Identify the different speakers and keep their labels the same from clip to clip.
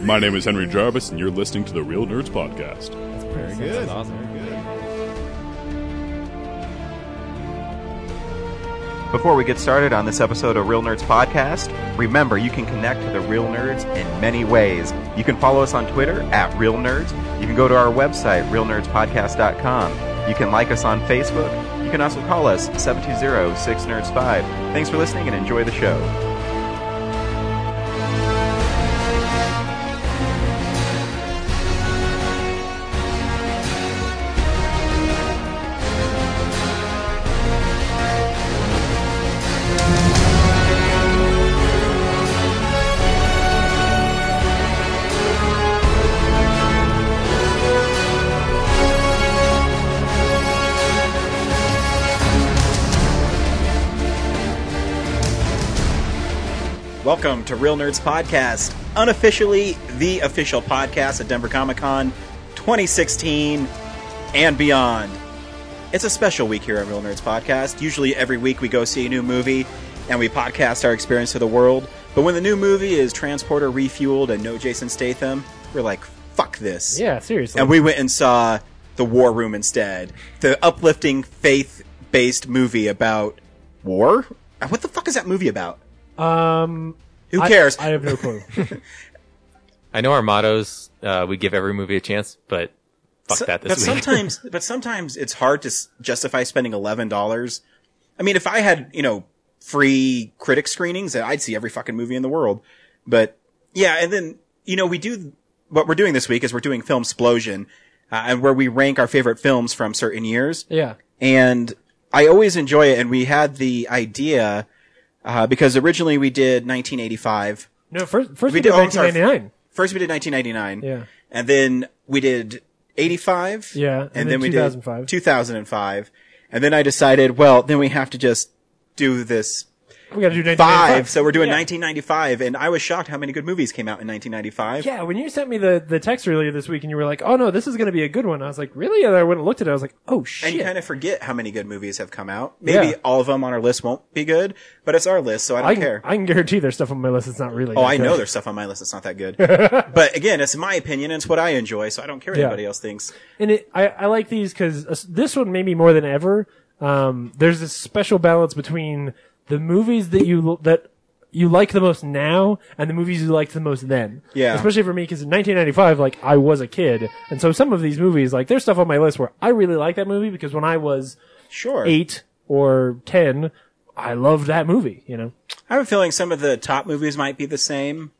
Speaker 1: My name is Henry Jarvis, and you're listening to the Real Nerds Podcast.
Speaker 2: Very good. That's awesome.
Speaker 3: Before we get started on this episode of Real Nerds Podcast, remember you can connect to the Real Nerds in many ways. You can follow us on Twitter at Real Nerds. You can go to our website, realnerdspodcast.com. You can like us on Facebook. You can also call us 720 6 Nerds 5. Thanks for listening and enjoy the show.
Speaker 4: Welcome to Real Nerds Podcast, unofficially the official podcast at Denver Comic Con 2016 and beyond. It's a special week here at Real Nerds Podcast. Usually, every week we go see a new movie and we podcast our experience to the world. But when the new movie is Transporter Refueled and no Jason Statham, we're like, fuck this.
Speaker 2: Yeah, seriously.
Speaker 4: And we went and saw The War Room instead. The uplifting, faith based movie about war? What the fuck is that movie about?
Speaker 2: um,
Speaker 4: Who
Speaker 2: I-
Speaker 4: cares?
Speaker 2: I, have no clue.
Speaker 5: I know our mottos. Uh, we give every movie a chance, but fuck
Speaker 4: So-
Speaker 5: that
Speaker 4: but
Speaker 5: this week.
Speaker 4: sometimes, but sometimes it's hard to s- justify spending eleven dollars. I mean, if I had you know free critic screenings, then I'd see every fucking movie in the world. But yeah, and then you know we do what we're doing this week is we're doing film explosion, uh, and where we rank our favorite films from certain years
Speaker 2: yeah.
Speaker 4: and I always enjoy it. And we had the idea uh, because originally we did 1985.
Speaker 2: No, first, first we,
Speaker 4: did-
Speaker 2: did
Speaker 4: oh, I'm sorry.
Speaker 2: 1999.
Speaker 4: First we did 1999.
Speaker 2: Yeah.
Speaker 4: And then we did 85.
Speaker 2: Yeah, and
Speaker 4: And, then,
Speaker 2: then
Speaker 4: we
Speaker 2: 2005.
Speaker 4: did 2005. And then I decided, well, then we have to just do this
Speaker 2: We got to do 1995.
Speaker 4: five. So we're doing 1995. And I was shocked how many good movies came out in 1995.
Speaker 2: Yeah, when you sent me the, the text earlier this week and you were like, oh no, this is going to be a good one. I was like, really? And I went and looked at it. I was like, oh
Speaker 4: And
Speaker 2: shit.
Speaker 4: you kind of forget how many good movies have come out. Maybe
Speaker 2: Yeah.
Speaker 4: all of them on our list won't be good, but it's our list, so I don't
Speaker 2: I,
Speaker 4: care.
Speaker 2: can, I can guarantee there's stuff on my list that's not really.
Speaker 4: Oh,
Speaker 2: that
Speaker 4: I
Speaker 2: good.
Speaker 4: know there's stuff on my list that's not that good. but again, it's my opinion and it's what I enjoy, so I don't care what
Speaker 2: Yeah.
Speaker 4: anybody else thinks.
Speaker 2: and it, I, I like these because this one maybe more than ever. Um, there's this special balance between the movies that you that you like the most now and the movies you liked the most then.
Speaker 4: Yeah.
Speaker 2: Especially for me, because in 1995, like I was a kid, and so some of these movies, like there's stuff on my list where I really like that movie because when I was
Speaker 4: Sure.
Speaker 2: eight or ten, I loved that movie. You know,
Speaker 4: I have a feeling some of the top movies might be the same,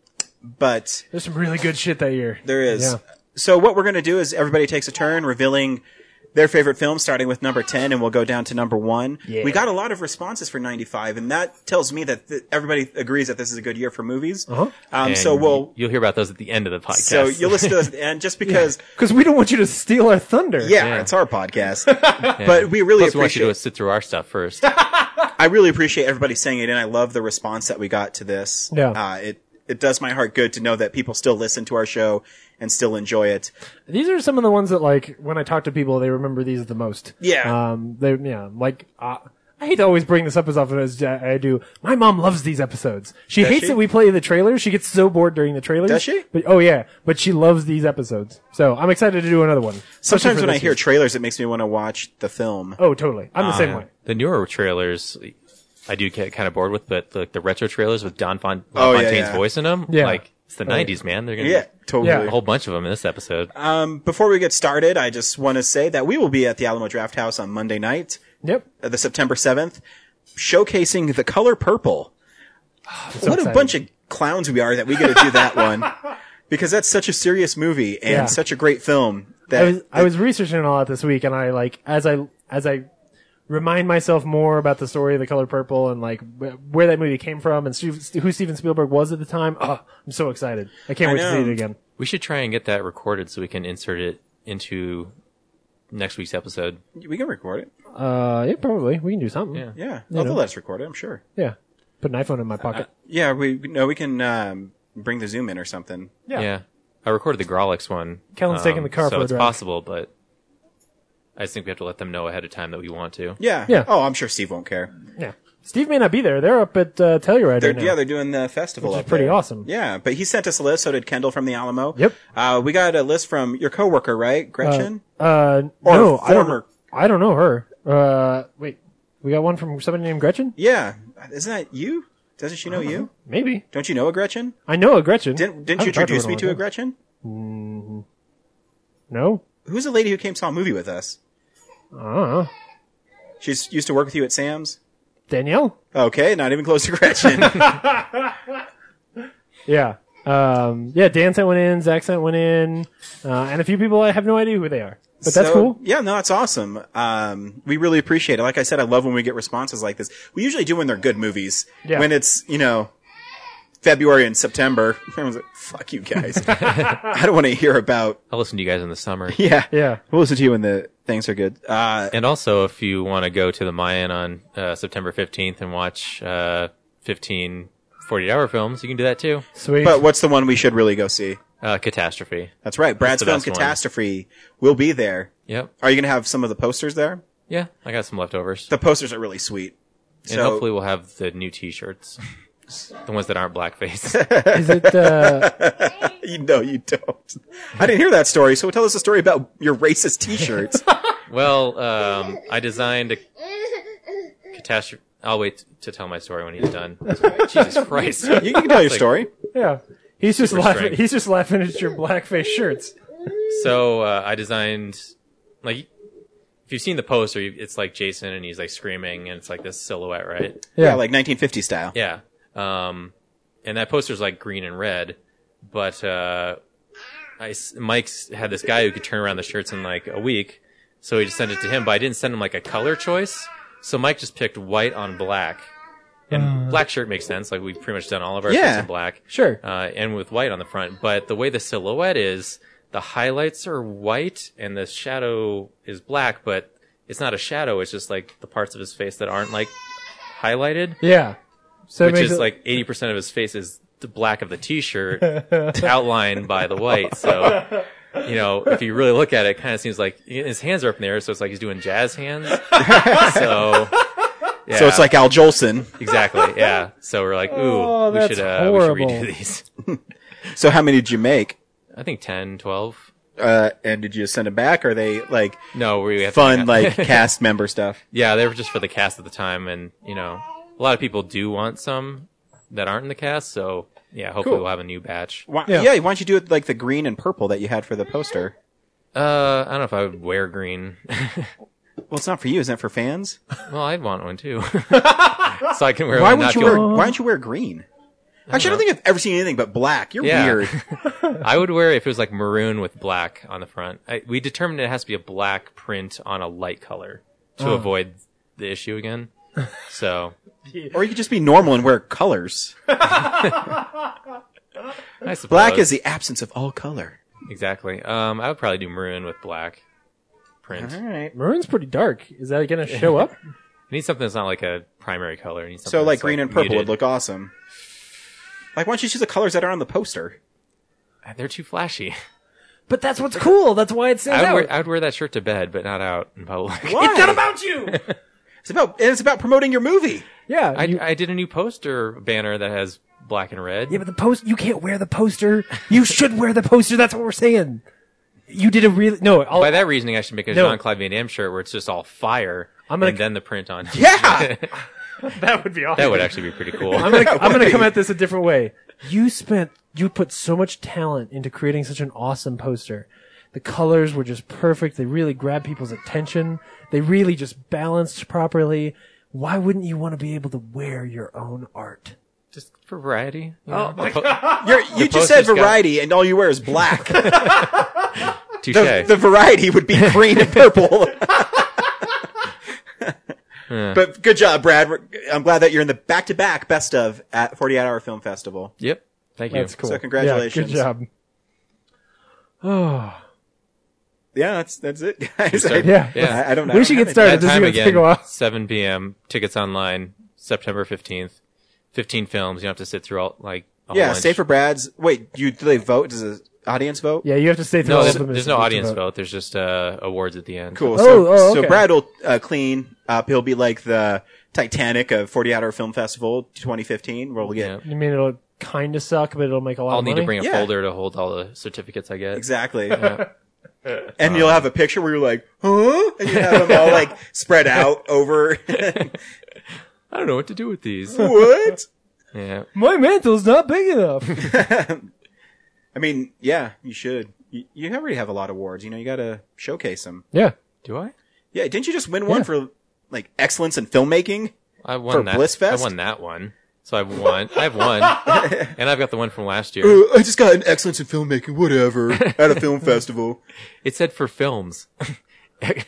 Speaker 4: but
Speaker 2: there's some really good shit that year.
Speaker 4: there is.
Speaker 2: Yeah.
Speaker 4: So what we're going to do is everybody takes a turn revealing their favorite film, starting with number 10, and we'll go down to number one.
Speaker 2: Yeah.
Speaker 4: We got a lot of responses for 95, and that tells me that th- everybody agrees that this is a good year for movies. Uh-huh. Um,
Speaker 5: And
Speaker 4: so we'll,
Speaker 5: you'll hear about those at the end of the podcast.
Speaker 4: so you'll listen to this, and just because,
Speaker 2: Because we don't want you to steal our thunder.
Speaker 4: yeah, it's our podcast, but we really
Speaker 5: Plus, we want you
Speaker 4: appreciate
Speaker 5: to sit through our stuff first.
Speaker 4: I really appreciate everybody saying it, and I love the response that we got to this.
Speaker 2: Yeah.
Speaker 4: Uh, it it does my heart good to know that people still listen to our show and still enjoy it.
Speaker 2: These are some of the ones that, like, when I talk to people, they remember these the most.
Speaker 4: Yeah.
Speaker 2: Um, they, yeah, like, uh, I hate to always bring this up as often as I I do. My mom loves these episodes. She hates
Speaker 4: she?
Speaker 2: that we play the trailers. She gets so bored during the trailers.
Speaker 4: Does she?
Speaker 2: But, oh yeah, but she loves these episodes. So I'm excited to do another one. especially
Speaker 4: Sometimes
Speaker 2: for
Speaker 4: when I
Speaker 2: this
Speaker 4: hear
Speaker 2: year.
Speaker 4: trailers, it makes me want to watch the film. Uh,
Speaker 2: oh, totally. I'm the same way.
Speaker 5: Uh, the newer trailers, I do get kind of bored with, but the, the retro trailers with Don Fon-
Speaker 4: Oh, yeah,
Speaker 5: Fontaine's
Speaker 4: yeah. Oh,
Speaker 5: voice in them,
Speaker 2: Yeah.
Speaker 5: like it's the '90s, man. They're gonna
Speaker 4: Yeah,
Speaker 5: be
Speaker 4: totally.
Speaker 2: Yeah.
Speaker 5: a whole bunch of them in this episode.
Speaker 4: Um, Before we get started, I just want to say that we will be at the Alamo Draft House on Monday night,
Speaker 2: Yep.
Speaker 4: uh, the September seventh, showcasing the color purple. what a
Speaker 2: excited.
Speaker 4: bunch of clowns we are that we get to do that one because that's such a serious movie and
Speaker 2: Yeah.
Speaker 4: such a great film. That
Speaker 2: I was I was researching it a lot this week, and I like as I as I remind myself more about the story of the color purple and like wh- where that movie came from and Steve, who Steven Spielberg was at the time. Oh, I'm so excited! I can't
Speaker 4: I
Speaker 2: wait to
Speaker 4: know.
Speaker 2: see it again.
Speaker 5: we should try and get that recorded so we can insert it into next week's episode.
Speaker 4: we can record it.
Speaker 2: Uh, yeah, probably we can do something.
Speaker 5: Yeah.
Speaker 4: Yeah, they'll let us record it. I'm sure.
Speaker 2: yeah. Put an iPhone in my pocket.
Speaker 4: Yeah, we no, we can um, bring the Zoom in or something.
Speaker 2: Yeah.
Speaker 5: Yeah. I recorded the Grolix one.
Speaker 2: Kellen's
Speaker 4: Um,
Speaker 2: taking the car
Speaker 5: so
Speaker 2: for a
Speaker 5: it's
Speaker 2: drive.
Speaker 5: possible, but I just think we have to let them know ahead of time that we want to.
Speaker 4: Yeah,
Speaker 2: Yeah.
Speaker 4: Oh, I'm sure Steve won't care.
Speaker 2: yeah. Steve may not be there. They're up at uh, Telluride
Speaker 4: They're,
Speaker 2: right now.
Speaker 4: yeah, they're doing the festival.
Speaker 2: Which is
Speaker 4: up
Speaker 2: pretty
Speaker 4: there.
Speaker 2: awesome.
Speaker 4: Yeah, but he sent us a list. So did Kendall from the Alamo.
Speaker 2: Yep.
Speaker 4: Uh, we got a list from your coworker, right, Gretchen?
Speaker 2: Uh, no, I don't,
Speaker 4: former-
Speaker 2: know- I don't know her. Uh, wait, we got one from somebody named Gretchen?
Speaker 4: yeah. Isn't that you? Doesn't she know you?
Speaker 2: Maybe.
Speaker 4: Don't you know a Gretchen?
Speaker 2: I know a Gretchen.
Speaker 4: Didn't
Speaker 2: I
Speaker 4: Didn't you
Speaker 2: haven't talked
Speaker 4: introduce
Speaker 2: her
Speaker 4: me
Speaker 2: in
Speaker 4: to a
Speaker 2: long Mm-hmm. time.
Speaker 4: Gretchen?
Speaker 2: No.
Speaker 4: Who's the lady who came and saw a movie with us?
Speaker 2: Uh,
Speaker 4: She's used to work with you at Sam's.
Speaker 2: Danielle?
Speaker 4: Okay, not even close to Gretchen.
Speaker 2: Yeah. Um, yeah, Dan sent one in, Zach sent one in, uh, and a few people I have no idea who they are. But that's
Speaker 4: So-
Speaker 2: cool.
Speaker 4: Yeah, no, that's awesome. Um, we really appreciate it. Like I said, I love when we get responses like this. We usually do when they're good movies.
Speaker 2: Yeah.
Speaker 4: When it's, you know, February and September. Everyone's like, fuck you guys. I don't want to hear about,
Speaker 5: I'll listen to you guys in the summer.
Speaker 4: yeah.
Speaker 2: Yeah.
Speaker 4: We'll listen to you when the things are good. Uh,
Speaker 5: And also, if you want to go to the Mayan on uh, September 15th and watch uh, 15 48 hour films, you can do that too.
Speaker 2: Sweet.
Speaker 4: but what's the one we should really go see?
Speaker 5: Uh, Catastrophe.
Speaker 4: That's right. Brad's
Speaker 5: the
Speaker 4: film
Speaker 5: best one.
Speaker 4: Catastrophe will be there.
Speaker 5: Yep.
Speaker 4: Are you going to have some of the posters there?
Speaker 5: Yeah, I got some leftovers.
Speaker 4: The posters are really sweet. So,
Speaker 5: and hopefully, we'll have the new t shirts. the ones that aren't blackface.
Speaker 2: Is it, uh,
Speaker 4: you know, you don't. I didn't hear that story. So tell us a story about your racist t-shirts.
Speaker 5: well, um, I designed a catastrophe. I'll wait to tell my story when he's done. Jesus Christ.
Speaker 4: you can tell your
Speaker 5: Like-
Speaker 4: story.
Speaker 2: yeah. He's just
Speaker 5: Super
Speaker 2: laughing,
Speaker 5: strength.
Speaker 2: he's just laughing at your blackface shirts.
Speaker 5: So uh, I designed, like, if you've seen the poster, you- it's like Jason and he's like screaming and it's like this silhouette, right?
Speaker 2: Yeah.
Speaker 4: Yeah, like 1950 style.
Speaker 5: Yeah. Um, and that poster's like green and red, but uh, I s Mike's had this guy who could turn around the shirts in like a week, so he just sent it to him. But I didn't send him like a color choice, so Mike just picked white on black, and black shirt makes sense. Like we've pretty much done all of our
Speaker 4: Yeah.
Speaker 5: shirts in black,
Speaker 2: Uh. Sure.
Speaker 5: uh, and with white on the front. But the way the silhouette is, the highlights are white and the shadow is black, but it's not a shadow. It's just like the parts of his face that aren't like highlighted
Speaker 2: yeah. So it
Speaker 5: which
Speaker 2: makes
Speaker 5: is
Speaker 2: it-
Speaker 5: like 80% of his face is the black of the t-shirt outlined by the white so you know if you really look at it, it kind of seems like his hands are up in the air so it's like he's doing jazz hands so yeah,
Speaker 4: So it's like Al Jolson.
Speaker 5: exactly yeah so we're like ooh
Speaker 2: Oh,
Speaker 5: we,
Speaker 2: that's
Speaker 5: should, uh, we should
Speaker 2: horrible.
Speaker 5: redo these
Speaker 4: So how many did you make?
Speaker 5: i think 10 12
Speaker 4: Uh, and did you send them back? Or are they like
Speaker 5: no we have to-
Speaker 4: fun, like cast member stuff?
Speaker 5: yeah they were just for the cast at the time and you know a lot of people do want some that aren't in the cast so yeah hopefully
Speaker 2: Cool.
Speaker 5: we'll have a new batch
Speaker 4: Why, yeah.
Speaker 2: Yeah.
Speaker 4: Why don't you do it like the green and purple that you had for the poster?
Speaker 5: uh i don't know if i would wear green
Speaker 4: Well, it's not for you. Isn't it for fans?
Speaker 5: Well, I'd want one too, so I can wear.
Speaker 4: Why
Speaker 5: one and
Speaker 4: would
Speaker 5: not
Speaker 4: you wear,
Speaker 5: feel-
Speaker 4: why don't you wear green? Actually, I don't think I've ever seen anything but black. You're
Speaker 5: Yeah.
Speaker 4: weird.
Speaker 5: I would wear it if it was like maroon with black on the front. I, we determined it has to be a black print on a light color to
Speaker 4: Oh.
Speaker 5: avoid the issue again. So
Speaker 4: Or you could just be normal and wear colors.
Speaker 5: I suppose
Speaker 4: Black is the absence of all color.
Speaker 5: exactly. Um, I would probably do maroon with black print.
Speaker 4: All right.
Speaker 2: maroon's pretty dark. Is that gonna show up?
Speaker 5: I need something that's not like a primary color. I need something
Speaker 4: So like
Speaker 5: that's,
Speaker 4: green and purple
Speaker 5: muted.
Speaker 4: would look awesome. Like, why don't you choose the colors that are on the poster?
Speaker 5: Uh, They're too flashy.
Speaker 2: but that's what's cool. That's why it stands
Speaker 5: I
Speaker 2: out.
Speaker 5: would, wear, I would wear that shirt to bed, but not out in public.
Speaker 4: Why?
Speaker 2: about you.
Speaker 4: It's about and it's about promoting your movie.
Speaker 2: yeah.
Speaker 5: I,
Speaker 2: you-
Speaker 5: I did a new poster banner that has black and red.
Speaker 2: Yeah, but the post you can't wear the poster. You should wear the poster. That's what we're saying. You did a really no. I'll,
Speaker 5: By that reasoning, I should make a
Speaker 2: No.
Speaker 5: Jean Claude Van Damme shirt where it's just all fire
Speaker 2: I'm gonna-
Speaker 5: and then the print on.
Speaker 4: Yeah.
Speaker 2: that would be awesome.
Speaker 5: that would actually be pretty cool.
Speaker 2: I'm gonna, I'm gonna come at this a different way. You spent, you put so much talent into creating such an awesome poster. The colors were just perfect. They really grabbed people's attention. They really just balanced properly. Why wouldn't you want to be able to wear your own art?
Speaker 5: just for variety. You know? Oh my god.
Speaker 4: You're, you just said
Speaker 5: poster's got-
Speaker 4: variety, and all you wear is black. the,
Speaker 5: Touche.
Speaker 4: the variety would be green and purple. but good job, Brad. We're- I'm glad that you're in the back-to-back best of at 48 Hour Film Festival.
Speaker 5: yep. Thank you.
Speaker 2: That's cool.
Speaker 4: So congratulations.
Speaker 2: Yeah, good job.
Speaker 4: Yeah, that's that's it, guys.
Speaker 5: start-
Speaker 2: Yeah.
Speaker 5: Yeah.
Speaker 4: I, I don't know.
Speaker 2: We should get started.
Speaker 5: That
Speaker 2: This is
Speaker 5: time
Speaker 2: gonna
Speaker 5: again.
Speaker 2: take a while.
Speaker 5: 7 p.m. Tickets online. September 15th. 15 films. You don't have to sit through all like. A
Speaker 4: Yeah,
Speaker 5: whole bunch.
Speaker 4: stay for Brad's. Wait, do, you, do they vote? Does the audience vote?
Speaker 2: Yeah, you have to stay through
Speaker 5: No,
Speaker 2: all
Speaker 5: there's,
Speaker 2: of them.
Speaker 5: there's no audience vote. There's just uh, awards at the end.
Speaker 4: Cool.
Speaker 2: Oh,
Speaker 4: so,
Speaker 2: oh,
Speaker 4: so
Speaker 2: okay.
Speaker 4: Brad will uh, clean up. He'll be like the Titanic, a 48 hour film festival, 2015, where we'll get
Speaker 5: Yeah.
Speaker 2: You mean it'll kind of suck, but it'll make a lot.
Speaker 5: I'll
Speaker 2: of
Speaker 5: need to
Speaker 2: money?
Speaker 5: bring a
Speaker 4: Yeah.
Speaker 5: folder to hold all the certificates I get.
Speaker 4: Exactly. and you'll have a picture where you're like, huh? And you have them all like spread out over.
Speaker 5: I don't know what to do with these.
Speaker 4: what?
Speaker 5: yeah.
Speaker 2: My mantle's not big enough.
Speaker 4: I mean, yeah, you should. You, you already have a lot of awards. You know, you got to showcase them.
Speaker 2: yeah.
Speaker 5: Do I?
Speaker 4: Yeah, didn't you just win one
Speaker 2: Yeah.
Speaker 4: for like excellence in filmmaking?
Speaker 5: I won
Speaker 4: For
Speaker 5: that.
Speaker 4: Blissfest?
Speaker 5: I won that one. So I've won. I've won. and I've got the one from last year.
Speaker 4: Uh, I just got an excellence in filmmaking, whatever, at a film festival.
Speaker 5: It said for films.
Speaker 2: Yeah.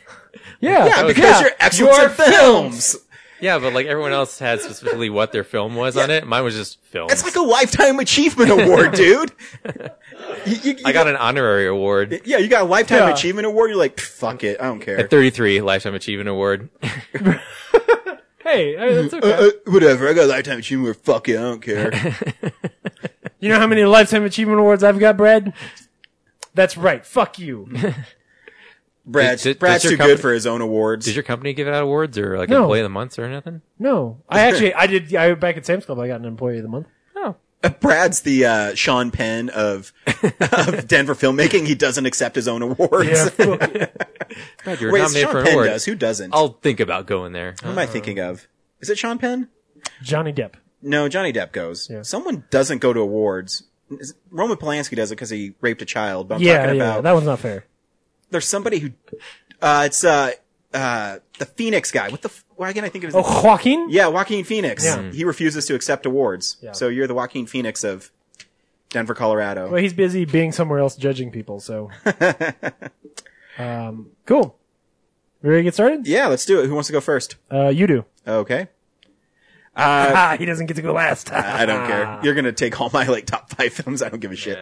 Speaker 4: Yeah,
Speaker 5: was-
Speaker 4: because
Speaker 5: yeah,
Speaker 4: you're excellent
Speaker 2: your
Speaker 4: at films.
Speaker 5: yeah, but like everyone else had specifically what their film was on it. Mine was just films.
Speaker 4: That's like a lifetime achievement award, dude. You- you- you
Speaker 5: I got an honorary award.
Speaker 4: Yeah, you got a lifetime
Speaker 2: Yeah.
Speaker 4: achievement award. You're like, "Pff, fuck it, I don't care.
Speaker 5: At 33, Lifetime Achievement Award.
Speaker 4: uh,
Speaker 2: Hey, hey, that's okay.
Speaker 4: Mm, whatever, I got a lifetime achievement award. Fuck it, I don't care.
Speaker 2: You know how many lifetime achievement awards I've got, Brad? That's right. Fuck you.
Speaker 4: Brad's,
Speaker 5: Did- did-
Speaker 4: Brad's
Speaker 5: does
Speaker 4: too
Speaker 5: your
Speaker 4: good
Speaker 5: company-
Speaker 4: for his own awards.
Speaker 5: Did your company give out awards or like
Speaker 2: No.
Speaker 5: employee of the month or nothing?
Speaker 2: No, I actually I did. I back at Sam's Club. I got an employee of the month.
Speaker 5: Oh.
Speaker 4: Brad's the uh, Sean Penn of of Denver filmmaking. He doesn't accept his own awards.
Speaker 2: Yeah.
Speaker 5: God, you're
Speaker 4: Wait, it's
Speaker 5: nominated
Speaker 4: Sean
Speaker 5: for an
Speaker 4: Penn
Speaker 5: award.
Speaker 4: does. Who doesn't?
Speaker 5: I'll think about going there.
Speaker 4: Who am I thinking of? Is it Sean Penn?
Speaker 2: Johnny Depp.
Speaker 4: No, Johnny Depp goes.
Speaker 2: Yeah.
Speaker 4: Someone doesn't go to awards. Is- Roman Polanski does it because he raped a child. But I'm
Speaker 2: Yeah,
Speaker 4: talking
Speaker 2: yeah.
Speaker 4: about
Speaker 2: That one's not fair.
Speaker 4: there's somebody who uh, it's uh, uh, the Phoenix guy. What the? F- why can't I think of his?
Speaker 2: Oh,
Speaker 4: name?
Speaker 2: Joaquin.
Speaker 4: Yeah, Joaquin Phoenix.
Speaker 2: Yeah.
Speaker 4: He refuses to accept awards.
Speaker 2: Yeah.
Speaker 4: So you're the Joaquin Phoenix of Denver, Colorado.
Speaker 2: Well, he's busy being somewhere else judging people. So. um. Cool. We ready to get started?
Speaker 4: Yeah, let's do it. Who wants to go first?
Speaker 2: Uh, you do.
Speaker 4: Okay. Uh,
Speaker 2: Ah, he doesn't get to go last.
Speaker 4: I don't care. You're gonna take all my like top five films. I don't give a shit.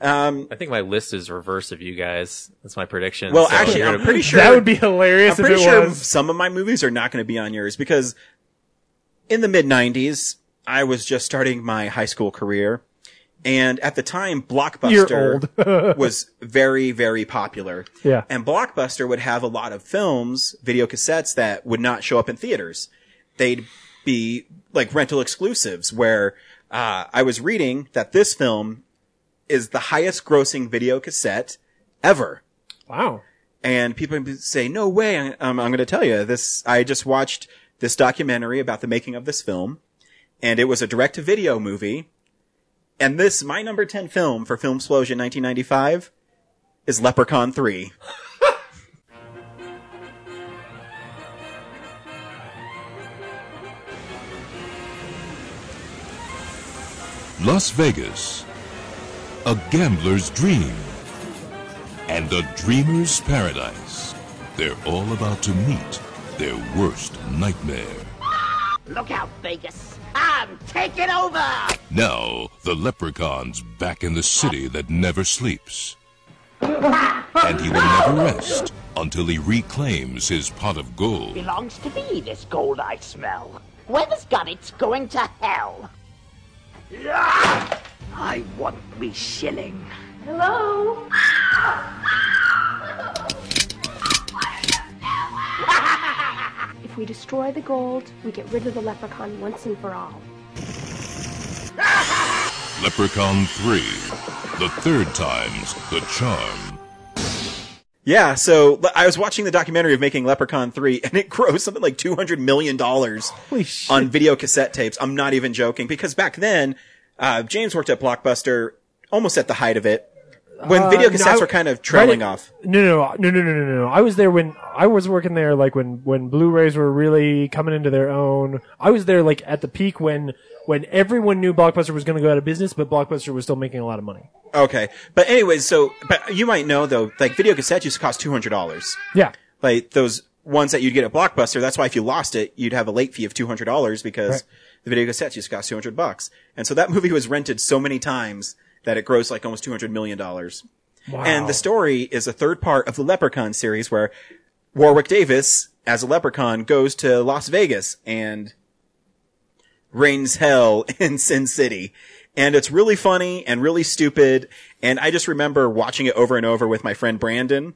Speaker 5: Um,
Speaker 4: Um,
Speaker 5: I think my list is reverse of you guys. That's my prediction.
Speaker 4: Well,
Speaker 5: So
Speaker 4: actually,
Speaker 5: you're
Speaker 4: I'm
Speaker 5: gonna-
Speaker 4: pretty sure
Speaker 2: That would be hilarious
Speaker 4: I'm pretty
Speaker 2: if it
Speaker 4: sure
Speaker 2: was.
Speaker 4: some of my movies are not going to be on yours because in the mid 90s, I was just starting my high school career. And at the time, Blockbuster was very, very popular.
Speaker 2: Yeah.
Speaker 4: And Blockbuster would have a lot of films, video cassettes that would not show up in theaters. They'd be like rental exclusives where, uh, I was reading that this film is the highest grossing video cassette ever
Speaker 2: Wow.
Speaker 4: and people say, "No way!" I- Um, I'm going to tell you this. I just watched this documentary about the making of this film, and it was a direct-to-video movie. And this, my number ten film for Film Explosion 1995, is Leprechaun 3.
Speaker 6: Las Vegas, a gambler's dream, and a dreamer's paradise. They're all about to meet their worst nightmare.
Speaker 7: Look out, Vegas. I'm taking over!
Speaker 6: Now, the leprechaun's back in the city that never sleeps. And he will never rest until he reclaims his pot of gold.
Speaker 7: Belongs to me, this gold I smell. Whoever's got it's going to hell. Yeah! I want me shilling. Hello?
Speaker 8: If we destroy the gold, we get rid of the leprechaun once and for all.
Speaker 6: Leprechaun 3, the third time's the charm.
Speaker 4: Yeah, so le- I was watching the documentary of making Leprechaun 3, and it grossed something like 200 million dollars
Speaker 2: shit.
Speaker 4: on video cassette tapes. I'm not even joking because back then, uh, James worked at Blockbuster almost at the height of it when video
Speaker 2: Uh, no,
Speaker 4: cassettes
Speaker 2: I-
Speaker 4: were kind of trailing
Speaker 2: Right-
Speaker 4: off.
Speaker 2: No, no, no, no, no, no, no, no. I was there when I was working there, like when when Blu-rays were really coming into their own. I was there like at the peak when when everyone knew Blockbuster was going to go out of business, but Blockbuster was still making a lot of money.
Speaker 4: Okay. But anyways, so, but you might know though, like video cassettes used to cost $200.
Speaker 2: Yeah,
Speaker 4: Like those ones that you'd get at Blockbuster, that's why if you lost it, you'd have a late fee of $200 because
Speaker 2: Right.
Speaker 4: the video cassettes used to cost 200 bucks. And so that movie was rented so many times that it grossed like almost $200 million.
Speaker 2: wow.
Speaker 4: And the story is a third part of the Leprechaun series where Warwick Davis, as a leprechaun, goes to Las Vegas and rains hell in Sin City. And it's really funny and really stupid. And I just remember watching it over and over with my friend Brandon.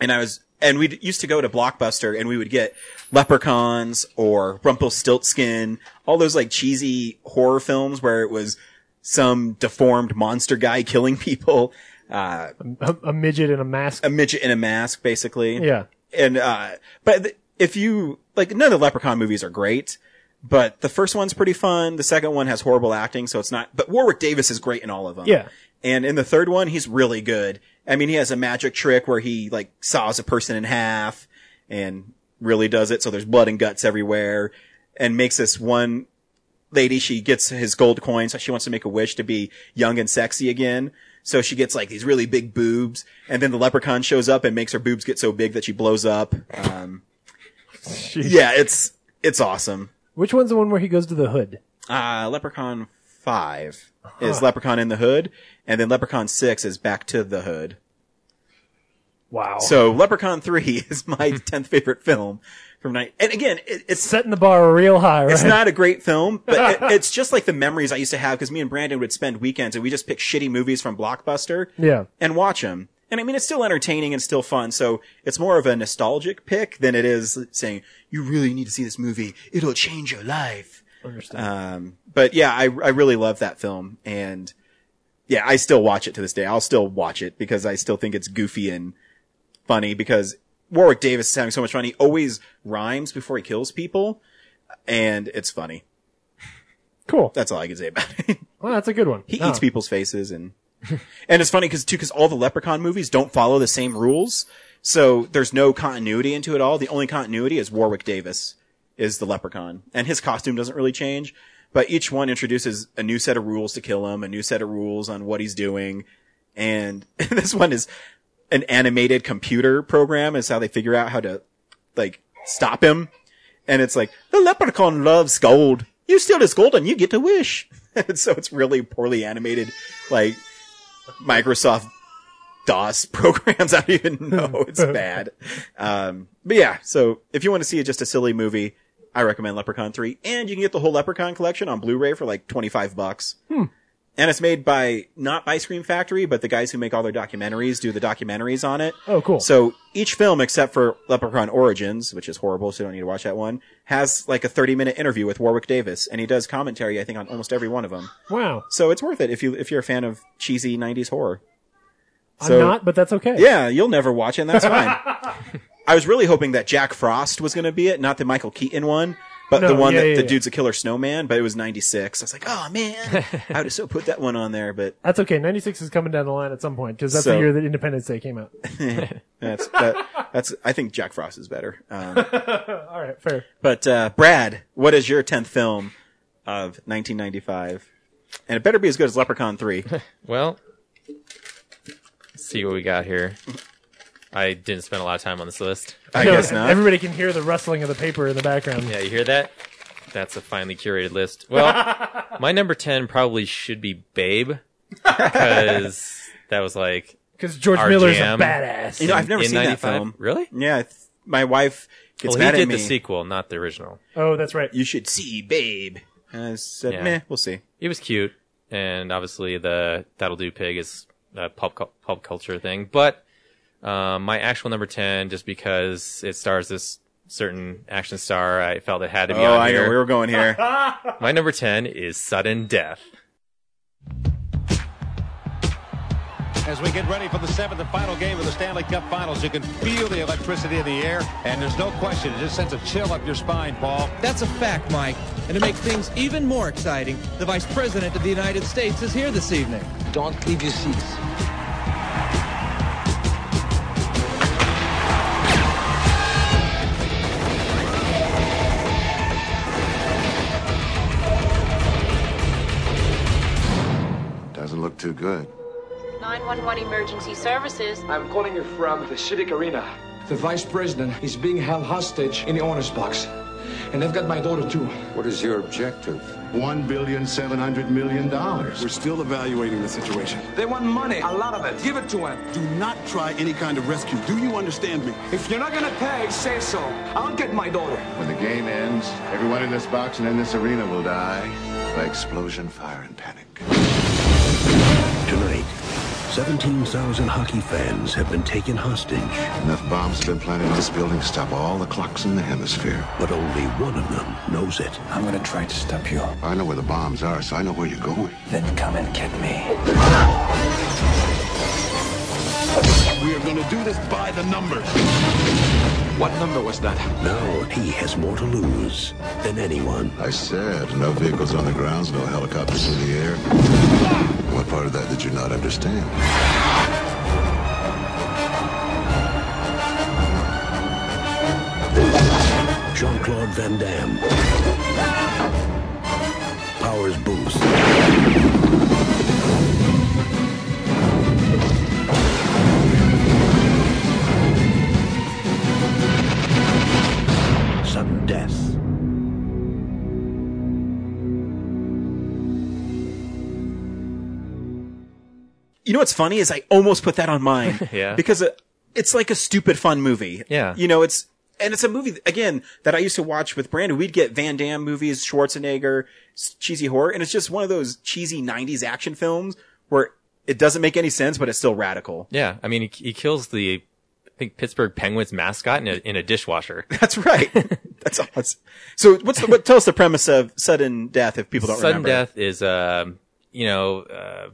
Speaker 4: And I was and we used to go to Blockbuster and we would get Leprechauns or Rumpelstiltskin, all those like cheesy horror films where it was some deformed monster guy killing people, uh,
Speaker 2: A, a midget in a mask.
Speaker 4: a midget in a mask, basically.
Speaker 2: yeah.
Speaker 4: And, uh, but th- if you, like, none of the Leprechaun movies are great, but the first one's pretty fun. The second one has horrible acting, so it's not, but Warwick Davis is great in all of them.
Speaker 2: Yeah.
Speaker 4: And in the third one, he's really good. I mean, he has a magic trick where he, like, saws a person in half and really does it. So there's blood and guts everywhere and makes this one lady, she gets his gold coin, so she wants to make a wish to be young and sexy again. So she gets like these really big boobs, and then the leprechaun shows up and makes her boobs get so big that she blows up. Um, yeah, it's it's awesome.
Speaker 2: Which one's the one where he goes to the hood?
Speaker 4: Uh, leprechaun five is Leprechaun in the Hood, and then Leprechaun six is Back to the Hood.
Speaker 2: Wow.
Speaker 4: So Leprechaun three is my tenth favorite film from night. And again, it, it's
Speaker 2: Setting the bar real high, right?
Speaker 4: It's not a great film, but it, it's just like the memories I used to have because me and Brandon would spend weekends and we just pick shitty movies from Blockbuster
Speaker 2: Yeah.
Speaker 4: and watch them. And I mean, it's still entertaining and still fun. So it's more of a nostalgic pick than it is saying, you really need to see this movie. It'll change your life.
Speaker 2: Understand.
Speaker 4: Um, but yeah, I, I really love that film. And yeah, I still watch it to this day. I'll still watch it because I still think it's goofy and funny because Warwick Davis is having so much fun. He always rhymes before he kills people and it's funny.
Speaker 2: cool.
Speaker 4: That's all I can say about it.
Speaker 2: Well, that's a good one.
Speaker 4: he
Speaker 2: Ah.
Speaker 4: eats people's faces and, and it's funny because too, because all the leprechaun movies don't follow the same rules. So there's no continuity into it all. The only continuity is Warwick Davis is the leprechaun and his costume doesn't really change, but each one introduces a new set of rules to kill him, a new set of rules on what he's doing. And this one is an animated computer program is how they figure out how to like stop him. And it's like, the leprechaun loves gold. You steal this gold and you get to wish. And so it's really poorly animated, like Microsoft DOS programs. I don't even know. It's bad. Um, but yeah, so if you want to see just a silly movie, I recommend Leprechaun 3. And you can get the whole Leprechaun collection on Blu-ray for like 25 bucks.
Speaker 2: Hmm.
Speaker 4: And it's made by, not by Scream Factory, but the guys who make all their documentaries do the documentaries on it.
Speaker 2: Oh, cool.
Speaker 4: So each film, except for Leprechaun Origins, which is horrible, so you don't need to watch that one, has like a 30 minute interview with Warwick Davis, and he does commentary, I think, on almost every one of them.
Speaker 2: wow.
Speaker 4: So it's worth it if you, if you're a fan of cheesy 90s horror.
Speaker 2: I'm
Speaker 4: So-
Speaker 2: not, but that's okay.
Speaker 4: Yeah, you'll never watch it, and that's fine. I was really hoping that Jack Frost was going to be it, not the Michael Keaton one, but
Speaker 2: No,
Speaker 4: the one
Speaker 2: yeah,
Speaker 4: that
Speaker 2: yeah,
Speaker 4: the
Speaker 2: yeah.
Speaker 4: dude's a killer snowman, but it was 96. I was like, oh man, I would have so put that one on there, but
Speaker 2: That's okay. 96 is coming down the line at some point because that's the
Speaker 4: So-
Speaker 2: year that Independence Day came out.
Speaker 4: eh, that's, that, that's, I think Jack Frost is better. Um,
Speaker 2: All right, fair.
Speaker 4: but, uh, Brad, what is your 10th film of 1995? And it better be as good as Leprechaun 3.
Speaker 5: Well, let's see what we got here. I didn't spend a lot of time on this list.
Speaker 4: I guess not.
Speaker 2: Everybody can hear the rustling of the paper in the background.
Speaker 5: Yeah, you hear that? That's a finely curated list. Well, my number 10 probably should be Babe because that was like
Speaker 2: Because George
Speaker 5: Our
Speaker 2: Miller's
Speaker 5: jam.
Speaker 2: a badass.
Speaker 4: You know, I've never
Speaker 5: in
Speaker 4: seen
Speaker 5: 95.
Speaker 4: that film.
Speaker 5: Really?
Speaker 4: Yeah, I th- my wife gets
Speaker 5: well,
Speaker 4: mad
Speaker 5: he
Speaker 4: at
Speaker 5: did
Speaker 4: me.
Speaker 5: the sequel, not the original.
Speaker 2: oh, that's right.
Speaker 4: you should see, babe. And I said,
Speaker 5: Yeah.
Speaker 4: meh, we'll see.
Speaker 5: It was cute, and obviously the That'll Do Pig is a pop, cu- pop culture thing. But um, my actual number 10, just because it stars this certain action star, I felt it had to be
Speaker 4: Oh,
Speaker 5: on
Speaker 4: I
Speaker 5: here.
Speaker 4: know we were going here.
Speaker 5: My number 10 is Sudden Death.
Speaker 9: As we get ready for the seventh and final game of the Stanley Cup Finals, you can feel the electricity in the air, and there's no question, it just sends a chill up your spine, Paul.
Speaker 10: That's a fact, Mike. And to make things even more exciting, the Vice President of the United States is here this evening.
Speaker 11: Don't leave your seats.
Speaker 9: Doesn't look too good.
Speaker 12: 911 Emergency Services.
Speaker 11: I'm calling you from the Civic Arena. The vice president is being held hostage in the owner's box. And they've got my daughter too.
Speaker 9: What is your objective?
Speaker 10: One billion seven hundred million dollars.
Speaker 9: We're still evaluating the situation.
Speaker 11: They want money, a lot of it. Give it to them.
Speaker 9: Do not try any kind of rescue. Do you understand me?
Speaker 11: If you're not gonna pay, say so. I'll get my daughter.
Speaker 10: When the game ends, everyone in this box and in this arena will die by explosion, fire, and panic.
Speaker 9: Tonight,
Speaker 13: 17,000 hockey fans have been taken hostage.
Speaker 14: Enough bombs have been planted in this building to stop all the clocks in the hemisphere.
Speaker 13: But only one of them knows it.
Speaker 14: I'm gonna try to stop you. I know where the bombs are, so I know where you're going.
Speaker 13: Then come and get me.
Speaker 15: We are gonna do this by the numbers.
Speaker 13: What number was that? Now he has more to lose than anyone.
Speaker 14: I said, no vehicles on the grounds, no helicopters in the air. What part of that did you not understand?
Speaker 13: Jean Claude Van Damme. Powers Booth. Sudden death.
Speaker 4: You know what's funny is I almost put that on mine.
Speaker 5: Yeah.
Speaker 4: Because it- it's like a stupid fun movie.
Speaker 5: Yeah.
Speaker 4: You know, it's, and it's a movie, again, that I used to watch with Brandon. We'd get Van Damme movies, Schwarzenegger, s- cheesy horror, and it's just one of those cheesy 90s action films where it doesn't make any sense, but it's still radical.
Speaker 5: Yeah, I mean, he, he kills the, I think Pittsburgh Penguins mascot in a, in a dishwasher.
Speaker 4: That's right. That's awesome. So what's the, what, tell us the premise of sudden death if people don't
Speaker 5: Sudden
Speaker 4: remember.
Speaker 5: death is, um, you know, uh,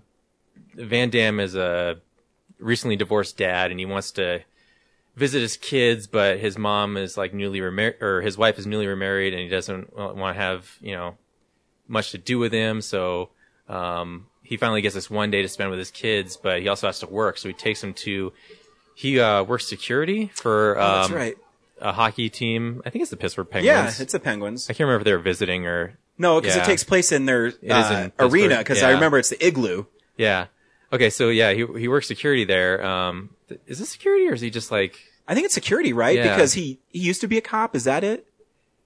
Speaker 5: Van Damme is a recently divorced dad, and he wants to visit his kids, but his mom is like newly remarried, or his wife is newly remarried, and he doesn't want to have, you know, much to do with him. So um, he finally gets this one day to spend with his kids, but he also has to work. So he takes him to he uh, works security for um,
Speaker 4: Oh, that's right.
Speaker 5: a hockey team. I think it's the Pittsburgh Penguins.
Speaker 4: Yeah, it's the Penguins.
Speaker 5: I can't remember if they were visiting or
Speaker 4: No, because
Speaker 5: Yeah.
Speaker 4: it takes place in their
Speaker 5: It is
Speaker 4: uh,
Speaker 5: in Pittsburgh,
Speaker 4: arena. Because I
Speaker 5: yeah.
Speaker 4: remember it's the igloo.
Speaker 5: Yeah. Okay, so yeah, he he works security there. Um, th- is this security or is he just like?
Speaker 4: I think it's security, right?
Speaker 5: Yeah.
Speaker 4: Because he he used to be a cop. Is that it?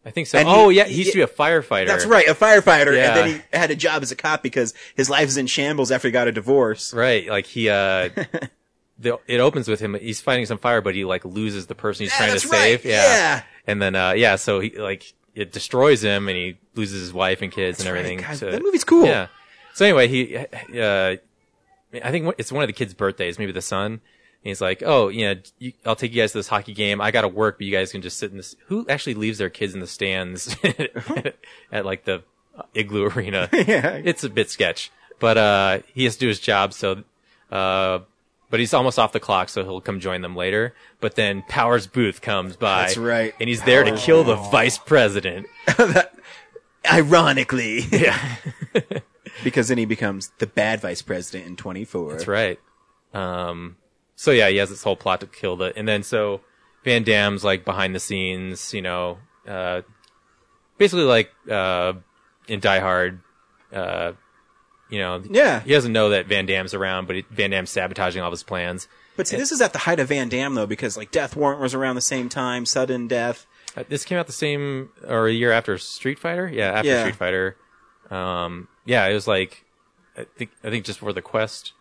Speaker 5: I think so.
Speaker 4: And
Speaker 5: oh yeah, he used to be a firefighter.
Speaker 4: That's right, a firefighter,
Speaker 5: Yeah.
Speaker 4: and then he had a job as a cop because his life is in shambles after he got a divorce.
Speaker 5: Right, like he uh, the, it opens with him. He's fighting some fire, but he like loses the person he's trying to
Speaker 4: that's right,
Speaker 5: save. Yeah.
Speaker 4: yeah.
Speaker 5: and then uh, yeah, so he like it destroys him, and he loses his wife and kids and
Speaker 4: right,
Speaker 5: everything.
Speaker 4: God,
Speaker 5: so-
Speaker 4: that movie's cool.
Speaker 5: Yeah. So anyway, he uh, I think it's one of the kids' birthdays, maybe the son. And he's like, oh, you know, you, I'll take you guys to this hockey game. I got to work, but you guys can just sit in this. Who actually leaves their kids in the stands at like the igloo arena?
Speaker 4: yeah.
Speaker 5: It's a bit sketch, but, uh, he has to do his job. So, uh, but he's almost off the clock, so he'll come join them later. But then Powers Booth comes by.
Speaker 4: That's right.
Speaker 5: And he's there to
Speaker 4: Powers
Speaker 5: kill the vice president.
Speaker 4: Ironically, yeah, because then he becomes the bad vice president in twenty four.
Speaker 5: That's right. Um, so yeah, he has this whole plot to kill the, and then so Van Damme's like behind the scenes, you know, uh, basically like, uh, in Die Hard, uh, you know,
Speaker 4: Yeah.
Speaker 5: he doesn't know that Van Damme's around, but he, Van Damme's sabotaging all of his plans.
Speaker 4: But see, this is at the height of Van Damme though, because like Death Warrant was around the same time, Sudden Death.
Speaker 5: Uh, This came out the same or a year after Street Fighter. Yeah, after
Speaker 4: Yeah.
Speaker 5: Street Fighter. Um, yeah, it was like, I think, I think just before the quest.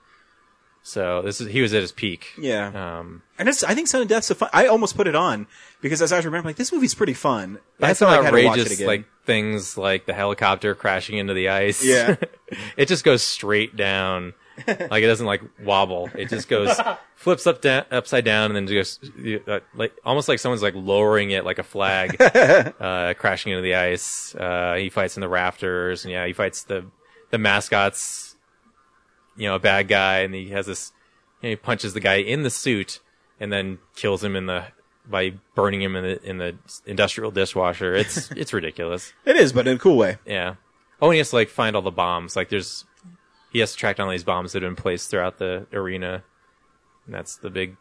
Speaker 5: So this is, he was at his peak.
Speaker 4: Yeah.
Speaker 5: Um,
Speaker 4: And it's, I think Sudden Death's a fun. I almost put it on because as I was remembering, like this movie's pretty fun. But
Speaker 5: That's
Speaker 4: I felt
Speaker 5: some
Speaker 4: like I had to watch it
Speaker 5: outrageous
Speaker 4: again.
Speaker 5: like things like the helicopter crashing into the ice.
Speaker 4: Yeah.
Speaker 5: it just goes straight down. like it doesn't like wobble. It just goes flips up down upside down and then just uh, like almost like someone's like lowering it like a flag, uh, crashing into the ice. Uh, he fights in the rafters and yeah, he fights the the mascots. You know, a bad guy, and he has this. You know, he punches the guy in the suit and then kills him in the by burning him in the in the industrial dishwasher. It's it's ridiculous.
Speaker 4: it is, but in a cool way.
Speaker 5: Yeah. Oh, and he has to like find all the bombs. Like there's, he has to track down all these bombs that have been placed throughout the arena. And that's the big,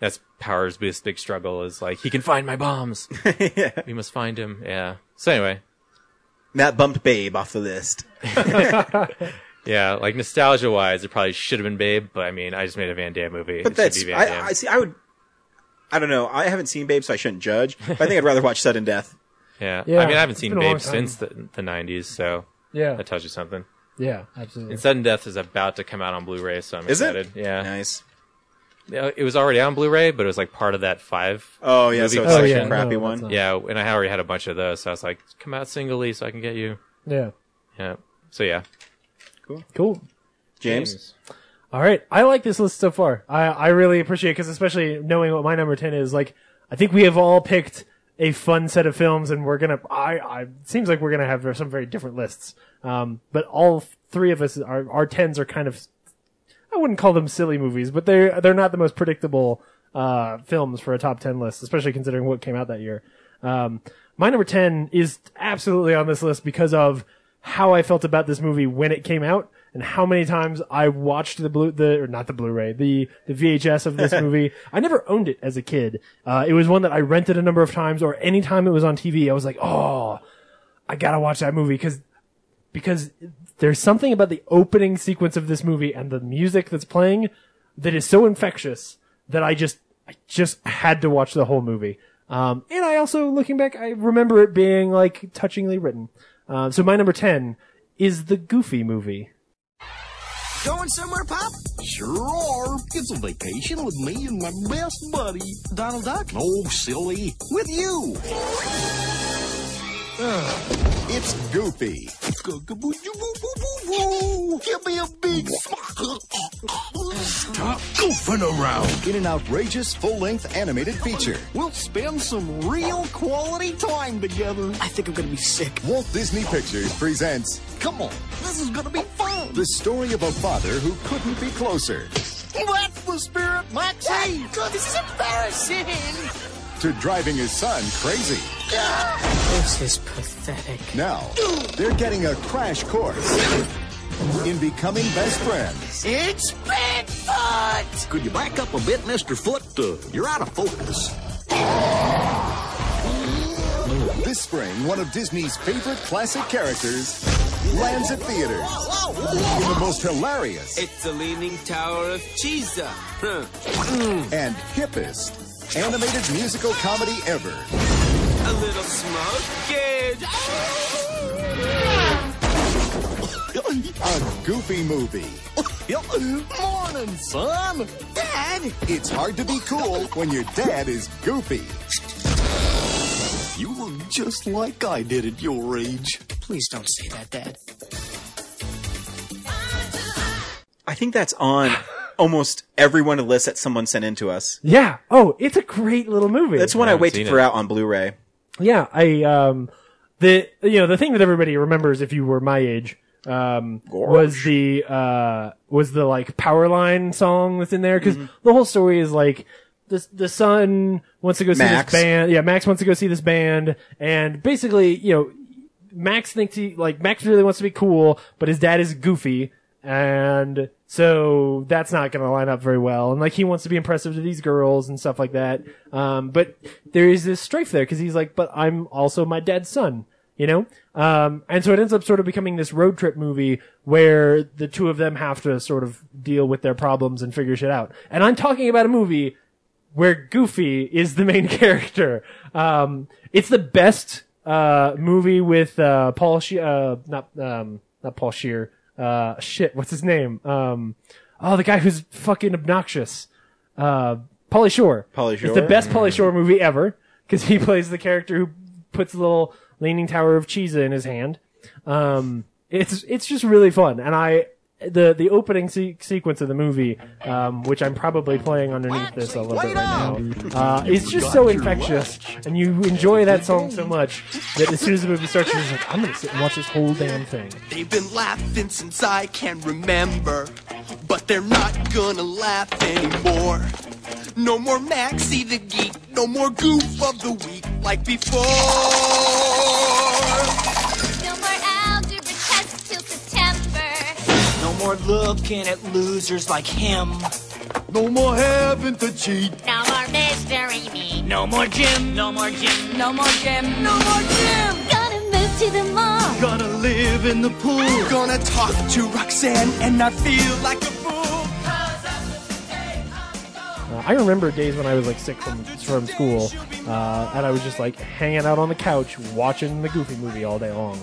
Speaker 5: that's Powers Booth's big struggle is like, he can find my bombs. We must find him. Yeah. So anyway.
Speaker 4: Matt bumped Babe off the list.
Speaker 5: yeah. Like nostalgia wise, it probably should have been Babe, but I mean, I just made a Van Damme movie.
Speaker 4: But
Speaker 5: it
Speaker 4: that's
Speaker 5: should be Van Damme.
Speaker 4: I, I see. I would. I don't know. I haven't seen Babe, so I shouldn't judge. But I think I'd rather watch Sudden Death.
Speaker 5: yeah.
Speaker 2: Yeah,
Speaker 5: I mean, I haven't
Speaker 2: it's
Speaker 5: seen
Speaker 2: been a long
Speaker 5: Babe
Speaker 2: time.
Speaker 5: since the, the 90s, so.
Speaker 2: Yeah.
Speaker 5: That tells you something.
Speaker 2: Yeah, absolutely.
Speaker 5: And Sudden Death is about to come out on Blu-ray, so I'm
Speaker 2: Is it?
Speaker 5: excited. Yeah,
Speaker 4: nice.
Speaker 5: It was already on Blu-ray, but it was like part of that five.
Speaker 4: Oh, yeah,
Speaker 5: movie
Speaker 4: so it's like a
Speaker 5: collection.
Speaker 2: Oh,
Speaker 4: crappy No, one. that's not-
Speaker 5: Yeah, and I already had a bunch of those, so I was like, come out singly, so I can get you.
Speaker 2: Yeah.
Speaker 5: Yeah. So yeah,
Speaker 2: Cool.
Speaker 4: James?
Speaker 2: All right, I like this list so far. I I really appreciate it because especially knowing what my number ten is, like I think we have all picked a fun set of films, and we're gonna. I I it seems like we're gonna have some very different lists. Um, but all three of us, our our tens are kind of. I wouldn't call them silly movies, but they're they're not the most predictable uh, films for a top ten list, especially considering what came out that year. Um, my number ten is absolutely on this list because of how I felt about this movie when it came out and how many times I watched the blue, the, or not the Blu-ray, the, the VHS of this movie. I never owned it as a kid. Uh, it was one that I rented a number of times or anytime it was on TV, I was like, oh, I gotta watch that movie because, because there's something about the opening sequence of this movie and the music that's playing that is so infectious that I just, I just had to watch the whole movie. Um, and I also, looking back, I remember it being like touchingly written. Uh, so my number 10 is the Goofy movie.
Speaker 13: Going somewhere, Pop? Sure. It's a vacation with me and my best buddy, Donald Duck. Oh, silly. With you. Ugh, it's Goofy. Give me a big
Speaker 6: Stop goofing around.
Speaker 13: in an outrageous full-length animated feature. We'll spend some real quality time together. I think I'm gonna be sick.
Speaker 6: Walt Disney Pictures presents
Speaker 13: Come on, this is gonna be fun.
Speaker 6: the story of a father who couldn't be closer.
Speaker 13: That's the spirit, Maxie. God, this is embarrassing.
Speaker 6: to driving his son crazy. This is pathetic. Now, they're getting a crash course in becoming best friends.
Speaker 13: It's Bigfoot. Could you back up a bit, Mister Foot? Uh, you're out of focus.
Speaker 6: This spring, one of Disney's favorite classic characters lands at theaters in the most hilarious
Speaker 16: It's the Leaning Tower of Cheesa. Huh.
Speaker 6: and hippest animated musical comedy ever.
Speaker 16: A little smoke?
Speaker 13: Oh.
Speaker 16: Good.
Speaker 6: A goofy movie.
Speaker 13: Morning, son. Dad.
Speaker 6: It's hard to be cool when your dad is goofy.
Speaker 13: You look just like I did at your age. Please don't say that, Dad.
Speaker 4: I think that's on almost every one of the lists that someone sent in to us.
Speaker 2: Yeah. Oh, it's a great little movie.
Speaker 4: That's one I, waited for out on Blu-ray.
Speaker 2: Yeah, I um the you know the thing that everybody remembers if you were my age um was the uh was the like power line song that's in there because the whole story is like the the son wants to go see
Speaker 4: Max.
Speaker 2: this band yeah Max wants to go see this band and basically you know Max thinks he like Max really wants to be cool but his dad is goofy and so that's not going to line up very well and like he wants to be impressive to these girls and stuff like that um but there is this strife there because he's like but i'm also my dad's son you know um and so it ends up sort of becoming this road trip movie where the two of them have to sort of deal with their problems and figure shit out and i'm talking about a movie where Goofy is the main character. Um, it's the best uh, movie with uh, Paul she- uh, not um, not Paul Shear. Uh, shit, what's his name? Um, oh, the guy who's fucking obnoxious. Uh, Polly Shore.
Speaker 4: Pauly
Speaker 2: It's
Speaker 4: Shore?
Speaker 2: the best Polly Shore movie ever because he plays the character who puts a little leaning tower of cheese in his hand. Um, it's it's just really fun, and I the the opening se- sequence of the movie, um, which I'm probably playing underneath this a little bit right now, uh, is just so infectious, and you enjoy that song so much that as soon as the movie starts, you're just like, I'm gonna sit and watch this whole damn thing.
Speaker 13: They've been laughing since I can remember, but they're not gonna laugh anymore. No more Maxie the Geek, no more Goof of the Week like before.
Speaker 11: No more algebra tests till September.
Speaker 13: No more looking at losers like him. No more having to cheat.
Speaker 11: No more mystery meat.
Speaker 13: No more Jim. No more Jim.
Speaker 11: No more gym. No more gym. Gonna move to the mall.
Speaker 13: Gonna live in the pool. Gonna talk to Roxanne and not feel like a fool.
Speaker 2: Uh, I remember days when I was like sick from from school, uh, and I was just like hanging out on the couch watching the Goofy movie all day long.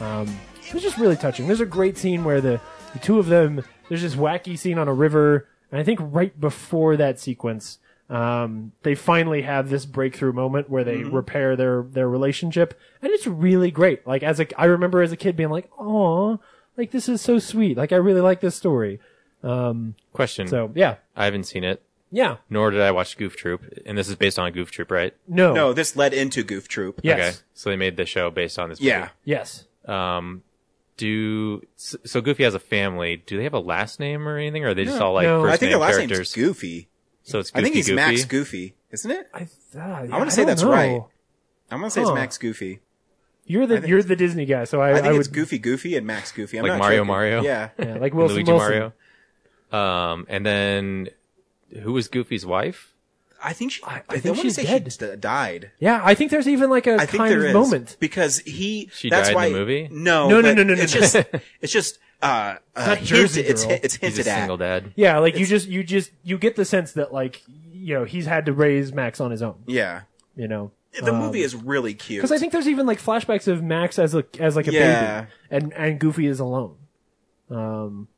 Speaker 2: Um, it was just really touching. There's a great scene where the, the two of them. There's this wacky scene on a river, and I think right before that sequence, um, they finally have this breakthrough moment where they
Speaker 4: Mhm.
Speaker 2: repair their their relationship, and it's really great. Like as a, I remember as a kid being like, "Aw, like this is so sweet. Like I really like this story." Um,
Speaker 5: Question.
Speaker 2: So yeah,
Speaker 5: I haven't seen it.
Speaker 2: Yeah.
Speaker 5: Nor did I watch Goof Troop, and this is based on Goof Troop, right?
Speaker 2: No.
Speaker 4: No, this led into Goof Troop.
Speaker 5: So they made the show based on this.
Speaker 4: Yeah.
Speaker 5: movie.
Speaker 2: Yes.
Speaker 5: Um, do so- so. Goofy has a family. Do they have a last name or anything, or are they just all like
Speaker 4: No.
Speaker 5: first
Speaker 4: I think
Speaker 5: name
Speaker 4: the last name's
Speaker 5: characters?
Speaker 4: Goofy.
Speaker 5: So it's Goofy.
Speaker 4: I think he's
Speaker 5: Goofy.
Speaker 4: Max Goofy, isn't it?
Speaker 2: I, uh, I
Speaker 4: want to say
Speaker 2: don't
Speaker 4: that's
Speaker 2: know.
Speaker 4: right. I'm going to say
Speaker 2: Huh.
Speaker 4: it's Max Goofy.
Speaker 2: You're the you're the Disney guy, so I,
Speaker 4: I think
Speaker 2: would
Speaker 4: it's Goofy Goofy and Max Goofy. I'm
Speaker 5: like
Speaker 4: not
Speaker 5: Mario
Speaker 4: joking.
Speaker 5: Mario.
Speaker 4: Yeah.
Speaker 2: Yeah, like
Speaker 5: And
Speaker 2: Wilson
Speaker 5: Luigi
Speaker 2: Wilson.
Speaker 5: Mario. Um, and then who was Goofy's wife?
Speaker 4: I think she. I,
Speaker 2: I think
Speaker 4: want to
Speaker 2: she's
Speaker 4: say
Speaker 2: dead.
Speaker 4: she d- died.
Speaker 2: yeah, I think there's even like a
Speaker 4: I think
Speaker 2: timed
Speaker 4: there is
Speaker 2: moment.
Speaker 4: because he.
Speaker 5: She
Speaker 4: that's
Speaker 5: died
Speaker 4: why,
Speaker 5: in the movie?
Speaker 4: No,
Speaker 2: No, no,
Speaker 4: but
Speaker 2: no, no, no,
Speaker 4: It's
Speaker 2: no.
Speaker 4: just. It's just. Uh, uh,
Speaker 2: not Jersey
Speaker 4: hinted, it's
Speaker 2: Girl.
Speaker 4: it's
Speaker 5: He's
Speaker 4: hinted
Speaker 5: a
Speaker 4: at.
Speaker 5: single dad.
Speaker 2: Yeah, like you just you just you get the sense that like you know he's had to raise Max on his own.
Speaker 4: Yeah,
Speaker 2: You know
Speaker 4: the movie is really cute.
Speaker 2: because I think there's even like flashbacks of Max as a as like a
Speaker 4: Yeah.
Speaker 2: baby, and and Goofy is alone. Um,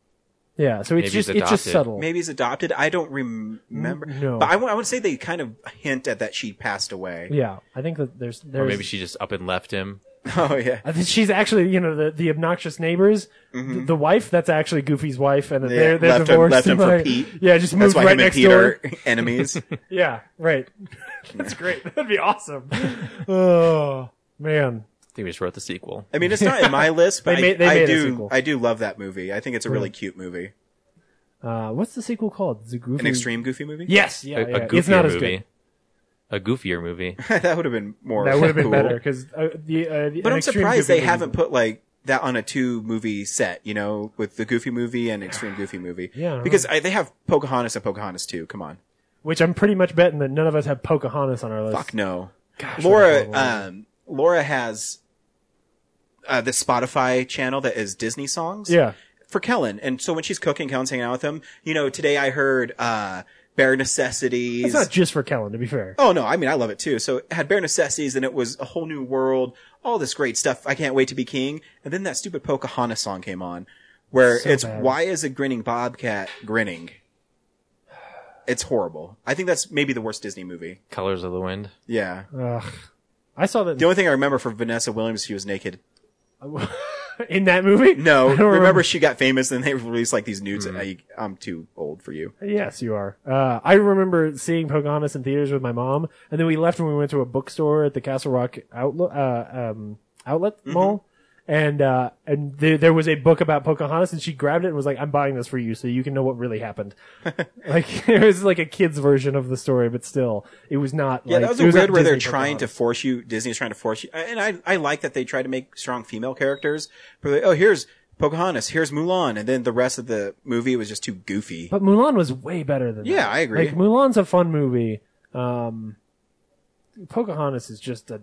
Speaker 2: yeah, so it's
Speaker 5: Maybe he's
Speaker 2: just it's just
Speaker 5: adopted.
Speaker 2: subtle. Mm,
Speaker 4: Maybe he's adopted. I don't rem- remember.
Speaker 2: no.
Speaker 4: But I wa- I would say they kind of hint at that she passed away.
Speaker 2: Yeah, I think that there's there's
Speaker 5: Or maybe she just up and left him.
Speaker 4: Oh yeah. Mm-hmm.
Speaker 2: I think she's actually, you know, the, the obnoxious neighbors, the, the wife. That's actually Goofy's wife, and
Speaker 4: Yeah,
Speaker 2: they're they're
Speaker 4: left him,
Speaker 2: divorced.
Speaker 4: left him
Speaker 2: and,
Speaker 4: for
Speaker 2: like-
Speaker 4: Pete.
Speaker 2: Yeah, just
Speaker 4: That's
Speaker 2: moved
Speaker 4: why
Speaker 2: right
Speaker 4: him and
Speaker 2: next
Speaker 4: Pete
Speaker 2: door.
Speaker 4: are enemies.
Speaker 2: Yeah, right. that's great. That'd be awesome. oh man,
Speaker 5: I think we just wrote the sequel.
Speaker 4: I mean, it's not in my list, but
Speaker 2: They made- they
Speaker 4: I, I
Speaker 2: made a
Speaker 4: do.
Speaker 2: sequel.
Speaker 4: I do love that movie. I think it's a really
Speaker 2: Yeah.
Speaker 4: cute movie.
Speaker 2: uh, what's the sequel called? The Goofy.
Speaker 4: An extreme Goofy movie.
Speaker 2: Yes, yeah,
Speaker 5: a,
Speaker 2: yeah.
Speaker 5: a goofier
Speaker 2: it's not as
Speaker 5: movie.
Speaker 2: good.
Speaker 5: A goofier movie.
Speaker 4: that would have been more.
Speaker 2: That would have been
Speaker 4: cool.
Speaker 2: better because uh, the, uh, the.
Speaker 4: But
Speaker 2: an
Speaker 4: I'm
Speaker 2: Extreme
Speaker 4: surprised
Speaker 2: Goofy
Speaker 4: they
Speaker 2: movie-
Speaker 4: haven't put like that on a two movie set, you know, with the Goofy movie and Extreme Goofy movie.
Speaker 2: Yeah, I don't
Speaker 4: Because I, they have Pocahontas and Pocahontas 2. Come on.
Speaker 2: Which I'm pretty much betting that none of us have Pocahontas on our list.
Speaker 4: Fuck no.
Speaker 2: Gosh, what
Speaker 4: Laura,
Speaker 2: a horrible
Speaker 4: um, Laura has, uh, the Spotify channel that is Disney songs.
Speaker 2: Yeah.
Speaker 4: For Kellen. And so when she's cooking, Kellen's hanging out with him. You know, today I heard, uh, Bare Necessities.
Speaker 2: It's not just for Kellen, to be fair.
Speaker 4: Oh no, I mean I love it too. So it had bare necessities and it was a whole new world, all this great stuff. I can't wait to be king. And then that stupid Pocahontas song came on where
Speaker 2: So
Speaker 4: it's
Speaker 2: bad.
Speaker 4: why is a grinning bobcat grinning? It's horrible. I think that's maybe the worst Disney movie.
Speaker 5: Colors of the Wind.
Speaker 4: Yeah.
Speaker 2: Ugh. I saw that
Speaker 4: The only thing I remember from Vanessa Williams, she was naked.
Speaker 2: in that movie.
Speaker 4: No,
Speaker 2: I don't Mm-hmm.
Speaker 4: remember, she got famous and they released like these nudes. I, I'm too old for you.
Speaker 2: Yes, you are. Uh, I remember seeing Pocahontas in theaters with my mom, and then we left and we went to a bookstore at the Castle Rock Outlet uh, um, Outlet
Speaker 4: Mm-hmm.
Speaker 2: Mall, and uh, and there, there was a book about Pocahontas, and she grabbed it and was like, "I'm buying this for you, so you can know what really happened." like it was like a kid's version of the story, but still, it was not.
Speaker 4: Yeah,
Speaker 2: like,
Speaker 4: that was
Speaker 2: it
Speaker 4: a weird
Speaker 2: not
Speaker 4: where they're
Speaker 2: Disney
Speaker 4: trying to
Speaker 2: Pocahontas.
Speaker 4: force you. Disney is trying to force you, and I I like that they try to make strong female characters. But they're like, oh, here's Pocahontas, here's Mulan, and then the rest of the movie was just too goofy.
Speaker 2: But Mulan was way better than.
Speaker 4: Yeah,
Speaker 2: that.
Speaker 4: I agree.
Speaker 2: Like Mulan's a fun movie. Um, Pocahontas is just a.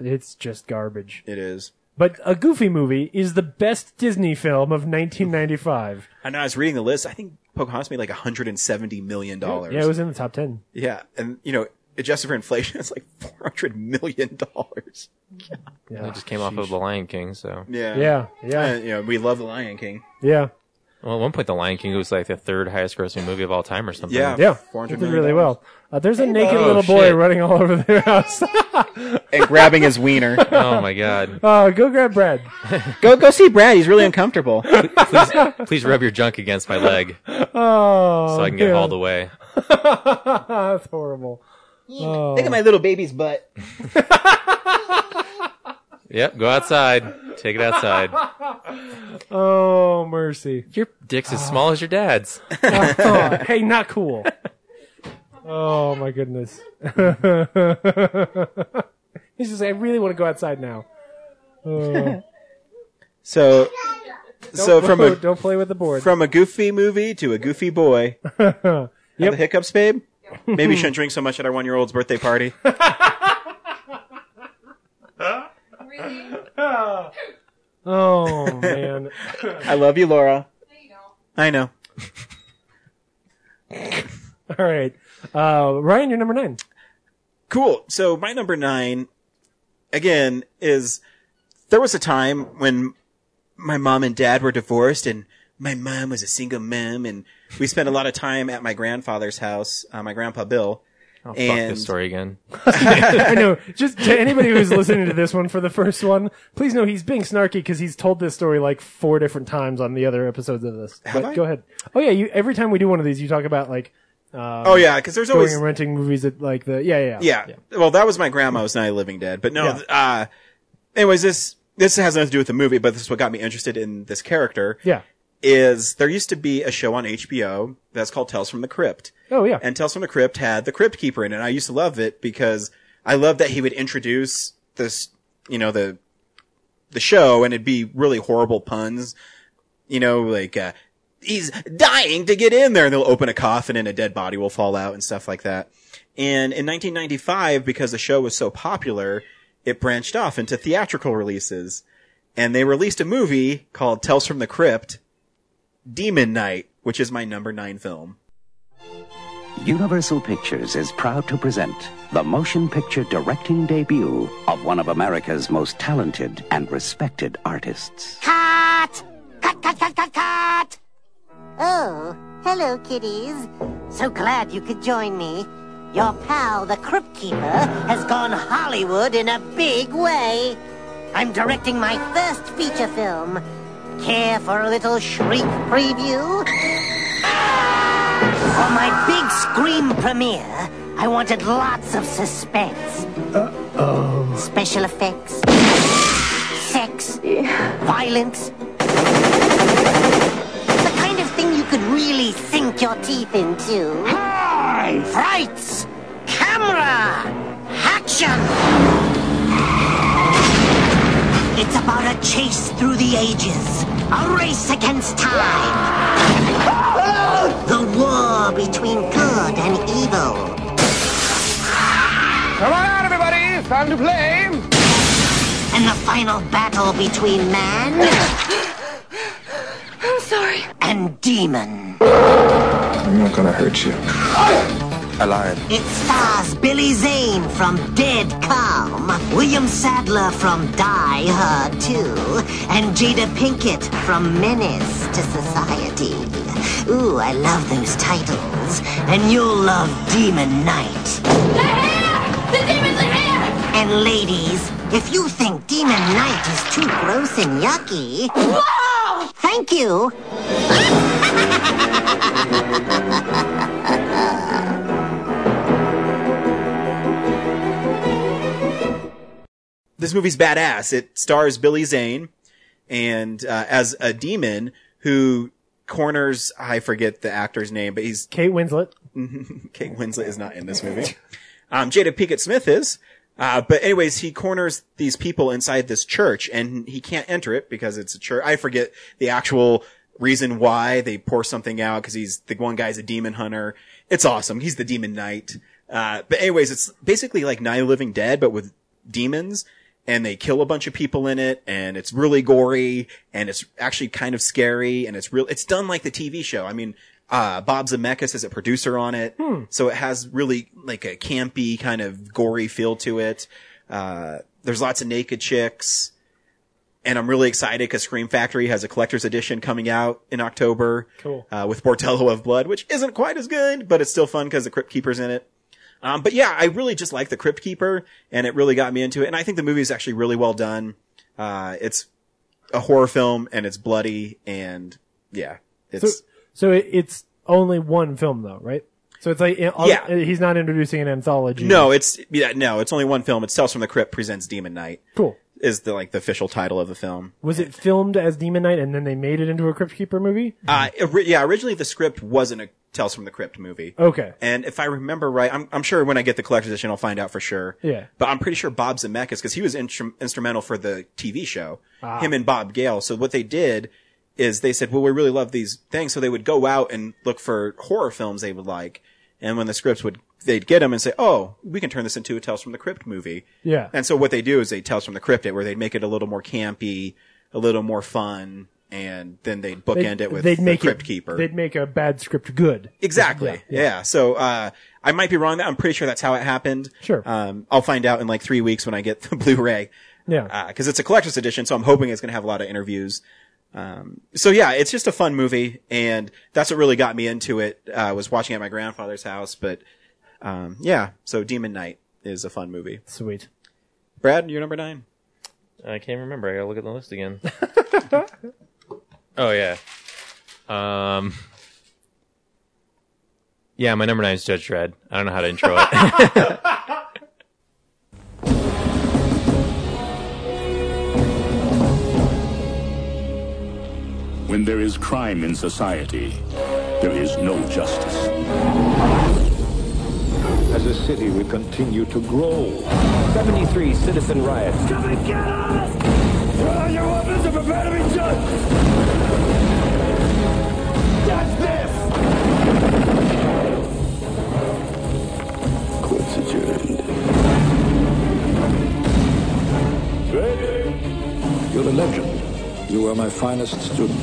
Speaker 2: It's just garbage.
Speaker 4: It is.
Speaker 2: But a Goofy movie is the best Disney film of 1995.
Speaker 4: And I was reading the list. I think Pocahontas made like 170 million dollars.
Speaker 2: Yeah, it was in the top 10.
Speaker 4: Yeah, and you know, adjusted for inflation, it's like 400 million dollars.
Speaker 5: It just came off of The Lion King, so.
Speaker 4: Yeah.
Speaker 2: Yeah, yeah.
Speaker 4: And, you know, we love The Lion King.
Speaker 2: Yeah,
Speaker 5: Well, at one point, The Lion King was like the third highest grossing movie of all time or something.
Speaker 4: Yeah.
Speaker 2: yeah. It
Speaker 4: 400
Speaker 2: did
Speaker 4: million
Speaker 2: really well. Uh, there's a naked
Speaker 5: Bob.
Speaker 2: little
Speaker 5: Oh,
Speaker 2: boy
Speaker 5: shit.
Speaker 2: running all over their house.
Speaker 4: And grabbing his wiener.
Speaker 5: Oh my god.
Speaker 2: Oh, go grab Brad.
Speaker 4: go go see Brad. He's really uncomfortable.
Speaker 5: Please rub your junk against my leg
Speaker 2: Oh,
Speaker 5: so I can get
Speaker 2: yeah.
Speaker 5: hauled away.
Speaker 2: That's horrible. Oh.
Speaker 4: Look at my little baby's butt.
Speaker 5: Yep, go outside. Take it outside.
Speaker 2: oh, mercy.
Speaker 5: Your dick's as small as your dad's.
Speaker 2: Oh, hey, not cool. Oh my goodness. He's just like, I really want to go outside now. Oh.
Speaker 4: So, so
Speaker 2: Don't-
Speaker 4: from a
Speaker 2: don't play with the board.
Speaker 4: from a goofy movie to a goofy boy. Have the hiccups, babe? Maybe you shouldn't drink so much at our one year old's birthday party.
Speaker 2: oh man.
Speaker 4: I love you, Laura. I know.
Speaker 2: All right. Uh, Ryan, you're number nine.
Speaker 4: Cool. So my number nine, again, is there was a time when my mom and dad were divorced and my mom was a single mom and we spent a lot of time at my grandfather's house, uh, my grandpa Bill.
Speaker 5: Oh, fuck
Speaker 4: and
Speaker 5: this story again.
Speaker 2: I know. Just to anybody who's listening to this one for the first one, please know he's being snarky because he's told this story like four different times on the other episodes of this.
Speaker 4: Have
Speaker 2: But
Speaker 4: I?
Speaker 2: Go ahead. Oh yeah, you every time we do one of these, you talk about like. Um,
Speaker 4: Oh, yeah, 'cause there's
Speaker 2: going
Speaker 4: always-
Speaker 2: and renting movies at like the yeah yeah
Speaker 4: yeah. Well, that was my grandma's Night of the Living Dead, but no. th- Uh, anyways, this this has nothing to do with the movie, but this is what got me interested in this character.
Speaker 2: Yeah.
Speaker 4: Is there used to be a show on HBO that's called Tales from the Crypt.
Speaker 2: Oh yeah.
Speaker 4: And Tales from the Crypt had the Crypt Keeper in it. And I used to love it because I loved that he would introduce this, you know, the the show, and it'd be really horrible puns. You know, like uh, he's dying to get in there, and they'll open a coffin, and a dead body will fall out, and stuff like that. And in 1995, because the show was so popular, it branched off into theatrical releases, and they released a movie called Tales from the Crypt, Demon Night, which is my number nine film.
Speaker 17: Universal Pictures is proud to present the motion picture directing debut of one of America's most talented and respected artists.
Speaker 18: Cut! Cut, cut, cut, cut, cut! Oh, hello, kiddies. So glad you could join me. Your pal, the Crypt Keeper, has gone Hollywood in a big way. I'm directing my first feature film. Care for a little shriek preview? For my big scream premiere, I wanted lots of suspense.
Speaker 19: Oh.
Speaker 18: Special effects. Sex. Violence. The kind of thing you could really sink your teeth into. Frights! Camera! Action! It's about a chase through the ages, a race against time, the war between good and evil. Come on out, everybody! It's time to play! And the final battle between man. I'm sorry. And demon.
Speaker 11: I'm not gonna hurt you. I lied.
Speaker 18: It stars Billy Zane from Dead Calm, William Sadler from Die Hard 2, and Jada Pinkett from Menace to Society. Ooh, I love those titles. And you'll love Demon Night.
Speaker 20: The demons are here!
Speaker 18: And ladies, if you think Demon Night is too gross and yucky, Whoa! thank you.
Speaker 4: this movie's badass. It stars Billy Zane and uh, as a demon who corners I forget the actor's name, but he's
Speaker 2: Kate Winslet.
Speaker 4: Kate Winslet is not in this movie. Um, Jada Pinkett Smith is. Uh, but anyways, he corners these people inside this church and he can't enter it because it's a church. I forget the actual reason why they pour something out because he's the one guy's a demon hunter. It's awesome. He's the demon knight. Uh, but anyways, it's basically like Night of the Living Dead, but with demons and they kill a bunch of people in it and it's really gory and it's actually kind of scary and it's real it's done like the TV show. I mean, uh Bob Zemeckis is a producer on it.
Speaker 2: Hmm.
Speaker 4: So it has really like a campy kind of gory feel to it. Uh there's lots of naked chicks and I'm really excited cuz Scream Factory has a collector's edition coming out in October
Speaker 2: Cool.
Speaker 4: uh, with Bordello of Blood, which isn't quite as good, but it's still fun because the Crypt Keeper's in it. Um, but yeah, I really just like the Crypt Keeper, and it really got me into it. And I think the movie is actually really well done. Uh, it's a horror film, and it's bloody, and yeah, it's
Speaker 2: so so it, it's only one film though, right? So it's like
Speaker 4: Yeah.
Speaker 2: yeah. he's not introducing an anthology.
Speaker 4: no, it's yeah, no, it's only one film. It's Tales from the Crypt presents Demon Night
Speaker 2: cool.
Speaker 4: is the like the official title of the film.
Speaker 2: Was it filmed as Demon Knight and then they made it into a Crypt Keeper movie?
Speaker 4: Uh, ori- yeah, originally the script wasn't a Tales from the Crypt movie.
Speaker 2: Okay.
Speaker 4: And if I remember right, I'm, I'm sure when I get the collector's edition, I'll find out for sure.
Speaker 2: Yeah.
Speaker 4: But I'm pretty sure Bob Zemeckis, because he was intru- instrumental for the TV show,
Speaker 2: Ah.
Speaker 4: him and Bob Gale. So what they did is they said, well, we really love these things. So they would go out and look for horror films they would like. And when the scripts would, they'd get them and say, oh, we can turn this into a Tales from the Crypt movie.
Speaker 2: Yeah.
Speaker 4: And so what they do is they Tales from the Crypt it, where they'd make it a little more campy, a little more fun, and then they'd bookend it with
Speaker 2: they'd
Speaker 4: the
Speaker 2: make it-
Speaker 4: Crypt Keeper.
Speaker 2: They'd make a bad script good.
Speaker 4: Exactly. Yeah. So uh, I might be wrong. I'm pretty sure that's how it happened.
Speaker 2: Sure.
Speaker 4: Um, I'll find out in like three weeks when I get the Blu-ray
Speaker 2: Yeah.
Speaker 4: because it's a collector's edition. So I'm hoping it's going to have a lot of interviews. Um, so yeah, it's just a fun movie, and that's what really got me into it. Uh, was watching it at my grandfather's house, but Um, yeah, so Demon Knight is a fun movie.
Speaker 2: Sweet.
Speaker 4: Brad, you're number nine.
Speaker 5: I can't remember. I gotta look at the list again. oh yeah. Um. Yeah, my number nine is Judge Dredd. I don't know how to intro it.
Speaker 15: When there is crime in society, there is no justice.
Speaker 19: As a city, we continue to grow. 73 citizen riots. Come and get us! Draw your weapons and prepare to be judged! That's this! Court's adjourned. You're a legend. You were my finest student.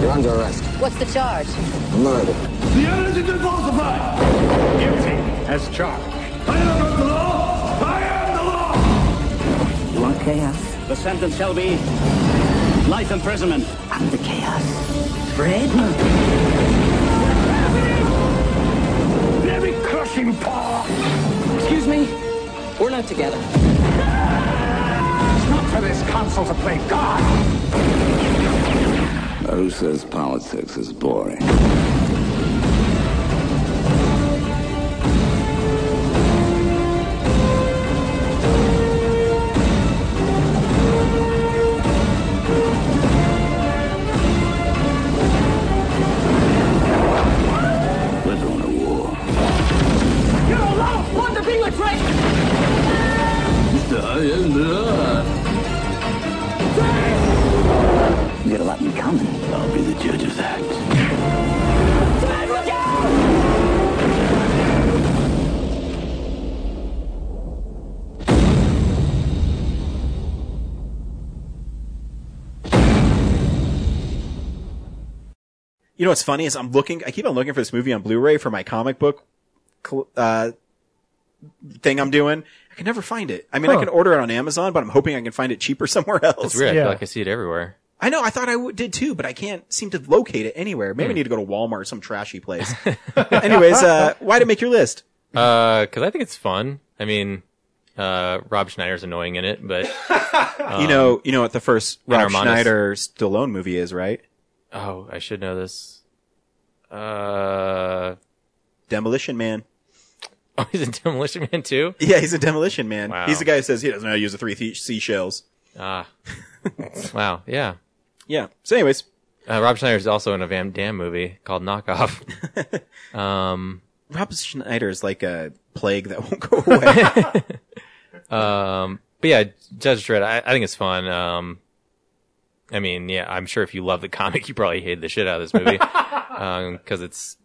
Speaker 21: You're under arrest. What's the charge?
Speaker 19: Murder.
Speaker 21: The evidence has been falsified.
Speaker 19: Guilty as charged.
Speaker 21: You want chaos? The sentence shall be life imprisonment. I'm the chaos. Fred?
Speaker 19: Let me crush him, Paul!
Speaker 21: Excuse me? We're not together.
Speaker 19: It's not for this council to play God!
Speaker 13: Russo's politics is boring. We're going to war.
Speaker 21: You're a lot of fun to be with,
Speaker 13: We got a lot in common. I'll be the judge of that.
Speaker 4: You know what's funny is I'm looking, I keep on looking for this movie on Blu-ray for my comic book, cl- uh, thing I'm doing. I can never find it. I mean, I
Speaker 5: Huh.
Speaker 4: can order it on Amazon, but I'm hoping I can find it cheaper somewhere else.
Speaker 5: That's weird. I feel like I see it everywhere.
Speaker 4: I know. I thought I w- did too, but I can't seem to locate it anywhere. Maybe I
Speaker 5: Hmm.
Speaker 4: need to go to Walmart, some trashy place. Anyways, uh, why did it make your list?
Speaker 5: Uh, cause I think it's fun. I mean, uh, Rob Schneider's annoying in it, but
Speaker 4: you
Speaker 5: um,
Speaker 4: know, you know what the first
Speaker 5: and
Speaker 4: Rob
Speaker 5: Armanis.
Speaker 4: Schneider Stallone movie is, right?
Speaker 5: Oh, I should know this. Uh,
Speaker 4: Demolition Man.
Speaker 5: Oh, he's in Demolition Man too.
Speaker 4: Yeah, he's a Demolition Man.
Speaker 5: Wow.
Speaker 4: He's the guy who says he doesn't know how to use the three th- seashells.
Speaker 5: Ah, wow, yeah,
Speaker 4: yeah. So, anyways,
Speaker 5: uh, Rob Schneider's also in a Van Damme movie called Knockoff. um,
Speaker 4: Rob Schneider is like a plague that won't go away.
Speaker 5: um, but yeah, Judge Dredd, I, I think it's fun. Um, I mean, yeah, I'm sure if you love the comic, you probably hated the shit out of this movie. um, cause it's,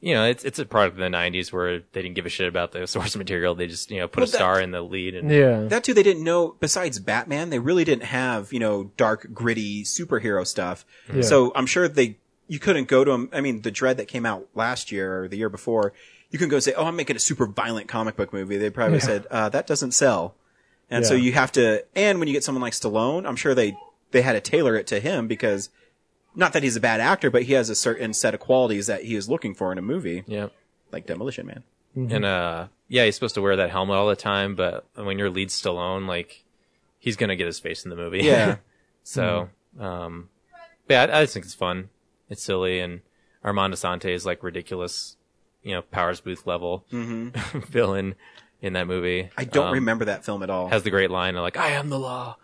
Speaker 5: you know, it's, it's a product of the 90s where they didn't give a shit about the source material. They just, you know, put
Speaker 4: Well,
Speaker 5: a
Speaker 4: that-
Speaker 5: star in the lead and
Speaker 4: That too, they didn't know, besides Batman, they really didn't have, you know, dark, gritty superhero stuff.
Speaker 5: Yeah.
Speaker 4: So I'm sure they, you couldn't go to them. I mean, the Dread that came out last year or the year before, you couldn't go and say, oh, I'm making a super violent comic book movie. They probably
Speaker 5: Yeah.
Speaker 4: said, uh, that doesn't sell. And so
Speaker 5: Yeah.
Speaker 4: you have to, and when you get someone like Stallone, I'm sure they, they had to tailor it to him because not that he's a bad actor, but he has a certain set of qualities that he is looking for in a movie.
Speaker 5: Yeah.
Speaker 4: Like Demolition Man.
Speaker 5: And uh, yeah, he's supposed to wear that helmet all the time, but when your lead's Stallone, like he's gonna get his face in the movie.
Speaker 4: Yeah. Mm-hmm.
Speaker 5: so, um, but yeah, I, I just think it's fun. It's silly, and Armando Sante is like ridiculous, you know, Powers Booth level
Speaker 4: Mhm.
Speaker 5: villain in that movie.
Speaker 4: I don't
Speaker 5: Um,
Speaker 4: remember that film at all.
Speaker 5: Has the great line of like "I am the law"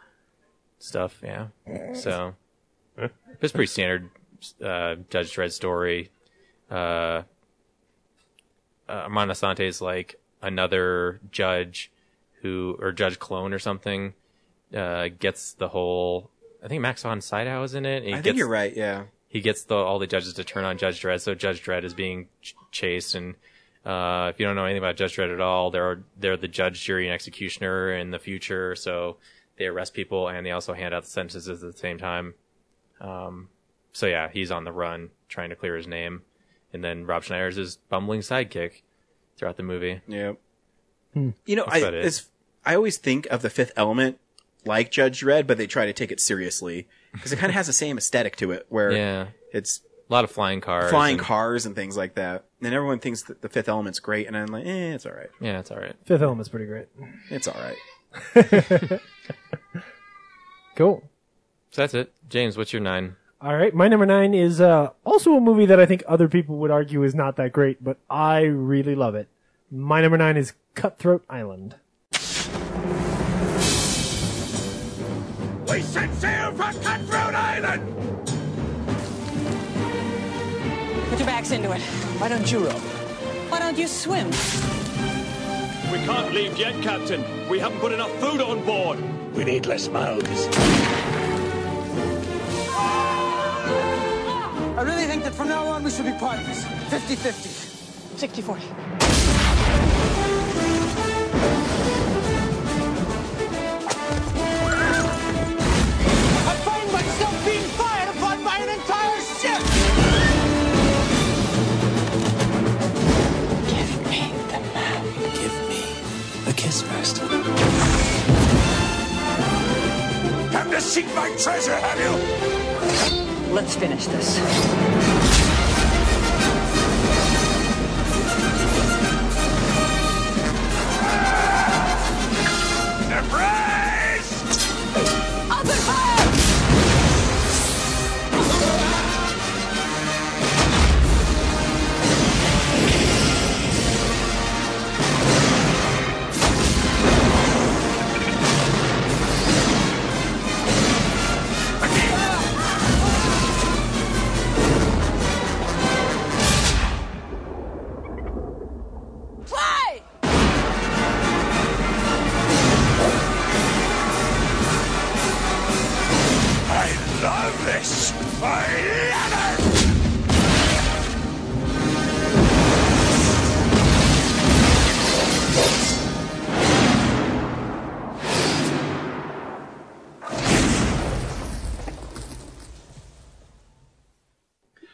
Speaker 5: stuff. Yeah. So it's pretty standard uh, Judge Dredd story. Uh, uh, Manasante is like another judge who, or judge clone or something, uh, gets the whole. I think Max von Sydow is in it. and he
Speaker 4: I think
Speaker 5: gets-
Speaker 4: you're right, yeah.
Speaker 5: He gets the, all the judges to turn on Judge Dredd, so Judge Dredd is being ch- chased. And uh, if you don't know anything about Judge Dredd at all, they're they're the judge, jury, and executioner in the future. So they arrest people and they also hand out the sentences at the same time. Um, so yeah, he's on the run trying to clear his name, and then Rob Schneider's his bumbling sidekick throughout the movie.
Speaker 4: Yeah. You know,
Speaker 5: That's
Speaker 4: I
Speaker 5: about it.
Speaker 4: it's, I always think of the Fifth Element like Judge Dredd, but they try to take it seriously because it kind of has the same aesthetic to it, where
Speaker 5: Yeah.
Speaker 4: it's
Speaker 5: a lot of flying cars.
Speaker 4: flying
Speaker 5: and-
Speaker 4: cars and things like that. And everyone thinks that the Fifth Element's great, and I'm like, eh, it's all right.
Speaker 5: Yeah, it's all right.
Speaker 2: Fifth Element's pretty great.
Speaker 4: It's all right.
Speaker 2: Cool.
Speaker 5: So that's it. James, what's your nine?
Speaker 2: All right, my number nine is uh, also a movie that I think other people would argue is not that great, but I really love it. My number nine is Cutthroat Island.
Speaker 15: We set sail for Cutthroat Island!
Speaker 1: Put your backs into it. Why don't you row? Why don't you swim?
Speaker 15: We can't leave yet, Captain. We haven't put enough food on board. We need less mouths.
Speaker 1: I really think that from now on we should be part of this. 50 50. 60 40.
Speaker 22: I find myself being fired upon by an entire ship!
Speaker 23: Give me a kiss first.
Speaker 15: Come to seek my treasure, have you?
Speaker 1: Let's finish this.
Speaker 22: Open fire! Play!
Speaker 15: I love this. I love it!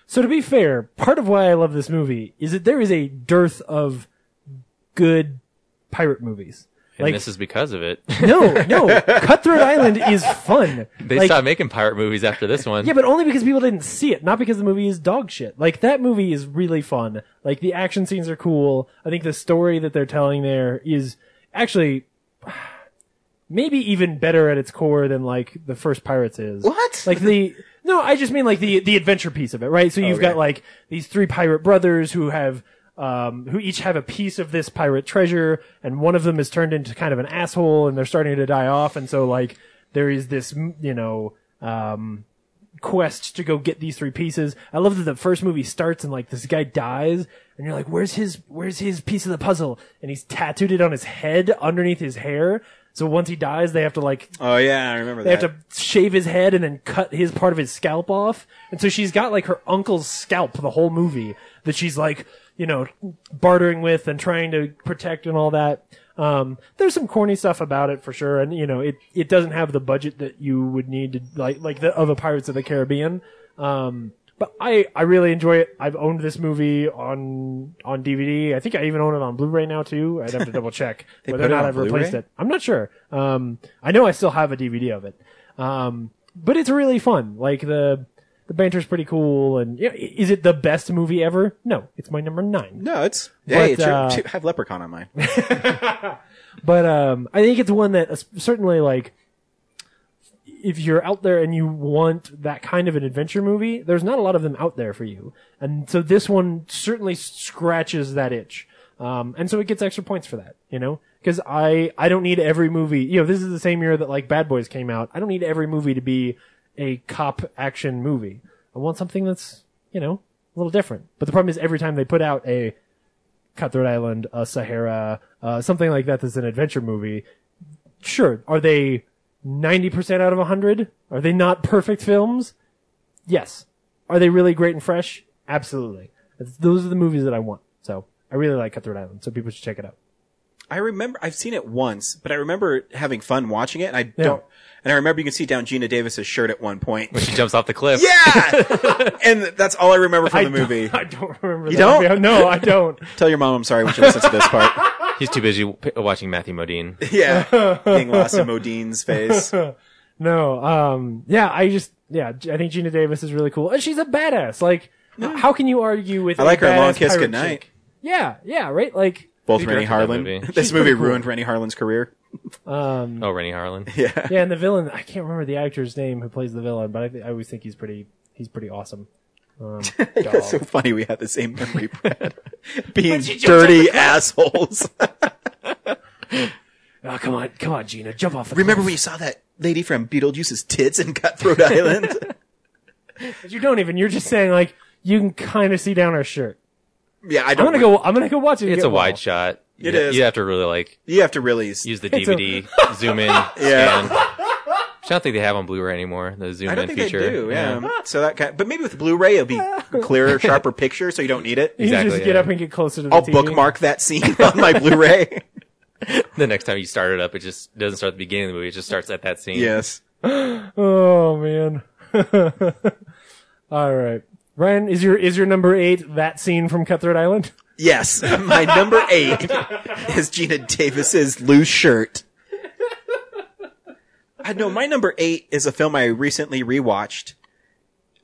Speaker 2: So to be fair, part of why I love this movie is that there is a dearth of good pirate movies.
Speaker 5: And
Speaker 2: like
Speaker 5: this is because of it.
Speaker 2: no, no, Cutthroat Island is fun.
Speaker 5: They
Speaker 2: Like,
Speaker 5: stopped making pirate movies after this one.
Speaker 2: Yeah, but only because people didn't see it, not because the movie is dog shit. Like that movie is really fun. Like the action scenes are cool. I think the story that they're telling there is actually maybe even better at its core than like the first Pirates is. What? Like the no, I just mean like the the adventure piece of it, right? So you've
Speaker 4: Okay.
Speaker 2: got like these three pirate brothers who have um, who each have a piece of this pirate treasure, and one of them is turned into kind of an asshole, and they're starting to die off, and so like there is this m- you know um, quest to go get these three pieces. I love that the first movie starts and like this guy dies and you're like, where's his, where's his piece of the puzzle? And he's tattooed it on his head underneath his hair. So once he dies, they have to like,
Speaker 4: Oh yeah, I remember
Speaker 2: they
Speaker 4: that.
Speaker 2: have to shave his head and then cut his part of his scalp off. And so she's got like her uncle's scalp the whole movie that she's like, you know, bartering with and trying to protect and all that. Um, there's some corny stuff about it for sure. And, you know, it, it doesn't have the budget that you would need to like, like the other Pirates of the Caribbean. Um, but I, I really enjoy it. I've owned this movie on, on DVD. I think I even own it on Blu-ray now too. I'd have to double check
Speaker 4: They
Speaker 2: whether or
Speaker 4: put it
Speaker 2: not
Speaker 4: on
Speaker 2: I've replaced
Speaker 4: Blu-ray?
Speaker 2: it. I'm not sure. Um, I know I still have a DVD of it. Um, but it's really fun. Like the the banter's pretty cool. And you know, i- is it the best movie ever? No, it's my number nine.
Speaker 4: no, it's
Speaker 2: But,
Speaker 4: hey, it's
Speaker 2: uh,
Speaker 4: your, have Leprechaun on mine.
Speaker 2: But um, I think it's one that es- certainly like if you're out there and you want that kind of an adventure movie, there's not a lot of them out there for you. And so this one certainly scratches that itch. Um, and so it gets extra points for that, you know? Cause I, I don't need every movie, you know, this is the same year that like Bad Boys came out. I don't need every movie to be a cop action movie. I want something that's, you know, a little different. But the problem is every time they put out a Cutthroat Island, a Sahara, uh, something like that that's an adventure movie, sure, are they 90% out of 100? Are they not perfect films? Yes. Are they really great and fresh? Absolutely. That's- Those are the movies that I want. So I really like Cutthroat Island, so people should check it out.
Speaker 4: I remember I've seen it once, but I remember having fun watching it. And I don't, and I remember you can see down Gina Davis's shirt at one point.
Speaker 5: She jumps off the cliff.
Speaker 4: Yeah, and that's all I remember from
Speaker 2: I
Speaker 4: the movie.
Speaker 2: I don't remember
Speaker 4: you
Speaker 2: that.
Speaker 4: don't?
Speaker 2: No, I don't.
Speaker 4: Tell your mom I'm sorry when she listens to this part.
Speaker 5: He's too busy p- watching Matthew Modine.
Speaker 4: Yeah, being lost in Modine's face.
Speaker 2: no, um, yeah, I just, yeah, I think Gina Davis is really cool, and she's a badass. Like, how can you argue with?
Speaker 4: I like
Speaker 2: a
Speaker 4: her in Long
Speaker 2: badass
Speaker 4: Kiss
Speaker 2: pirate
Speaker 4: Goodnight.
Speaker 2: chick? Yeah, yeah, right. Like
Speaker 4: Both
Speaker 5: She
Speaker 4: Rennie
Speaker 5: directed that
Speaker 4: Harlan.
Speaker 5: movie.
Speaker 4: This
Speaker 2: She's
Speaker 4: movie
Speaker 2: pretty cool.
Speaker 4: ruined Rennie Harlan's career.
Speaker 2: Um,
Speaker 5: Oh, Rennie Harlan.
Speaker 4: Yeah.
Speaker 2: yeah, and the villain, I can't remember the actor's name who plays the villain, but I, th- I always think he's pretty, he's pretty awesome. Um, God.
Speaker 4: That's so funny. We have the same memory, Brad. Being
Speaker 2: she jumps off
Speaker 4: dirty
Speaker 2: the cliff.
Speaker 4: assholes.
Speaker 2: Oh, come on, come on, Gina, jump off the
Speaker 4: Remember when you saw that lady from Beetlejuice's tits in Cutthroat Island?
Speaker 2: But you don't even. You're just saying like you can kind of see down her shirt.
Speaker 4: Yeah, I
Speaker 2: I'm
Speaker 4: don't.
Speaker 2: gonna go. I'm gonna go watch it. and
Speaker 5: It's
Speaker 2: get
Speaker 5: a wide
Speaker 2: wild.
Speaker 5: shot.
Speaker 4: It
Speaker 5: you,
Speaker 4: is.
Speaker 5: You have to really like
Speaker 4: You have to really use
Speaker 5: the
Speaker 2: It's a-
Speaker 5: DVD, zoom in,
Speaker 4: Yeah.
Speaker 5: scan. I don't think they have on Blu-ray anymore. The zoom
Speaker 4: I don't
Speaker 5: in
Speaker 4: think
Speaker 5: feature.
Speaker 4: they do. Yeah. So that kind, but maybe with Blu-ray it'll be clearer, sharper picture, so you don't need it.
Speaker 2: You can just get up and get closer to the
Speaker 4: I'll
Speaker 2: TV.
Speaker 4: bookmark that scene on my Blu-ray.
Speaker 5: The next time you start it up, it just doesn't start at the beginning of the movie. It just starts at that scene.
Speaker 4: Yes.
Speaker 2: oh man. All right, Ryan, is your is your number eight that scene from Cutthroat Island?
Speaker 4: Yes, my number eight is Gina Davis's loose shirt. I know my number eight is a film I recently rewatched.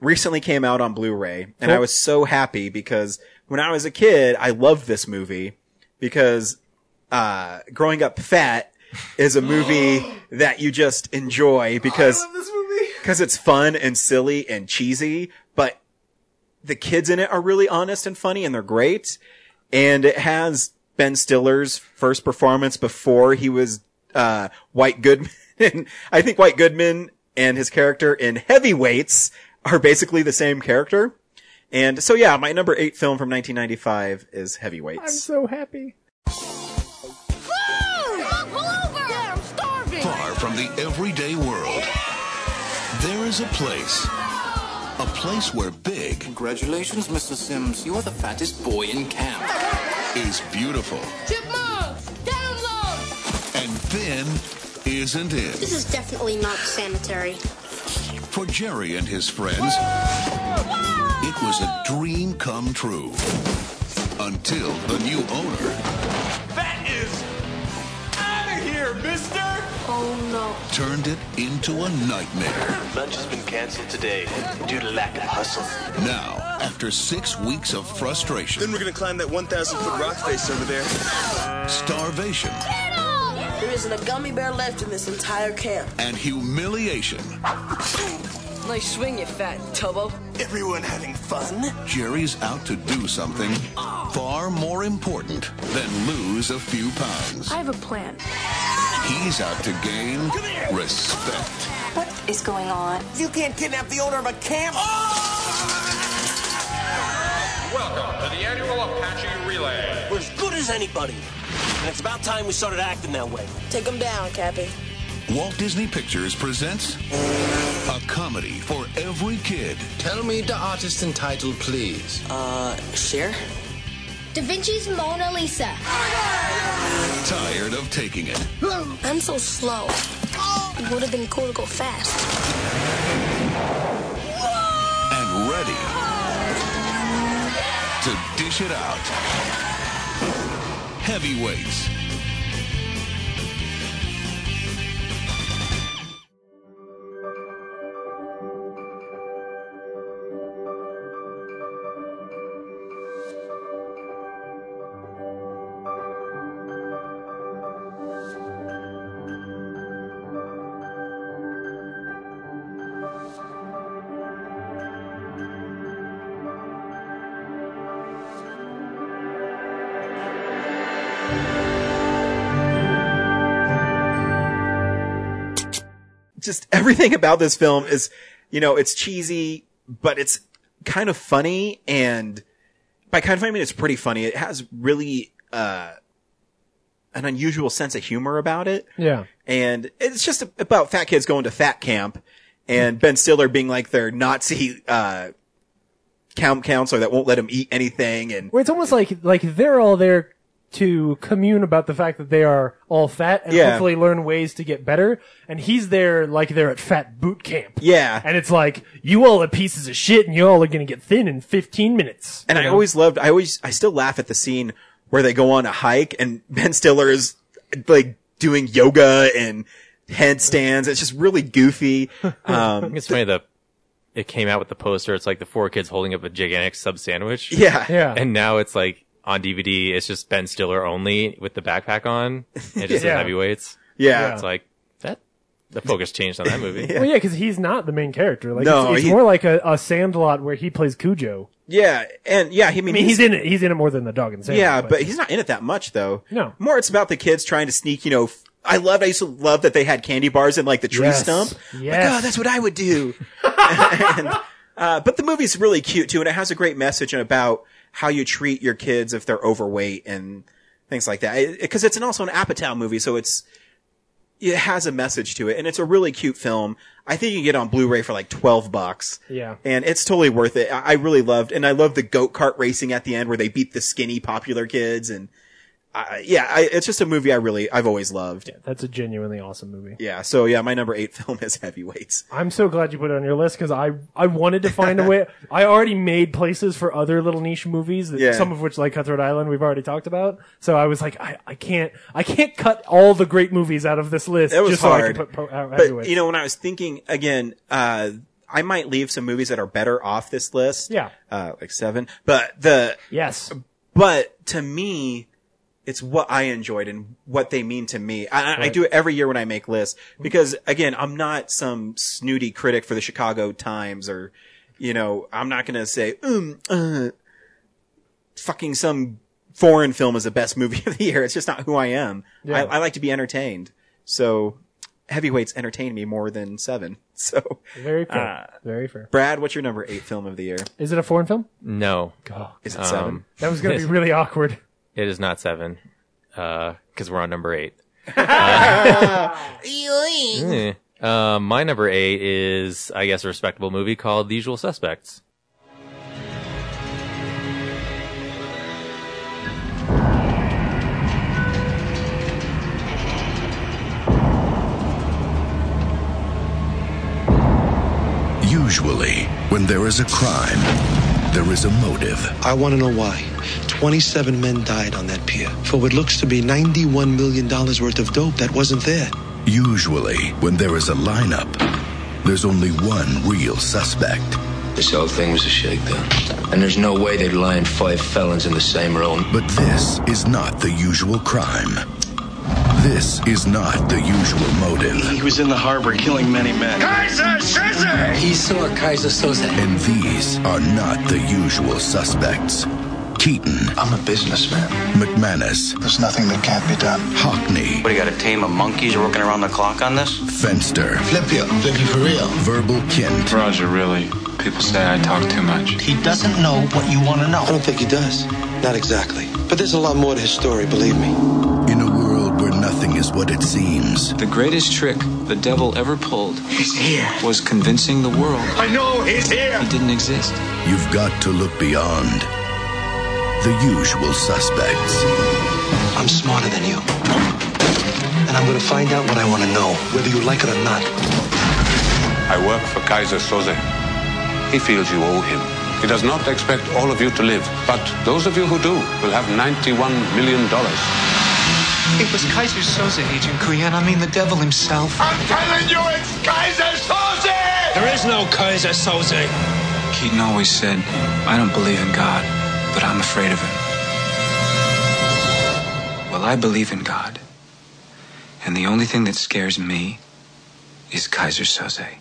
Speaker 4: Recently came out on Blu-ray, and I
Speaker 3: Cool.
Speaker 4: was so happy because when I was a kid, I loved this movie because uh, growing up fat is a movie that you just enjoy because because it's fun and silly and cheesy, but the kids in it are really honest and funny and they're great. And it has Ben Stiller's first performance before he was, uh, White Goodman. and I think White Goodman and his character in Heavyweights are basically the same character. And so yeah, my number eight film from 1995 is
Speaker 2: I'm
Speaker 4: Heavyweights.
Speaker 2: so happy.
Speaker 6: Far from the everyday world, there is a place. A place where big. Congratulations, Mr. Sims. You are the fattest boy in camp. Is beautiful.
Speaker 7: Chipmunks, download!
Speaker 6: And thin isn't it.
Speaker 7: This is definitely not sanitary.
Speaker 6: For Jerry and his friends, it was a dream come true. Until the new owner
Speaker 15: That is out of here, mister!
Speaker 7: Oh no.
Speaker 6: turned it into a nightmare.
Speaker 23: Lunch has been canceled today due to lack of hustle.
Speaker 6: Now, after six weeks of frustration.
Speaker 23: Then we're gonna climb that 1,000 foot rock face over there.
Speaker 6: starvation,
Speaker 24: There isn't a gummy bear left in this entire camp.
Speaker 6: and humiliation,
Speaker 24: Nice swing, you fat tubbo. Everyone having fun?
Speaker 6: Jerry's out to do something far more important than lose a few pounds.
Speaker 7: have a plan.
Speaker 6: He's out to gain respect.
Speaker 7: What is going on? You can't kidnap the owner of a camp!
Speaker 25: Welcome to the annual Apache Relay.
Speaker 23: We're as good as anybody. And it's about time we started acting that way.
Speaker 24: Take him down, Cappy.
Speaker 6: Walt Disney Pictures presents a comedy for every kid.
Speaker 23: Tell me the artist and title, please. Uh, share?
Speaker 20: Da Vinci's Mona Lisa.
Speaker 6: Tired of taking it.
Speaker 7: I'm so slow. It would have been cool to go fast.
Speaker 6: and ready to dish it out. Heavyweights.
Speaker 4: just everything about this film is, you know, it's cheesy, but it's kind of funny. And by kind of funny, I mean it's pretty funny. It has really, uh, an unusual sense of humor about it.
Speaker 2: Yeah.
Speaker 4: And it's just about fat kids going to fat camp and Ben Stiller being like their Nazi, uh, camp counselor that won't let him eat anything. And
Speaker 2: Well, it's almost like like they're all there to commune about the fact that they are all fat and
Speaker 4: Yeah.
Speaker 2: hopefully learn ways to get better. And he's there like they're at fat boot camp.
Speaker 4: yeah.
Speaker 2: And it's like you all are pieces of shit, and you all are gonna get thin in 15 minutes.
Speaker 4: And I always loved, I always, I still laugh at the scene where they go on a hike and Ben Stiller is like doing yoga and headstands. It's just really goofy.
Speaker 5: I think
Speaker 4: Um,
Speaker 5: it's funny that it came out with the poster. It's like the four kids holding up a gigantic sub sandwich.
Speaker 4: Yeah. Yeah.
Speaker 5: And now it's like on DVD, it's just Ben Stiller only with the backpack on. And it just
Speaker 2: Yeah.
Speaker 5: says heavyweights.
Speaker 2: Yeah.
Speaker 5: It's like that. The focus changed on that movie.
Speaker 2: Well, yeah, because he's not the main character. Like,
Speaker 5: No,
Speaker 2: it's, it's
Speaker 5: he-
Speaker 2: more like a, a Sandlot where he plays Cujo.
Speaker 4: yeah, and yeah, he
Speaker 2: I mean, he's, in it. He's in it more than the dog and Sandlot.
Speaker 4: yeah, but he's not in it that much though.
Speaker 2: No.
Speaker 4: More it's about the kids trying to sneak, you know, f- I love, I used to love that they had candy bars in like the tree
Speaker 2: Yes.
Speaker 4: stump.
Speaker 2: Yes.
Speaker 4: Like, oh, that's what I would do. and, uh, but the movie's really cute too, and it has a great message about how you treat your kids if they're overweight and things like that. Because it's an, also an Apatow movie, so it's, it has a message to it, and it's a really cute film. I think you can get it on Blu-ray for like 12 bucks.
Speaker 2: Yeah.
Speaker 4: And it's totally worth it. I I really loved, and I love the goat cart racing at the end where they beat the skinny popular kids. And I, yeah, I, it's just a movie I really, I've always loved. Yeah.
Speaker 2: That's a genuinely awesome movie.
Speaker 4: so yeah, my number eight film is Heavyweights.
Speaker 2: I'm so glad you put it on your list because I I wanted to find a way. I already made places for other little niche movies, that,
Speaker 4: Yeah.
Speaker 2: some of which like Cutthroat Island we've already talked about. So I was like, I, I can't I can't cut all the great movies out of this list
Speaker 4: That was
Speaker 2: just so I
Speaker 4: hard.
Speaker 2: can put po- uh, out
Speaker 4: but
Speaker 2: heavyweights.
Speaker 4: you know, when I was thinking again, uh, I might leave some movies that are better off this list.
Speaker 2: Yeah.
Speaker 4: Uh, like seven, but the,
Speaker 2: yes,
Speaker 4: but to me, it's what I enjoyed and what they mean to me. I, I- I
Speaker 2: Right.
Speaker 4: do it every year when I make lists because again, I'm not some snooty critic for the Chicago Times or, you know, I'm not going to say,
Speaker 26: Hmm.
Speaker 4: um, uh, fucking some foreign film is the best movie of the year. It's just not who I am.
Speaker 2: Yeah.
Speaker 4: I, I like to be entertained. So heavyweights entertain me more than seven. So
Speaker 2: very fair,
Speaker 4: uh,
Speaker 2: very fair.
Speaker 4: Brad, what's your number eight film of the year?
Speaker 2: Is it a foreign film?
Speaker 5: No. Um,
Speaker 4: Is it seven?
Speaker 2: That was gonna be really awkward.
Speaker 5: It is not seven, because we're on number eight. Eh. Uh, my number eight is, I guess, a respectable movie called The Usual Suspects.
Speaker 6: Usually, when there is a crime, there is a motive.
Speaker 3: I want to know why. 27 men died on that pier for what looks to be $91 million worth of dope that wasn't there.
Speaker 6: Usually, when there is a lineup, there's only one real suspect.
Speaker 8: This whole thing was a shakedown. And there's no way they'd line five felons in the same room.
Speaker 6: But this is not the usual crime. This is not the usual motive.
Speaker 3: He was in the harbor killing many men.
Speaker 6: Kaiser Soze! He saw Kaiser Soze. And these are not the usual suspects. Keaton. I'm a businessman. McManus. There's nothing that can't be done. Hockney.
Speaker 10: What, do you got a team of monkeys working around the clock on this?
Speaker 6: Fenster. Flip you. Flip you for real. Verbal Kent.
Speaker 10: Roger, really. People say I talk too much.
Speaker 3: He doesn't know what you want to know. I don't think he does. Not exactly. But there's a lot more to his story, believe me.
Speaker 6: In a world where nothing is what it seems.
Speaker 10: The greatest trick the devil ever pulled was convincing the world
Speaker 6: I know he's here.
Speaker 10: he didn't exist.
Speaker 6: You've got to look beyond the usual suspects.
Speaker 3: I'm smarter than you. And I'm going to find out what I want to know, whether you like it or not.
Speaker 12: I work for Kaiser Soze. He feels you owe him. He does not expect all of you to live, but those of you who do will have $91 million.
Speaker 3: It was Kaiser Soze, Agent Kuyan. I mean, the devil himself.
Speaker 10: I'm telling you, it's Kaiser Soze! There is no Kaiser Soze. Keaton always said, I don't believe in God, but I'm afraid of him. Well, I believe in God. And the only thing that scares me is Kaiser Soze.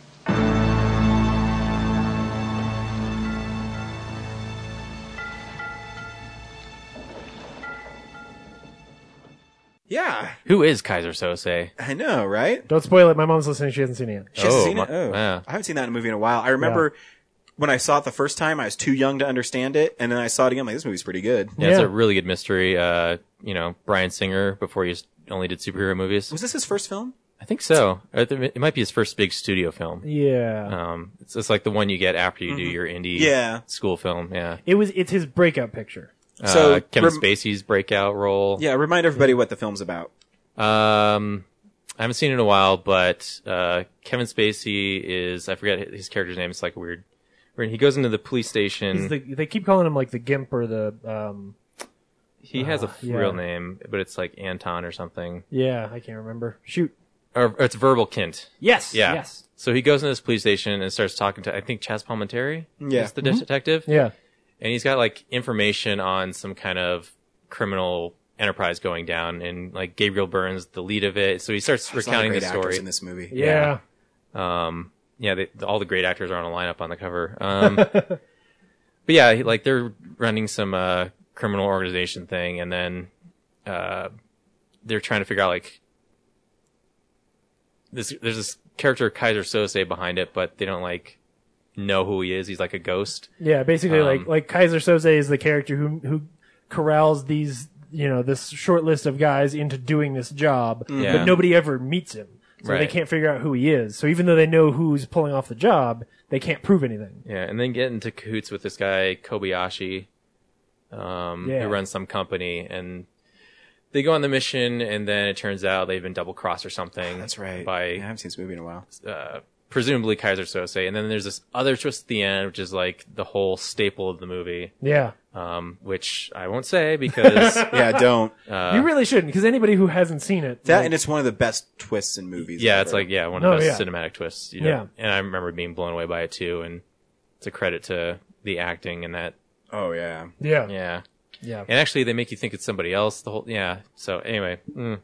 Speaker 4: Yeah.
Speaker 5: Who is Kaiser Sose?
Speaker 4: I know, right?
Speaker 2: Don't spoil it. My mom's listening. She hasn't seen it yet.
Speaker 4: She hasn't seen it. Oh. I haven't seen that in a movie in a while. I remember when I saw it the first time, I was too young to understand it, and then I saw it again. I'm like this movie's pretty good.
Speaker 5: Yeah, it's a really good mystery. Uh, you know, Brian Singer before he s- only did superhero movies.
Speaker 4: Was this his first film?
Speaker 5: I think so. I think It might be his first big studio film.
Speaker 2: Yeah.
Speaker 5: Um, it's just like the one you get after you
Speaker 4: Mm-hmm.
Speaker 5: do your indie
Speaker 2: Yeah.
Speaker 5: school film. Yeah.
Speaker 2: It was. It's his breakout picture.
Speaker 5: Uh,
Speaker 4: So,
Speaker 5: Kevin
Speaker 4: rem-
Speaker 5: Spacey's breakout role.
Speaker 4: Yeah, remind everybody what the film's about.
Speaker 5: Um, I haven't seen it in a while, but uh, Kevin Spacey is I forget his character's name. It's like weird. He goes into the police station.
Speaker 2: He's the, they keep calling him like the Gimp or the um,
Speaker 5: He has a
Speaker 2: Uh, yeah.
Speaker 5: real name, but it's like Anton or something.
Speaker 2: Yeah, I can't remember. Shoot.
Speaker 5: Or it's Verbal Kint.
Speaker 2: Yes,
Speaker 5: Yeah.
Speaker 2: yes.
Speaker 5: So he goes into this police station and starts talking to I think Chaz Palminteri.
Speaker 2: Yeah.
Speaker 5: Is the
Speaker 2: Mhm.
Speaker 5: detective.
Speaker 2: Yeah.
Speaker 5: And he's got like information on some kind of criminal enterprise going down, and like Gabriel Burns, the lead of it. So he starts
Speaker 4: There's a lot of
Speaker 5: recounting
Speaker 4: great
Speaker 5: the
Speaker 4: actors
Speaker 5: story
Speaker 4: in this movie.
Speaker 2: Yeah.
Speaker 5: Yeah. Um. Yeah. They, all the great actors are on a lineup on the cover. Um. But yeah, he- like they're running some uh, criminal organization thing, and then uh, they're trying to figure out like this. There's this character Kaiser Sose behind it, but they don't like know who he is. He's like a ghost.
Speaker 2: Yeah, basically,
Speaker 5: Um,
Speaker 2: like like Kaiser Soze is the character who who corrals these you know this short list of guys into doing this job,
Speaker 5: Mm. Yeah.
Speaker 2: but nobody ever meets him, so they
Speaker 5: Right.
Speaker 2: can't figure out who he is. So even though they know who's pulling off the job, they can't prove anything.
Speaker 5: Yeah, and then get into cahoots with this guy Kobayashi, um,
Speaker 2: Yeah.
Speaker 5: who runs some company, and they go on the mission, and then it turns out they've been double crossed or something. That's right. By I haven't
Speaker 4: seen this movie in a while.
Speaker 5: Uh, presumably Kaiser Sose, and then there's this other twist at the end, which is like the whole staple of the movie.
Speaker 2: Yeah.
Speaker 5: Um, which I won't say because
Speaker 4: Yeah, don't.
Speaker 5: Uh,
Speaker 2: you really shouldn't, because anybody who hasn't seen it,
Speaker 4: That
Speaker 2: like-
Speaker 4: and it's one of the best twists in movies.
Speaker 5: yeah,
Speaker 4: ever.
Speaker 5: it's like yeah, one of
Speaker 2: No,
Speaker 5: the
Speaker 2: yeah.
Speaker 5: best cinematic twists. You know?
Speaker 2: Yeah.
Speaker 5: and I remember being blown away by it too, and it's a credit to the acting and that.
Speaker 4: Oh yeah,
Speaker 2: Yeah.
Speaker 5: yeah,
Speaker 2: Yeah.
Speaker 5: And actually, they make you think it's somebody else. The whole yeah. So anyway, mm.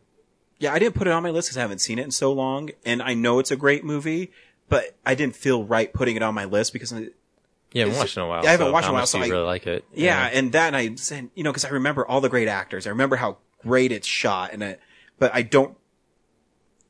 Speaker 4: Yeah, I didn't put it on my list because I haven't seen it in so long, and I know it's a great movie, but I didn't feel right putting it on my list because I-
Speaker 5: yeah, we
Speaker 4: it's-
Speaker 5: watched it in a while.
Speaker 4: I haven't
Speaker 5: so
Speaker 4: watched it in a
Speaker 5: how
Speaker 4: while,
Speaker 5: much
Speaker 4: so
Speaker 5: do you
Speaker 4: I-
Speaker 5: really like it.
Speaker 4: Yeah, and that I said, you know, because I remember all the great actors. I remember how great it's shot, and I, but I don't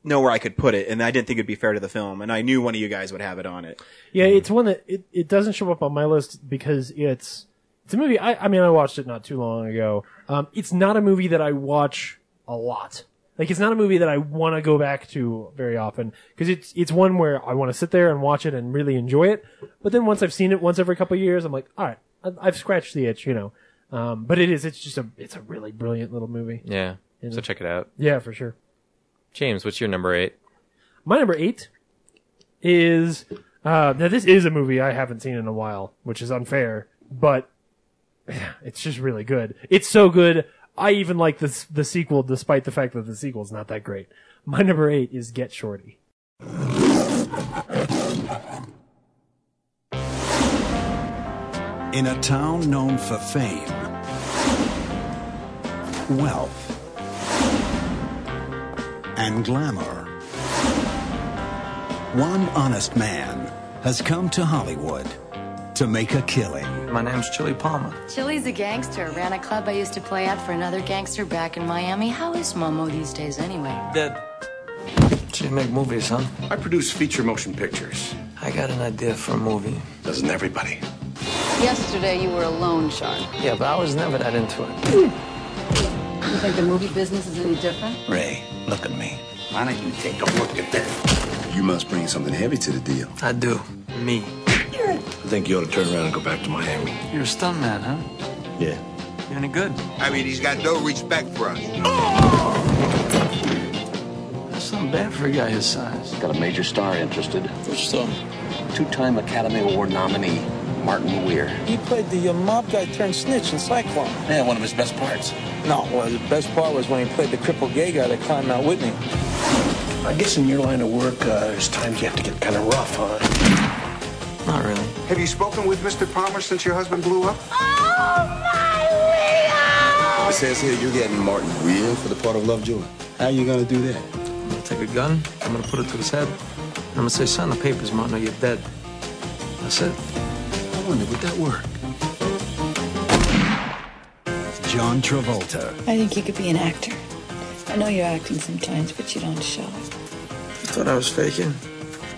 Speaker 4: know where I could put it, and I didn't think it'd be fair to the film. And I knew one of you guys would have it on it.
Speaker 2: Yeah,
Speaker 5: Mm-hmm.
Speaker 2: it's one that it, it doesn't show up on my list because it's it's a movie. I, I mean, I watched it not too long ago. Um, it's not a movie that I watch a lot. Like, it's not a movie that I want to go back to very often because it's it's one where I want to sit there and watch it and really enjoy it. But then once I've seen it once every couple of years, I'm like, all right, I, I've scratched the itch, you know. Um, but it is it's just a it's a really brilliant little movie.
Speaker 5: Yeah.
Speaker 2: You know?
Speaker 5: So check it out.
Speaker 2: Yeah, for sure.
Speaker 5: James, what's your number eight?
Speaker 2: My number eight is uh, now this is a movie I haven't seen in a while, which is unfair, but it's just really good. It's so good. I even like this the sequel, despite the fact that the sequel's not that great. My number eight is Get Shorty.
Speaker 6: In a town known for fame, wealth, and glamour, one honest man has come to Hollywood to make a killing. My name's Chili Palmer.
Speaker 9: Chili's a gangster. Ran a club I used to play at for another gangster back in Miami. How is Momo these days anyway?
Speaker 23: Dad, so you make movies, huh?
Speaker 10: I produce feature motion pictures.
Speaker 23: I got an idea for a movie.
Speaker 10: Doesn't everybody?
Speaker 9: Yesterday you were alone, Sean.
Speaker 23: Yeah, but I was never that into it.
Speaker 9: You think the movie business is any different?
Speaker 10: Ray, look at me. Why don't you take a look at that? You must bring something heavy to the deal.
Speaker 23: I do. Me.
Speaker 10: I think you ought to turn around and go back to Miami.
Speaker 23: You're a stunt man, huh?
Speaker 10: Yeah.
Speaker 23: You any good?
Speaker 10: I mean, he's got no respect for us.
Speaker 23: That's not bad for a guy his size. Got a major star interested. Which star? Two-time Academy Award nominee, Martin Weir.
Speaker 10: He played the uh, mob guy turned snitch in Cyclone. Yeah, one of his best parts. No, well, the best part was when he played the crippled gay guy that climbed Mount Whitney. I guess in your line of work, uh, there's times you have to get kind of rough, huh?
Speaker 23: Not really.
Speaker 10: Have you spoken with Mr. Palmer since your husband blew up?
Speaker 11: It says here you're getting Martin Weir for the part of Lovejoy. How you gonna do that?
Speaker 23: I'm gonna take a gun, I'm gonna put it to his head, and I'm gonna say, sign the papers, Martin, or you're dead. That's it.
Speaker 6: I wonder, would that work? John Travolta.
Speaker 14: I think you could be an actor. I know you're acting sometimes, but you don't show it.
Speaker 23: You thought I was faking?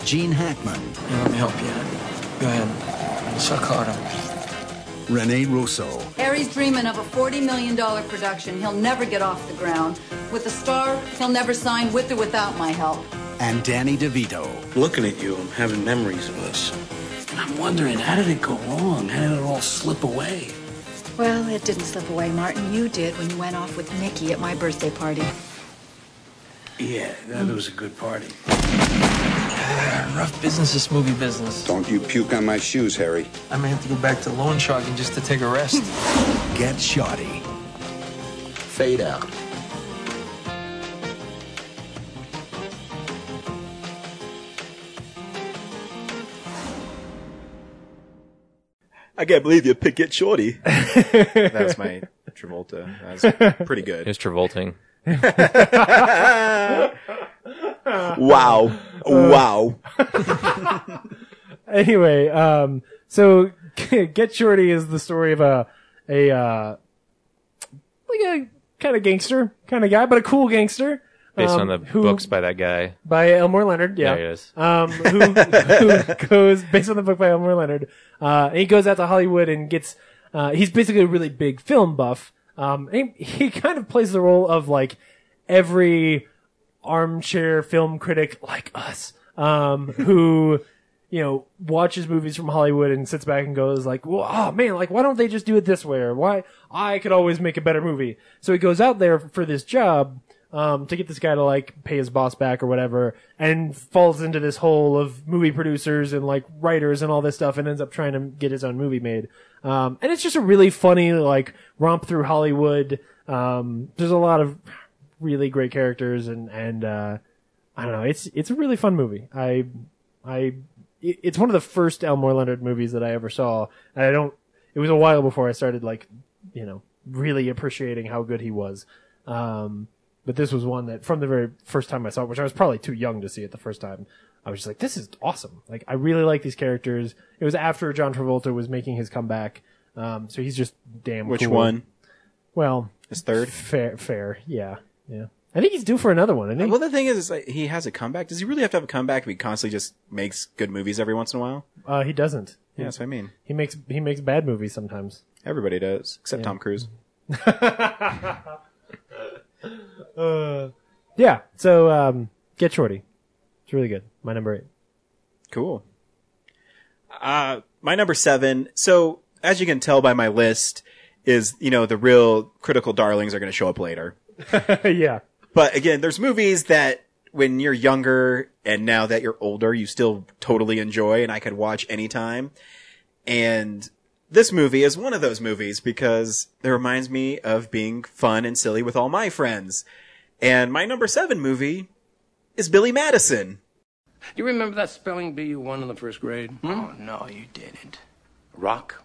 Speaker 6: Gene Hackman.
Speaker 23: Here, let me help you. Go ahead. Suck harder.
Speaker 6: Rene Russo.
Speaker 17: Harry's dreaming of a $40 million production he'll never get off the ground. With a star he'll never sign with or without my help.
Speaker 6: And Danny DeVito.
Speaker 23: Looking at you, I'm having memories of us. And I'm wondering, how did it go wrong? How did it all slip away?
Speaker 14: Well, it didn't slip away, Martin. You did when you went off with Nikki at my birthday party.
Speaker 23: Yeah, that was a good party. Ah, rough business, this movie business.
Speaker 11: Don't you puke on my shoes, Harry.
Speaker 23: I may have to go back to loan sharking just to take a rest.
Speaker 6: Get shoddy.
Speaker 27: fade out.
Speaker 4: I can't believe you pick it shorty. that was my Travolta. That was pretty good.
Speaker 5: It's Travolting.
Speaker 4: Wow. Wow.
Speaker 2: anyway, um, so Get Shorty is the story of a a uh, like a kind of gangster kind of guy, but a cool gangster
Speaker 5: Based
Speaker 2: um,
Speaker 5: on the
Speaker 2: who-
Speaker 5: books by that guy.
Speaker 2: by Elmore Leonard. Yeah,
Speaker 5: There it is.
Speaker 2: Um, who, who goes based on the book by Elmore Leonard? Uh, and he goes out to Hollywood and gets. Uh, he's basically a really big film buff. Um, and he, he kind of plays the role of like every armchair film critic like us, um, who you know watches movies from Hollywood and sits back and goes like, "Well, oh man, like why don't they just do it this way? Or why I could always make a better movie." So he goes out there for this job um, to get this guy to like pay his boss back or whatever, and falls into this hole of movie producers and like writers and all this stuff, and ends up trying to get his own movie made. Um, and it's just a really funny like romp through Hollywood. Um, there's a lot of really great characters and and uh, I don't know. It's it's a really fun movie. I I it- it's one of the first Elmore Leonard movies that I ever saw, and I don't. It was a while before I started like you know really appreciating how good he was. Um, but this was one that from the very first time I saw it, which I was probably too young to see it the first time. I was just like, this is awesome. Like, I really like these characters. It was after John Travolta was making his comeback. Um, so he's just damn
Speaker 4: Which
Speaker 2: cool.
Speaker 4: one?
Speaker 2: Well,
Speaker 4: His third?
Speaker 2: Fair, fair. Yeah. Yeah. I think he's due for another one. I think.
Speaker 4: Well, the thing is, is like, he has a comeback. Does he really have to have a comeback if he constantly just makes good movies every once in a while?
Speaker 2: Uh, he doesn't.
Speaker 4: Yeah, that's what I mean.
Speaker 2: He makes, he makes bad movies sometimes.
Speaker 4: Everybody does, except Tom Cruise.
Speaker 2: Uh, yeah. So, um, get shorty. It's really good. My number eight.
Speaker 4: Cool. Uh, my number seven. So as you can tell by my list, is you know the real critical darlings are going to show up later.
Speaker 2: yeah.
Speaker 4: But again, there's movies that when you're younger and now that you're older, you still totally enjoy and I could watch anytime. And this movie is one of those movies because it reminds me of being fun and silly with all my friends. And my number seven movie is Billy Madison.
Speaker 13: Do you remember that spelling bee you won in the first grade? Oh, no, you didn't. Rock?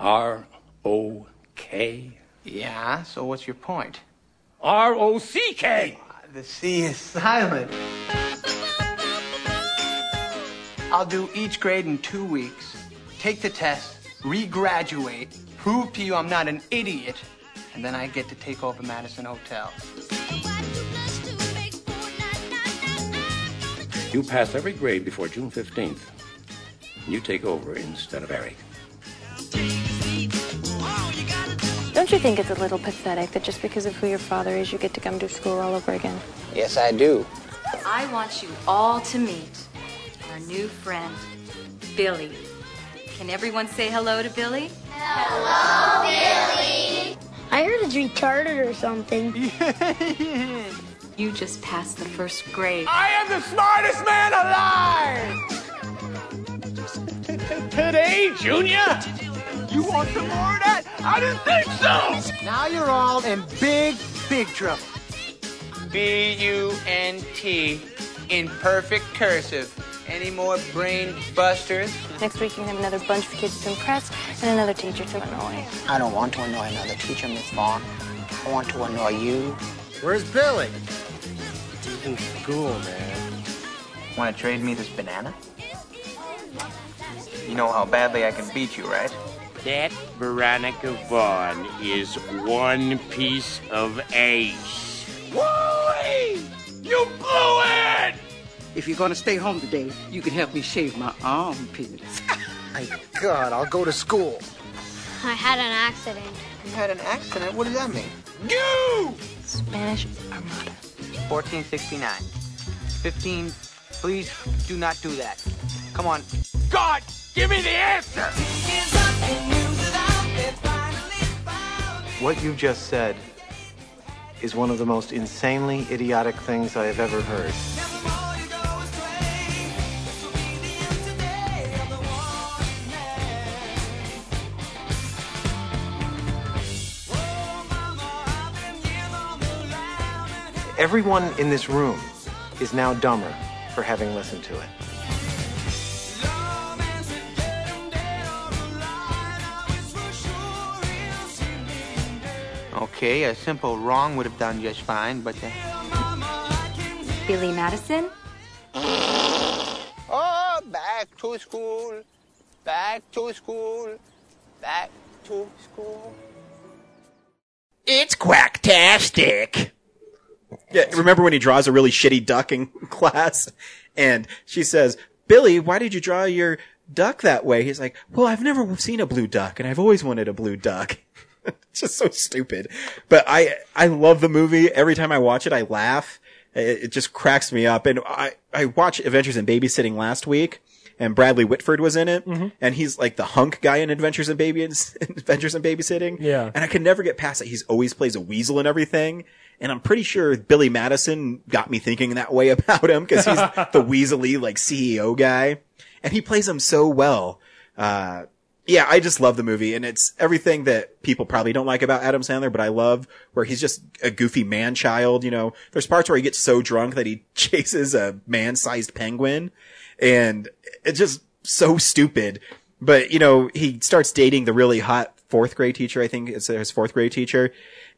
Speaker 13: R O K? Yeah, so what's your point? R O C K! The C is silent.
Speaker 11: I'll do each grade in two weeks, take the test, regraduate, prove to you I'm not an idiot, and then I get to take over Madison Hotel.
Speaker 6: You pass every grade before June 15th. You take over instead of Eric.
Speaker 28: Don't you think it's a little pathetic that just because of who your father is, you get to come to school all over again?
Speaker 13: Yes, I do.
Speaker 17: I want you all to meet our new friend, Billy. Can everyone say hello to Billy?
Speaker 28: I heard it's retarded or something.
Speaker 17: You just passed the first grade.
Speaker 13: I am the smartest man alive! Today, Junior? You want some more of that? I didn't think so! Now you're all in big, big trouble. B U N T in perfect cursive. Any more brain busters?
Speaker 28: Next week, you can have another bunch of kids to impress and another teacher to annoy.
Speaker 14: I don't want to annoy another teacher, Miss Vaughn. I want to annoy you. Where's Billy? He's in school, man.
Speaker 11: Want to trade me this banana? You know how badly I can beat you, right?
Speaker 9: That Veronica Vaughn is one piece of ace.
Speaker 11: Wooey! You blew it! If you're gonna stay home today, you can help me shave my armpits. My God, I'll go to school.
Speaker 14: I had an accident. You had an accident? What does that mean?
Speaker 11: You!
Speaker 14: Spanish.
Speaker 11: 1469. 15. Please do not do that. Come on. God, give me the answer!
Speaker 25: What you just said is one of the most insanely idiotic things I have ever heard.
Speaker 29: Everyone in this room is now dumber for having listened to it.
Speaker 24: Okay, a simple wrong would have done just fine, but uh, the...
Speaker 9: Billy Madison?
Speaker 24: Oh, back to school, back to school, back to school.
Speaker 21: It's quacktastic.
Speaker 4: Yeah, remember when he draws a really shitty duck in class? And she says, Billy, why did you draw your duck that way? He's like, well, I've never seen a blue duck and I've always wanted a blue duck. it's just so stupid. But I, I love the movie. Every time I watch it, I laugh. It, it just cracks me up. And I, I watched Adventures in Babysitting last week and Bradley Whitford was in it. And he's like the hunk guy in Adventures in Baby, Adventures in Babysitting.
Speaker 2: Yeah.
Speaker 4: And I can never get past it. He's always plays a weasel and everything. And I'm pretty sure Billy Madison got me thinking that way about him because he's the weaselly like CEO guy. And he plays him so well. Uh, yeah, I just love the movie and it's everything that people probably don't like about Adam Sandler, but I love where he's just a goofy man child. You know, there's parts where he gets so drunk that he chases a man sized penguin and it's just so stupid. But you know, he starts dating the really hot fourth grade teacher. I think it's his fourth grade teacher,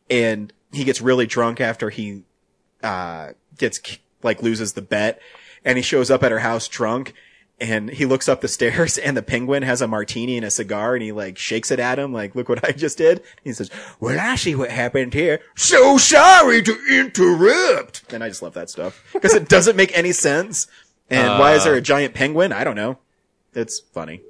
Speaker 4: and he gets really drunk after he uh, gets k- like loses the bet, and he shows up at her house drunk. And he looks up the stairs and the penguin has a martini and a cigar and he like shakes it at him like, look what I just did. He says, well, I see what happened here. So sorry to interrupt. And I just love that stuff because it doesn't make any sense. And why is there a
Speaker 5: Uh,
Speaker 4: giant penguin? I don't know. It's funny.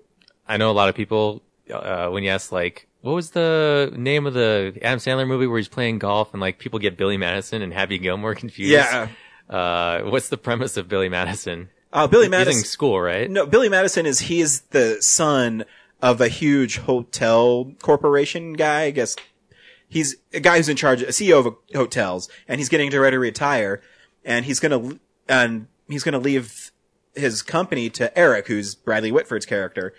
Speaker 5: I know a lot of people uh, when you ask like what was the name of the Adam Sandler movie where he's playing golf and like people get Billy Madison and Happy Gilmore confused.
Speaker 4: Yeah.
Speaker 5: Uh, what's the premise of Billy Madison?
Speaker 4: Uh, Billy
Speaker 5: He's
Speaker 4: Madison-
Speaker 5: in school, right?
Speaker 4: No, Billy Madison is he is the son of a huge hotel corporation guy. I guess he's a guy who's in charge, a CEO of hotels, and he's getting ready to retire, and he's gonna and he's gonna leave his company to Eric, who's Bradley Whitford's character,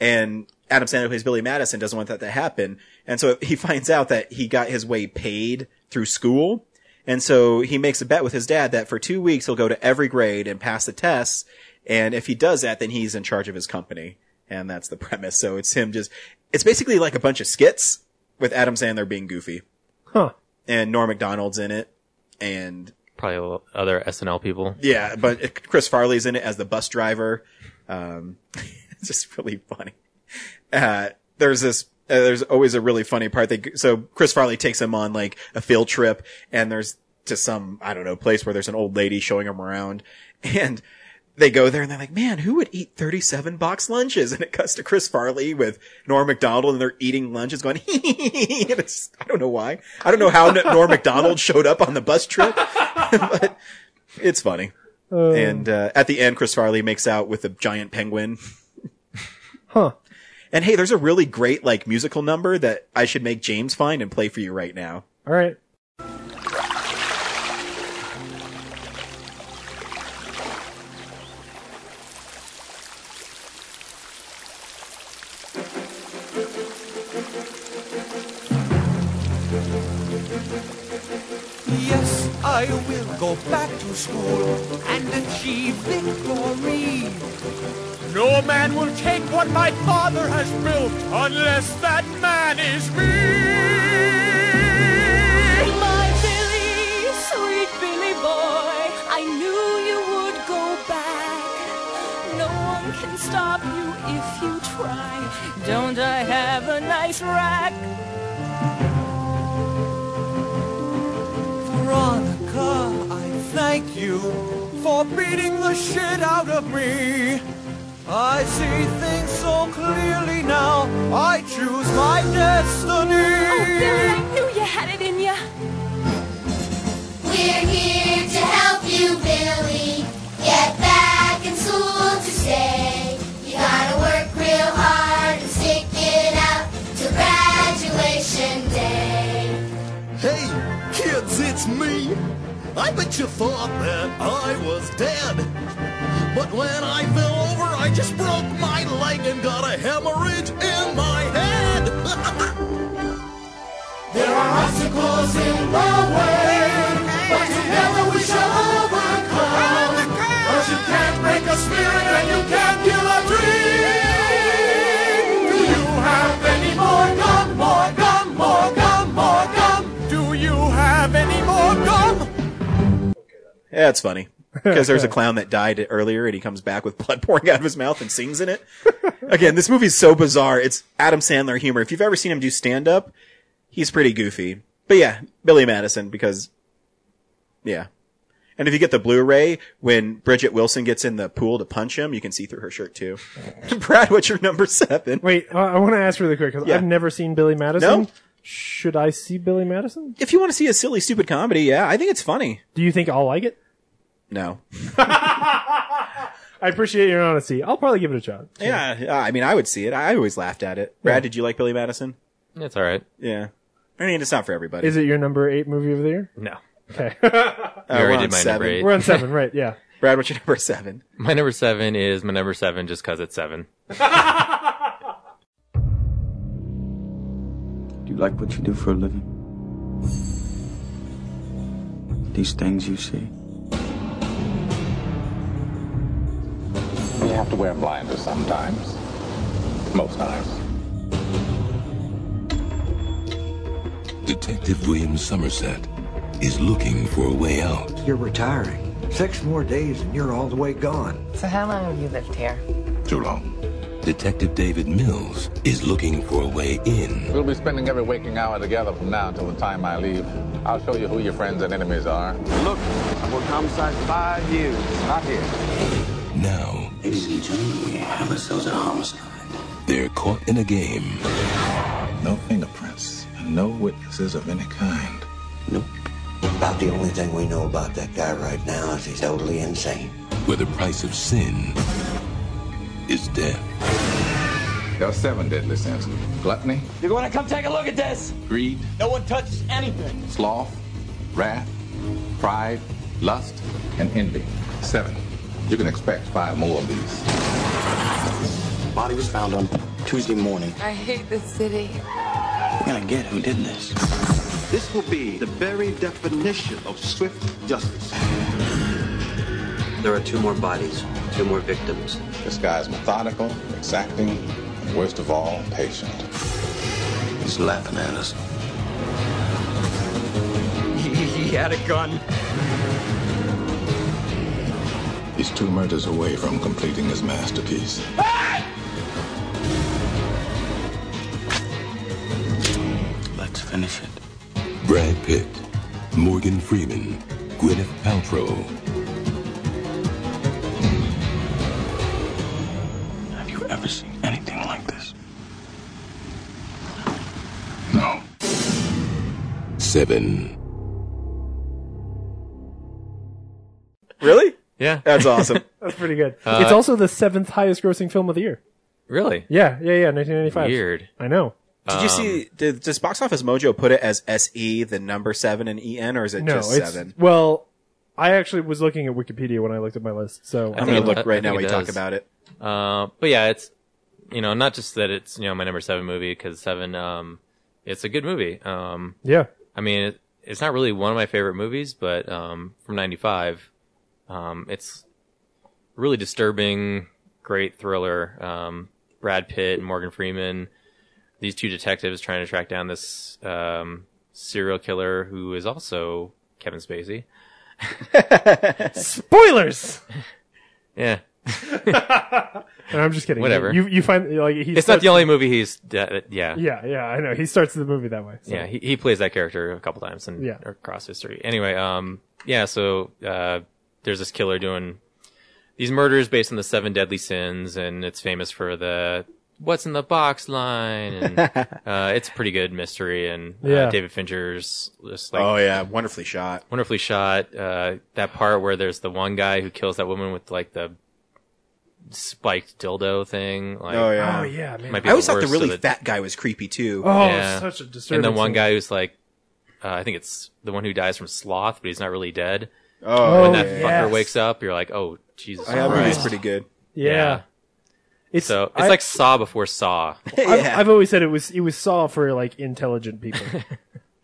Speaker 4: and Adam Sandler plays Billy Madison doesn't want that to happen, and so he finds out that he got his way paid through school. And so he makes a bet with his dad that for two weeks he'll go to every grade and pass the tests. And if he does that, then he's in charge of his company. And that's the premise. So it's him just, it's basically like a bunch of skits with Adam Sandler being goofy.
Speaker 2: Huh.
Speaker 4: And Norm MacDonald's in it. And
Speaker 5: Probably a little other SNL people.
Speaker 4: yeah, but Chris Farley's in it as the bus driver. Um, it's just really funny. Uh, there's this, uh, there's always a really funny part. They, so Chris Farley takes him on like a field trip and there's to some, I don't know, place where there's an old lady showing him around and they go there and they're like, man, who would eat 37 box lunches? And it cuts to Chris Farley with Norm MacDonald and they're eating lunches going, and it's, I don't know why. I don't know how Norm MacDonald showed up on the bus trip, but it's funny.
Speaker 2: Uh.
Speaker 4: and uh, at the end, Chris Farley makes out with a giant penguin.
Speaker 2: Huh.
Speaker 4: And hey, there's a really great like musical number that I should make James find and play for you right now.
Speaker 2: All right.
Speaker 13: Yes, I will go back to school and achieve victory. No man will take what my father has built unless that man is me.
Speaker 1: My Billy, sweet Billy boy, I knew you would go back. No one can stop you if you try. Don't I have a nice rack?
Speaker 13: Veronica, I thank you for beating the shit out of me. I see things so clearly now. I choose my destiny.
Speaker 1: Oh, Billy, I knew you had it in you.
Speaker 15: We're here to help you, Billy. Get back in school to stay. You gotta work real hard and stick it out till graduation day.
Speaker 29: Hey, kids, it's me. I bet you thought that I was dead. But when I fell over, I just broke my leg and got a hemorrhage in my head. there are obstacles in the way, but you never
Speaker 4: Yeah, it's funny because there's a clown that died earlier, and he comes back with blood pouring out of his mouth and sings in it. Again, this movie's so bizarre. It's Adam Sandler humor. If you've ever seen him do stand up, he's pretty goofy. But yeah, Billy Madison because yeah. And if you get the Blu-ray, when Bridget Wilson gets in the pool to punch him, you can see through her shirt too. Brad, what's your number seven?
Speaker 2: Wait, uh, I want to ask really quick because
Speaker 4: Yeah.
Speaker 2: I've never seen Billy Madison.
Speaker 4: No?
Speaker 2: Should I see Billy Madison?
Speaker 4: If you want to see a silly, stupid comedy, yeah, I think it's funny.
Speaker 2: Do you think I'll like it?
Speaker 4: No.
Speaker 2: I appreciate your honesty. I'll probably give it a shot.
Speaker 4: Yeah, yeah, I mean, I would see it. I always laughed at it. Brad, did you like Billy Madison?
Speaker 5: That's all right.
Speaker 4: Yeah. I mean, it's not for everybody. Uh,
Speaker 2: Is it your number eight movie of the year?
Speaker 5: No.
Speaker 2: Okay.
Speaker 5: We already did my number eight.
Speaker 2: We're on seven, right? Yeah.
Speaker 4: Brad, what's your number seven?
Speaker 5: My number seven is my number seven just because it's seven.
Speaker 11: Do you like what you do for a living? These things you see?
Speaker 20: You have to wear blinders sometimes. Most times. Detective William Somerset is looking for a way out.
Speaker 6: You're retiring. Six more days and you're all the way gone.
Speaker 20: So how long have you lived here? Too long. Detective David Mills is looking for a way in. We'll be spending every waking hour together from now until the time I leave. I'll show you who your friends and enemies are. Look, I worked homicide five years, not here. Now, ladies and gentlemen, we have ourselves a homicide. They're caught in a game. No fingerprints, no witnesses of any kind.
Speaker 6: About the only thing we know about that guy right now is he's totally insane.
Speaker 20: where the price of sin is death. There are seven deadly sins: gluttony,
Speaker 13: You're going to come take a look at this.
Speaker 20: greed,
Speaker 13: No one touches anything.
Speaker 20: sloth, wrath, pride, lust, and envy. Seven. You can expect five more of these.
Speaker 30: Body was found on Tuesday morning.
Speaker 13: I hate this city.
Speaker 30: I'm gonna get who did this.
Speaker 9: This will be the very definition of swift justice.
Speaker 20: There are two more bodies, two more victims. This guy's methodical, exacting, and worst of all, patient. He's laughing at us.
Speaker 13: he had a gun.
Speaker 20: He's two murders away from completing his masterpiece.
Speaker 30: Let's finish it.
Speaker 20: Brad Pitt, Morgan Freeman, Gwyneth Paltrow. Have you ever seen anything like this? No. Seven.
Speaker 4: Really?
Speaker 5: Yeah.
Speaker 4: That's awesome.
Speaker 2: That's pretty good.
Speaker 5: Uh,
Speaker 2: it's also the seventh highest grossing film of the year.
Speaker 5: Really?
Speaker 2: Yeah, yeah, yeah. 1995.
Speaker 5: Weird. Um,
Speaker 2: I know.
Speaker 4: Did you see? Did, does Box Office Mojo put it as SE, the number seven, and EN, or is it
Speaker 2: no,
Speaker 4: just
Speaker 2: it's
Speaker 4: seven?
Speaker 2: well. I actually was looking at Wikipedia when I looked at my list, so
Speaker 4: I'm gonna look right now while you talk about it.
Speaker 5: Uh, but yeah, it's you know not just that it's you know my number seven movie because seven um it's a good movie. Um,
Speaker 2: Yeah.
Speaker 5: I mean it, it's not really one of my favorite movies, but um from '95, um it's really disturbing, great thriller. Um, Brad Pitt and Morgan Freeman, these two detectives trying to track down this um serial killer who is also Kevin Spacey.
Speaker 2: Spoilers.
Speaker 5: Yeah.
Speaker 2: And I'm just kidding.
Speaker 5: Whatever.
Speaker 2: You you find like he
Speaker 5: it's
Speaker 2: starts-
Speaker 5: not the only movie he's. de- yeah.
Speaker 2: Yeah, yeah, I know. He starts the movie that way. so.
Speaker 5: Yeah, he, he plays that character a couple times and
Speaker 2: Yeah.
Speaker 5: across history. Anyway, um, yeah, so uh, there's this killer doing these murders based on the seven deadly sins, and it's famous for the "What's in the box?" line, and uh, it's a pretty good mystery. And uh,
Speaker 4: Yeah.
Speaker 5: David Fincher's just like,
Speaker 4: oh yeah, wonderfully shot,
Speaker 5: wonderfully shot. Uh, that part where there's the one guy who kills that woman with like the spiked dildo thing. Like,
Speaker 4: oh yeah,
Speaker 5: might be
Speaker 4: I always thought the
Speaker 5: worst
Speaker 4: really
Speaker 5: of it.
Speaker 4: fat guy was creepy too.
Speaker 2: Oh,
Speaker 5: And then one guy who's like, uh, I think it's the one who dies from sloth, but he's not really dead.
Speaker 4: Oh,
Speaker 5: when that
Speaker 4: Oh,
Speaker 5: fucker
Speaker 4: yes.
Speaker 5: wakes up, you're like, oh Jesus
Speaker 4: Oh, yeah, that
Speaker 5: Christ.
Speaker 4: movie's pretty good.
Speaker 2: Yeah. It's-
Speaker 5: so it's
Speaker 2: I-
Speaker 5: like Saw before Saw.
Speaker 2: I've, I've always said it was it was Saw for like intelligent people.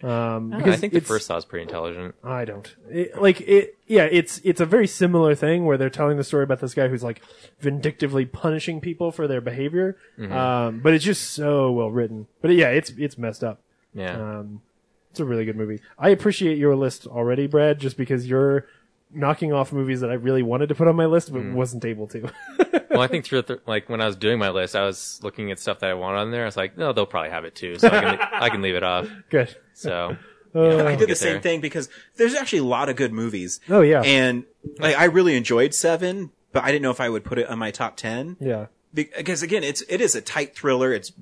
Speaker 2: Um,
Speaker 5: I, don't know, I
Speaker 2: because
Speaker 5: think the
Speaker 2: it's-
Speaker 5: first Saw is pretty intelligent.
Speaker 2: I don't it, like it. Yeah, it's it's a very similar thing where they're telling the story about this guy who's like vindictively punishing people for their behavior.
Speaker 5: Mhm.
Speaker 2: Um, but it's just so well written. But yeah, it's it's messed up.
Speaker 5: Yeah.
Speaker 2: Um, it's a really good movie. I appreciate your list already, Brad, just because your knocking off movies that I really wanted to put on my list but wasn't able to.
Speaker 5: well, I think through th- like when I was doing my list, I was looking at stuff that I wanted on there. I was like, no, they'll probably have it too, so I can I can leave it off.
Speaker 2: Good.
Speaker 5: So
Speaker 2: Uh,
Speaker 4: I did the
Speaker 5: Get
Speaker 4: same
Speaker 5: there.
Speaker 4: thing because there's actually a lot of good movies.
Speaker 2: Oh, yeah.
Speaker 4: and like I really enjoyed Seven, but I didn't know if I would put it on my top ten
Speaker 2: yeah.
Speaker 4: Be- because again, it's it is a tight thriller. It's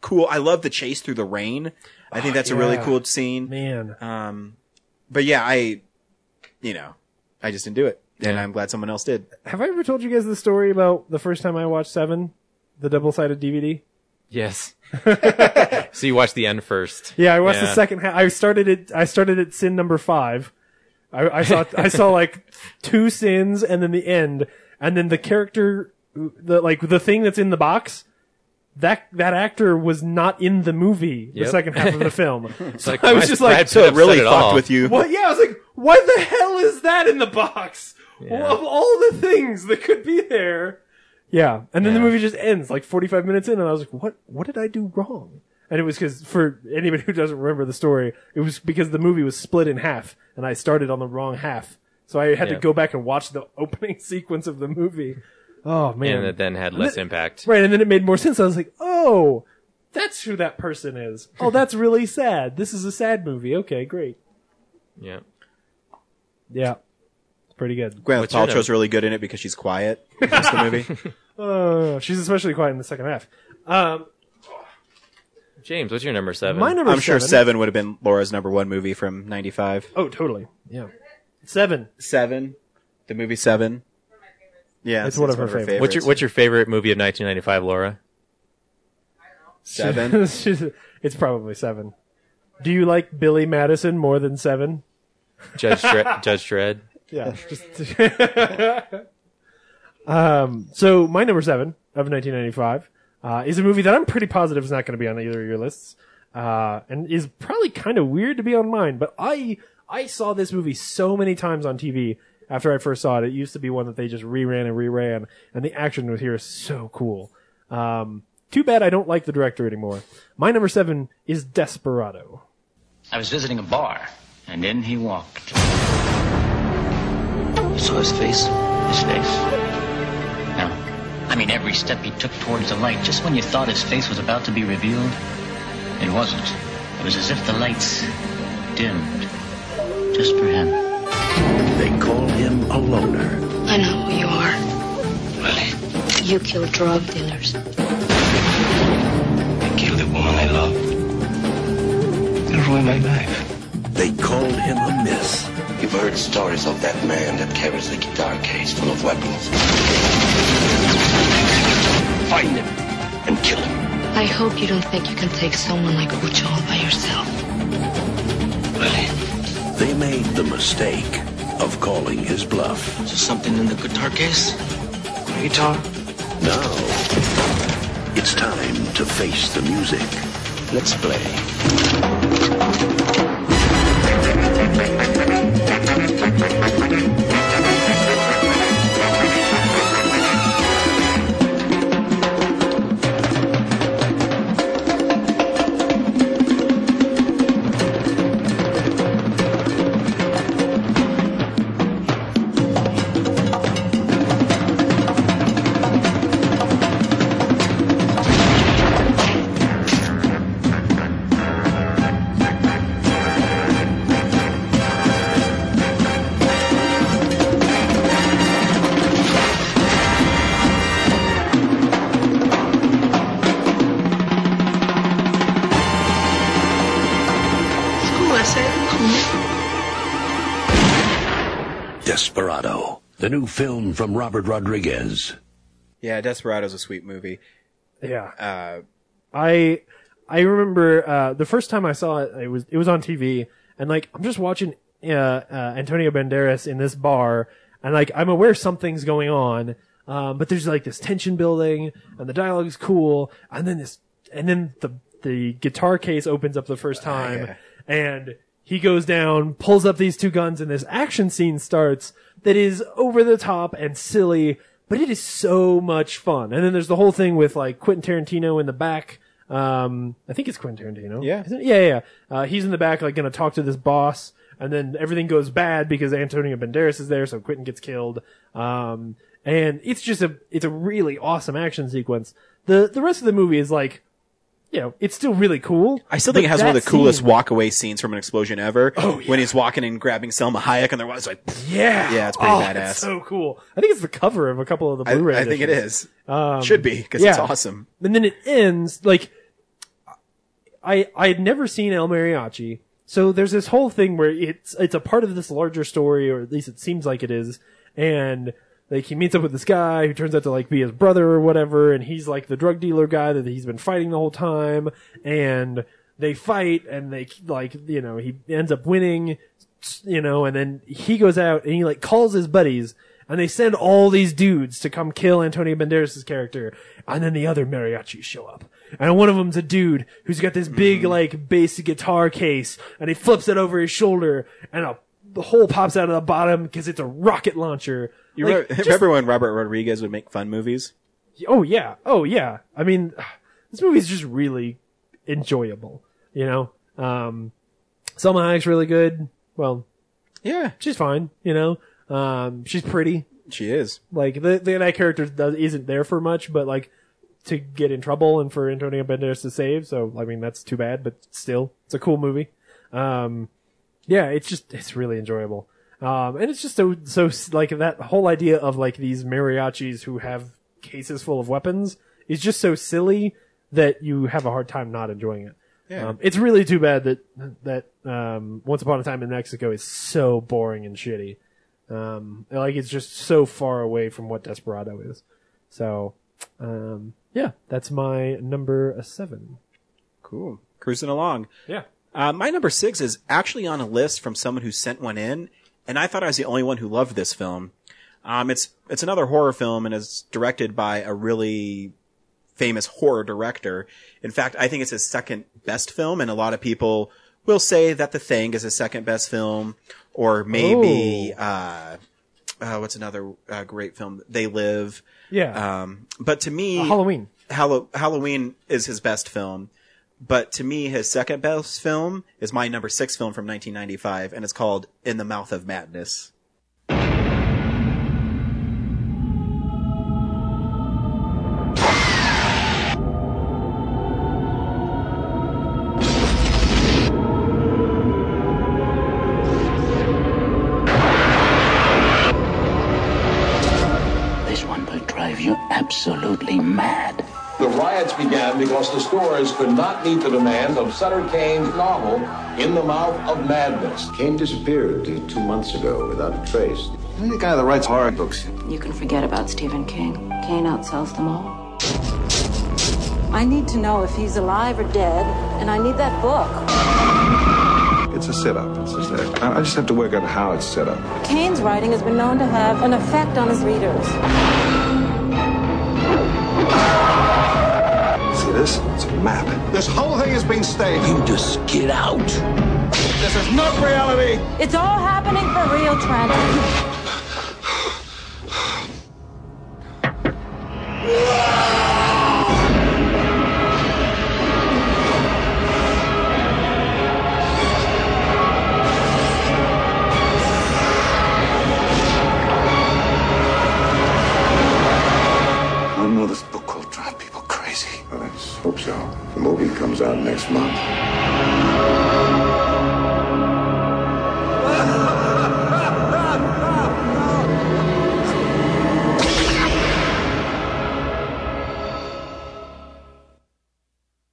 Speaker 4: cool. I love the chase through the rain. I think
Speaker 2: Oh,
Speaker 4: that's a really
Speaker 2: yeah.
Speaker 4: cool scene.
Speaker 2: Man.
Speaker 4: Um, but yeah, I, you know, I just didn't do it, and I'm glad someone else did.
Speaker 2: Have I ever told you guys the story about the first time I watched Seven, the double-sided DVD?
Speaker 5: yes. so you watched the end first.
Speaker 2: Yeah, I watched the second half. I started it. I started at sin number five. I, I saw. I saw like two sins, and then the end, and then the character, the like the thing that's in the box. That that actor was not in the movie. The
Speaker 5: Yep.
Speaker 2: second half of the film.
Speaker 5: It's
Speaker 2: so
Speaker 5: like, why
Speaker 2: I was
Speaker 5: is
Speaker 2: just
Speaker 5: Brad
Speaker 2: like,
Speaker 5: Pitt So it upset really at fucked all? with you.
Speaker 2: What? Yeah, I was like, why the hell is that in the box? Well, of all the things that could be there. Yeah, and then the movie just ends like 45 minutes in, and I was like, "What? What did I do wrong?" And it was because for anybody who doesn't remember the story, it was because the movie was split in half, and I started on the wrong half, so I had
Speaker 5: Yeah.
Speaker 2: to go back and watch the opening sequence of the movie. Oh man!
Speaker 5: and it then had less impact.
Speaker 2: Right, and then it made more sense. I was like, "Oh, that's who that person is. Oh, that's really sad. This is a sad movie. Okay, great.
Speaker 5: Yeah.
Speaker 2: Yeah, it's pretty good."
Speaker 4: Gwyneth
Speaker 2: What's your
Speaker 4: Paltrow's really good in it because she's quiet. in the movie.
Speaker 2: Oh, she's especially quiet in the second half. Um,
Speaker 5: James, what's your number seven?
Speaker 2: My number
Speaker 4: I'm sure
Speaker 2: seven.
Speaker 4: Seven would have been Laura's number one movie from '95.
Speaker 2: oh, totally. Yeah, seven.
Speaker 4: Seven, the movie Seven. Yeah,
Speaker 2: It's one of her favorites.
Speaker 5: What's your What's your favorite movie of 1995, Laura?
Speaker 4: Seven.
Speaker 2: She's- it's probably seven. Do you like Billy Madison more than seven?
Speaker 5: Judge Dredd, Judge Dredd.
Speaker 2: Yeah. just- um. So my number seven of 1995 uh, is a movie that I'm pretty positive is not going to be on either of your lists, uh, and is probably kind of weird to be on mine. But I I saw this movie so many times on TV after I first saw it. It used to be one that they just reran and reran, and the action was here is so cool. Um. Too bad I don't like the director anymore. My number seven is Desperado.
Speaker 3: I was visiting a bar, and in he walked. You saw his face? His face. No. I mean, every step he took towards the light, just when you thought his face was about to be revealed, it wasn't. It was as if the lights dimmed. Just for him.
Speaker 6: They call him a loner.
Speaker 10: I know who you are. Really? You kill drug dealers.
Speaker 6: They kill the woman I love. They ruin my life. They called him a miss.
Speaker 11: You've heard stories of that man that carries a guitar case full of weapons. Find him and kill him.
Speaker 10: I hope you don't think you can take someone like Ucho all by yourself.
Speaker 6: They made the mistake of calling his bluff. Is there something in the guitar case? Guitar? No. It's time to face the music. Let's play.
Speaker 10: Cool, I said. Cool.
Speaker 6: Desperado, the new film from Robert Rodriguez.
Speaker 4: Yeah, Desperado's a sweet movie.
Speaker 2: Yeah.
Speaker 4: Uh,
Speaker 2: I I remember uh, the first time I saw it, it was it was on TV, and like I'm just watching uh, uh, Antonio Banderas in this bar, and like I'm aware something's going on, um, but there's like this tension building, and the dialogue's cool, and then this, and then the the guitar case opens up the first time,
Speaker 4: yeah.
Speaker 2: and he goes down, pulls up these two guns, and this action scene starts that is over the top and silly, but it is so much fun. And then there's the whole thing with like Quentin Tarantino in the back. Um, I think it's Quentin Tarantino. Yeah. Isn't it? Yeah, yeah. yeah. Uh, he's in the back, like, gonna talk to this boss, and then everything goes bad because Antonio Banderas is there, so Quentin gets killed. Um, and it's just a it's a really awesome action sequence. The the rest of the movie is like, you know, it's still really cool.
Speaker 4: I still think
Speaker 2: but
Speaker 4: it has one of
Speaker 2: that
Speaker 4: the coolest
Speaker 2: scene-
Speaker 4: walkaway scenes from an explosion ever. Oh, When he's walking and grabbing Selma Hayek and they're it's like,
Speaker 2: Yeah,
Speaker 4: Yeah, it's pretty
Speaker 2: Oh,
Speaker 4: badass.
Speaker 2: It's so cool. I think it's the cover of a couple of the
Speaker 4: I-
Speaker 2: Blu-ray.
Speaker 4: I think it
Speaker 2: editions. Um,
Speaker 4: is. Should be, 'cause it's awesome.
Speaker 2: And then it ends like I I had never seen El Mariachi, so there's this whole thing where it's it's a part of this larger story, or at least it seems like it is, and. Like he meets up with this guy who turns out to like be his brother or whatever, and he's like the drug dealer guy that he's been fighting the whole time, and they fight and they like you know he ends up winning you know, and then he goes out and he like calls his buddies and they send all these dudes to come kill Antonio Banderas' character. And then the other mariachis show up. And one of them's a dude who's got this big
Speaker 4: Mm-hmm.
Speaker 2: like bass guitar case and he flips it over his shoulder and a the hole pops out of the bottom because it's a rocket launcher.
Speaker 4: You
Speaker 2: Like,
Speaker 4: remember,
Speaker 2: just-
Speaker 4: remember when Robert Rodriguez would make fun movies?
Speaker 2: Oh yeah. Oh yeah. I mean, this movie's just really enjoyable. You know, um, Selma Hayek's really good. Well,
Speaker 4: yeah,
Speaker 2: she's fine. You know, um, she's pretty.
Speaker 4: She is.
Speaker 2: Like the, the that character does, isn't there for much, but like to get in trouble and for Antonio Banderas to save. So I mean, that's too bad, but still, it's a cool movie. Um, yeah, it's just it's really enjoyable. Um, and it's just so so like that whole idea of like these mariachis who have cases full of weapons is just so silly that you have a hard time not enjoying it.
Speaker 4: Yeah.
Speaker 2: Um, it's really too bad that that um, Once Upon a Time in Mexico is so boring and shitty. Um, like it's just so far away from what Desperado is. So, um, yeah, that's my number seven.
Speaker 4: Cool. Cruising along.
Speaker 2: Yeah.
Speaker 4: Uh, my number six is actually on a list from someone who sent one in, and I thought I was the only one who loved this film. Um, it's it's another horror film, and it's directed by a really famous horror director. In fact, I think it's his second best film, and a lot of people will say that The Thing is his second best film, or maybe uh, uh, what's another uh, great film? They Live.
Speaker 2: Yeah.
Speaker 4: Um, but to me,
Speaker 2: Uh, Halloween.
Speaker 4: Hallow- Halloween is his best film, but to me, his second best film is my number six film from 1995, and it's called In the Mouth of Madness.
Speaker 23: This one will drive you absolutely mad.
Speaker 8: The riots began because the stores could not meet the demands of Sutter Kane's novel, In the Mouth of Madness.
Speaker 11: Kane disappeared two months ago without a trace. Who's the guy that writes horror books?
Speaker 12: You can forget about Stephen King. Kane outsells them all. I need to know if he's alive or dead, and I need that book.
Speaker 11: It's a setup. It's a setup. I I just have to work out how it's set up.
Speaker 12: Kane's writing has been known to have an effect on his readers.
Speaker 11: See this? It's a map.
Speaker 8: This whole thing has been staged. You just get out.
Speaker 11: This is not reality!
Speaker 12: It's all happening for real, Trent.
Speaker 11: I know this book will drive people crazy. let's hope so. The movie comes out next month.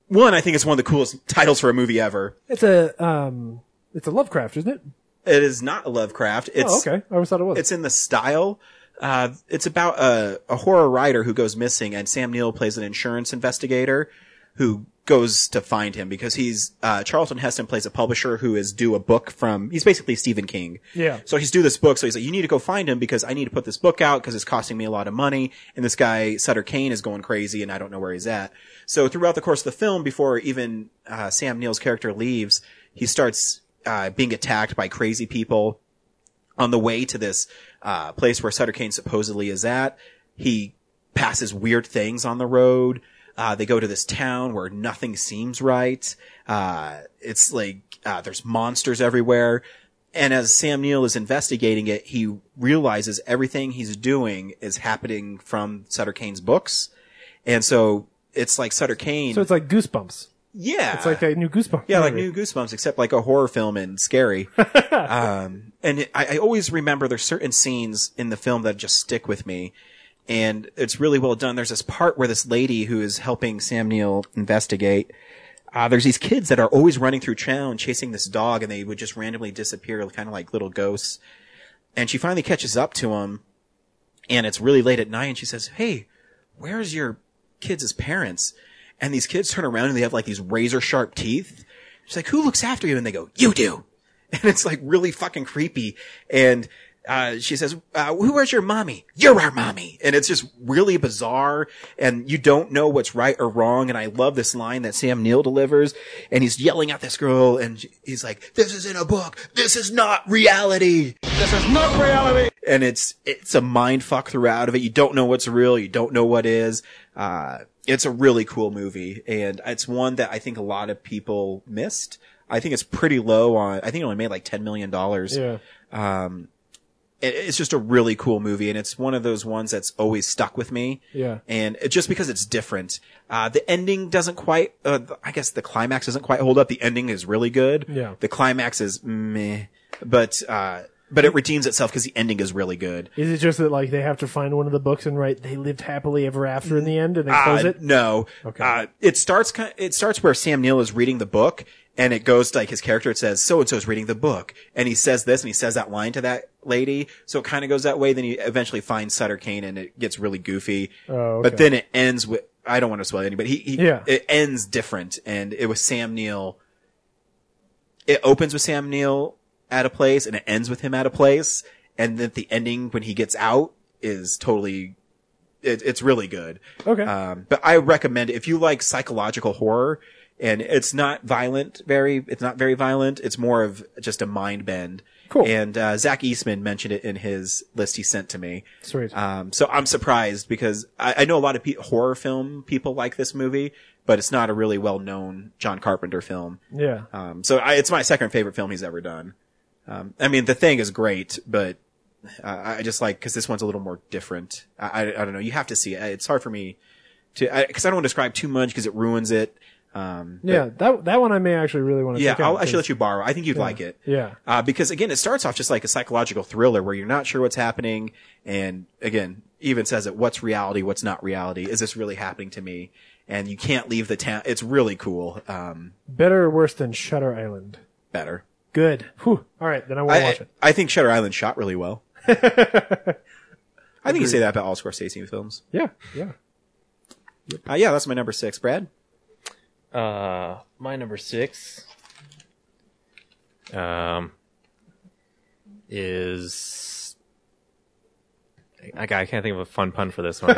Speaker 4: One, I think it's one of the coolest titles for a movie ever.
Speaker 2: It's a um, it's a Lovecraft, isn't it?
Speaker 4: It is not Lovecraft. It's
Speaker 2: oh, okay. I always thought it was.
Speaker 4: it's in the style. Uh, it's about a, a horror writer who goes missing, and Sam Neill plays an insurance investigator who goes to find him because he's uh, Charlton Heston plays a publisher who is due a book from. He's basically Stephen King.
Speaker 2: Yeah.
Speaker 4: So he's due this book. So he's like, you need to go find him because I need to put this book out because it's costing me a lot of money. And this guy, Sutter Kane, is going crazy and I don't know where he's at. So throughout the course of the film, before even uh, Sam Neill's character leaves, he starts uh, being attacked by crazy people on the way to this uh, place where Sutter Kane supposedly is at. He passes weird things on the road. Uh, they go to this town where nothing seems right. Uh, it's like uh, there's monsters everywhere And as Sam Neill is investigating it, he realizes everything he's doing is happening from Sutter Kane's books. And so it's like Sutter Kane.
Speaker 2: So it's like Goosebumps.
Speaker 4: Yeah.
Speaker 2: It's like that new Goosebumps.
Speaker 4: yeah, like
Speaker 2: movie.
Speaker 4: new Goosebumps, except like a horror film and scary. um, and it- I, I always remember there's certain scenes in the film that just stick with me, and it's really well done. There's this part where this lady who is helping Sam Neill investigate. Uh, there's these kids that are always running through town chasing this dog, and they would just randomly disappear, kind of like little ghosts. And she finally catches up to him, and it's really late at night, and she says, "Hey, where's your kids' parents?" And these kids turn around and they have like these razor sharp teeth. She's like, "Who looks after you?" And they go, "You do." And it's like really fucking creepy. And uh, she says, uh, "Who- "Where's your mommy? You're our mommy." And it's just really bizarre, and you don't know what's right or wrong. And I love this line that Sam Neill delivers, and he's yelling at this girl, and she- he's like, "This is in a book. This is not reality."
Speaker 24: This is not reality.
Speaker 4: and it's it's a mind fuck throughout of it. You don't know what's real, you don't know what is. Uh, it's a really cool movie, and it's one that I think a lot of people missed. I think it's pretty low on. I think it only made like ten million dollars.
Speaker 2: Yeah.
Speaker 4: Um, it- it's just a really cool movie, and it's one of those ones that's always stuck with me
Speaker 2: Yeah.
Speaker 4: and it, just because it's different, uh, the ending doesn't quite. Uh, th- I guess the climax doesn't quite hold up. The ending is really good.
Speaker 2: Yeah.
Speaker 4: The climax is meh, but uh, but it redeems itself because the ending is really good.
Speaker 2: Is it just that like they have to find one of the books and write "They lived happily ever after" in the end, and they
Speaker 4: Uh,
Speaker 2: close it?
Speaker 4: No. Okay. Uh, it starts. ki- It starts where Sam Neill is reading the book, and it goes to, like his character. It says so and so is reading the book, and he says this, and he says that line to that lady. So it kind of goes that way. Then he eventually finds Sutter Kane, and it gets really goofy.
Speaker 2: Oh,
Speaker 4: But
Speaker 2: okay.
Speaker 4: then it ends with I don't want to spoil any, but he, he
Speaker 2: Yeah.
Speaker 4: it ends different, and it was Sam Neill. It opens with Sam Neill at a place, and it ends with him at a place, and then the ending when he gets out is totally. It, it's really good.
Speaker 2: Okay.
Speaker 4: Um, but I recommend it. if you like psychological horror, and it's not violent, very, it's not very violent. It's more of just a mind bend. Cool. And uh, Zach Eastman mentioned it in his list he sent to me.
Speaker 2: Sweet.
Speaker 4: Um, so I'm surprised because I, I know a lot of pe- horror film people like this movie, but it's not a really well known John Carpenter film.
Speaker 2: Yeah.
Speaker 4: Um, so I, it's my second favorite film he's ever done. Um, I mean, The Thing is great, but uh, I just like because this one's a little more different. I, I, I don't know. You have to see it. It's hard for me to because I, don't want to describe too much because it ruins it. Um, but-
Speaker 2: Yeah, that that one I may actually really want to.
Speaker 4: yeah.
Speaker 2: check
Speaker 4: I'll,
Speaker 2: out,
Speaker 4: I should
Speaker 2: 'cause-
Speaker 4: let you borrow. I think you'd
Speaker 2: Yeah.
Speaker 4: like it.
Speaker 2: Yeah.
Speaker 4: Uh, because again, it starts off just like a psychological thriller where you're not sure what's happening. And again, even says it, what's reality? What's not reality? Is this really happening to me? And you can't leave the town. It's really cool. Um,
Speaker 2: Better or worse than Shutter Island?
Speaker 4: better.
Speaker 2: Good. Whew. All right, then I
Speaker 4: I,
Speaker 2: won't watch it.
Speaker 4: I think Shutter Island shot really well. I think you say that about all Scorsese films.
Speaker 2: Yeah. Yeah.
Speaker 4: Uh, yeah, that's my number six, Brad.
Speaker 5: Uh, my number six um, is. I, I can't think of a fun pun for this one.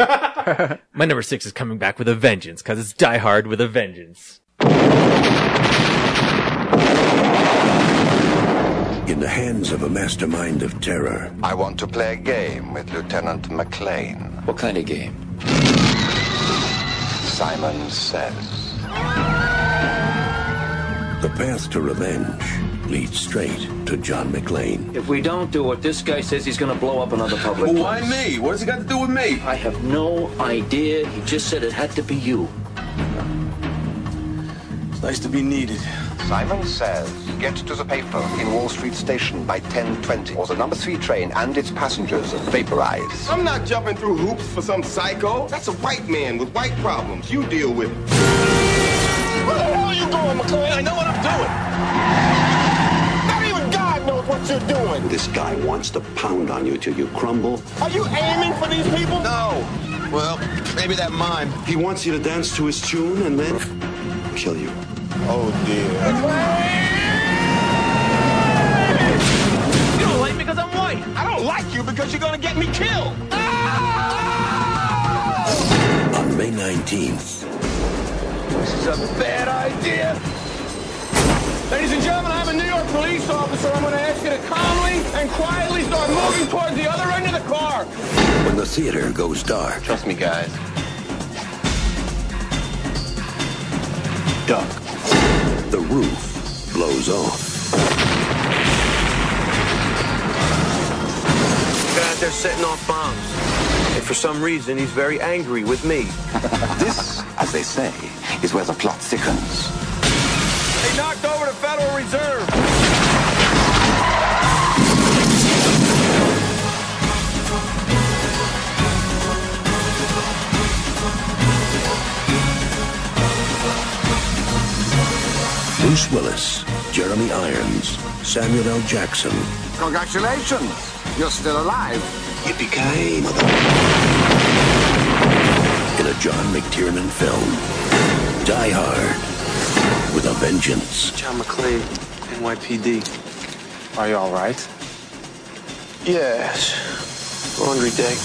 Speaker 5: my number six is coming back with a vengeance because it's Die Hard with a vengeance.
Speaker 6: In the hands of a mastermind of terror. I want to play a game with Lieutenant McLean. What kind of game? Simon says. The path to revenge leads straight to John McLean.
Speaker 31: If we don't do it, this guy says he's gonna blow up another public.
Speaker 6: Well,
Speaker 31: why me? What does it got to do with me? I have no idea. He just said it had to be you.
Speaker 6: It's nice to be needed. Simon says, get to the paper in Wall Street Station by 10.20 or the number three train and its passengers vaporize.
Speaker 9: I'm not jumping through hoops for some psycho. That's a white man with white problems. You deal with it. Where the hell are you going, McCoy? I know what I'm doing. Not even God knows what you're doing.
Speaker 6: This guy wants to pound on you till you crumble.
Speaker 9: Are you aiming for these people? No. Oh, Well, maybe that mime.
Speaker 6: He wants you to dance to his tune and then kill you. Oh dear.
Speaker 9: You don't like me because I'm white. I don't like you because you're gonna get me killed.
Speaker 6: On May 19th,
Speaker 9: This is a bad idea. Ladies and gentlemen, I'm a New York police officer. I'm gonna ask you to calmly and quietly start moving towards the other end of the car.
Speaker 6: when the theater goes dark. Trust me, guys. Duck. The roof blows off.
Speaker 32: out there setting off bombs. And for some reason, he's very angry with me. this, as they say, is where the plot thickens.
Speaker 26: They knocked over the Federal Reserve.
Speaker 9: Bruce Willis, Jeremy Irons, Samuel L. Jackson.
Speaker 33: Congratulations! You're still alive.
Speaker 9: Yippee-ki-yay, mother... In a John McTiernan film. Die Hard. With a vengeance.
Speaker 26: John McClane, NYPD. Are you all right? Yes. Laundry day.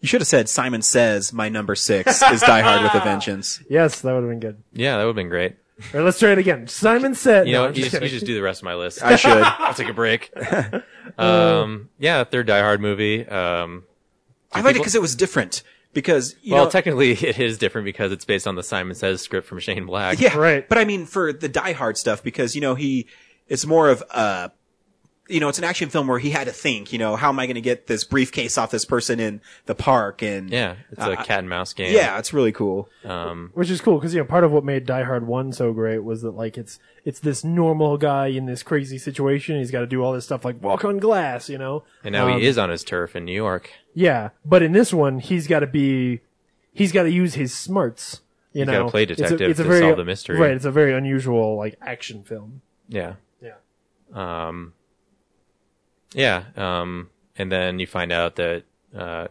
Speaker 4: You should have said Simon Says my number six is Die Hard with a Vengeance.
Speaker 2: Yes, that would have been good.
Speaker 5: Yeah, that would have been great.
Speaker 2: All right, let's try it again. Simon said,
Speaker 5: You know,
Speaker 2: No, I'm
Speaker 5: what, you,
Speaker 2: just
Speaker 5: just, you
Speaker 2: kidding.
Speaker 5: just do the rest of my list.
Speaker 2: I should.
Speaker 5: I'll take a break.
Speaker 2: Uh,
Speaker 5: Um, yeah, third Die Hard movie. Um,
Speaker 4: I liked it because it was different. Because you
Speaker 5: well,
Speaker 4: know,
Speaker 5: technically it is different because it's based on the Simon Says script from Shane Black.
Speaker 4: Yeah, right. But I mean, for the Die Hard stuff, because you know he, it's more of uh you know, it's an action film where he had to think. You know, how am I going to get this briefcase off this person in the park? And
Speaker 5: Yeah, it's a
Speaker 4: Uh,
Speaker 5: cat and mouse game.
Speaker 4: yeah, it's really cool.
Speaker 5: Um,
Speaker 2: which is cool because you know part of what made Die Hard One so great was that like it's it's this normal guy in this crazy situation. He's got to do all this stuff like walk on glass, you know.
Speaker 5: and now
Speaker 2: Um,
Speaker 5: he is on his turf in New York.
Speaker 2: Yeah, but in this one, he's got to be, he's got to use his smarts. You
Speaker 5: He's
Speaker 2: know,
Speaker 5: gotta play
Speaker 2: It's a-
Speaker 5: detective
Speaker 2: it's a
Speaker 5: to
Speaker 2: very-
Speaker 5: solve the mystery.
Speaker 2: Right, it's a very unusual like action film.
Speaker 5: Yeah.
Speaker 2: Yeah.
Speaker 5: Um, yeah. Um, and then you find out that, uh,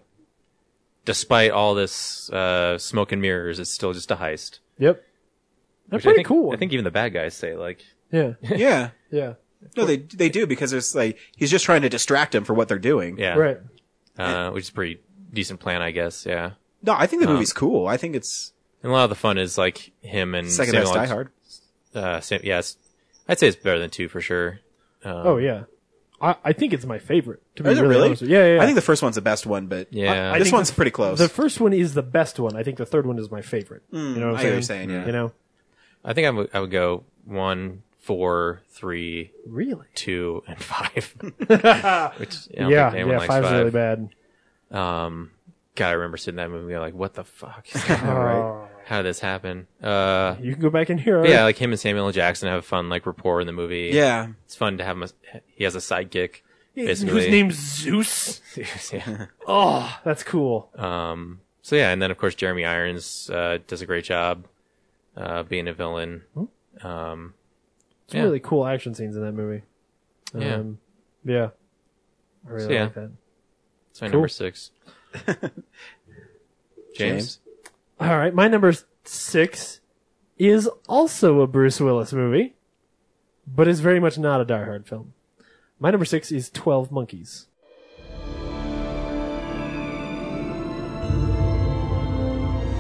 Speaker 5: despite all this, uh, smoke and mirrors, it's still just a heist.
Speaker 2: Yep. That's
Speaker 5: Which I
Speaker 2: pretty
Speaker 5: think-
Speaker 2: cool.
Speaker 5: I think even the bad guys say like,
Speaker 2: Yeah.
Speaker 4: yeah.
Speaker 2: Yeah.
Speaker 4: No, they they do because it's like he's just trying to distract him for what they're doing.
Speaker 5: yeah.
Speaker 2: Right.
Speaker 5: Uh, which is a pretty decent plan, I guess. Yeah.
Speaker 4: No, I think the
Speaker 5: Um,
Speaker 4: movie's cool. I think it's
Speaker 5: And a lot of the fun is like him and
Speaker 4: second
Speaker 5: Samuel
Speaker 4: best
Speaker 5: L.
Speaker 4: Die Hard.
Speaker 5: Uh, Sam, yes, I'd say it's better than two for sure. Um,
Speaker 2: oh yeah, I, I think it's my favorite. To be
Speaker 4: Is it
Speaker 2: really?
Speaker 4: really?
Speaker 2: honest with you. Yeah, yeah, yeah.
Speaker 4: I think the first one's the best one, but
Speaker 5: Yeah.
Speaker 2: I
Speaker 4: this
Speaker 2: think
Speaker 4: one's
Speaker 2: the-
Speaker 4: pretty close.
Speaker 2: The first one is the best one. I think the third one is my favorite.
Speaker 4: Mm,
Speaker 2: you know what
Speaker 4: I
Speaker 2: I'm
Speaker 4: hear
Speaker 2: saying?
Speaker 4: what you're saying, yeah.
Speaker 2: You know,
Speaker 5: I think I would I would go one, four, three,
Speaker 2: Really?
Speaker 5: two, and five. Which I don't
Speaker 2: yeah,
Speaker 5: think anyone
Speaker 2: yeah.
Speaker 5: likes
Speaker 2: Five's
Speaker 5: five.
Speaker 2: really bad.
Speaker 5: Um, God, I remember sitting in that movie like, what the fuck?
Speaker 2: Right.
Speaker 5: How did this happen? Uh,
Speaker 2: Oh. You can go back in here.
Speaker 5: yeah, like him and Samuel L. Jackson have a fun like rapport in the movie.
Speaker 2: Yeah.
Speaker 5: it's fun to have him. As, he has a sidekick.
Speaker 2: Yeah,
Speaker 5: basically.
Speaker 2: whose name's Zeus?
Speaker 5: yeah.
Speaker 2: Oh, that's cool.
Speaker 5: Um, so yeah, and then of course Jeremy Irons uh, does a great job uh, being a villain. Um,
Speaker 2: It's
Speaker 5: yeah.
Speaker 2: really cool action scenes in that movie.
Speaker 5: Yeah.
Speaker 2: Um, yeah. I really
Speaker 5: So, yeah.
Speaker 2: like that.
Speaker 5: That's my
Speaker 2: Cool.
Speaker 5: number six. James?
Speaker 2: All right, my number six is also a Bruce Willis movie, but is very much not a Die Hard film. My number six is Twelve Monkeys.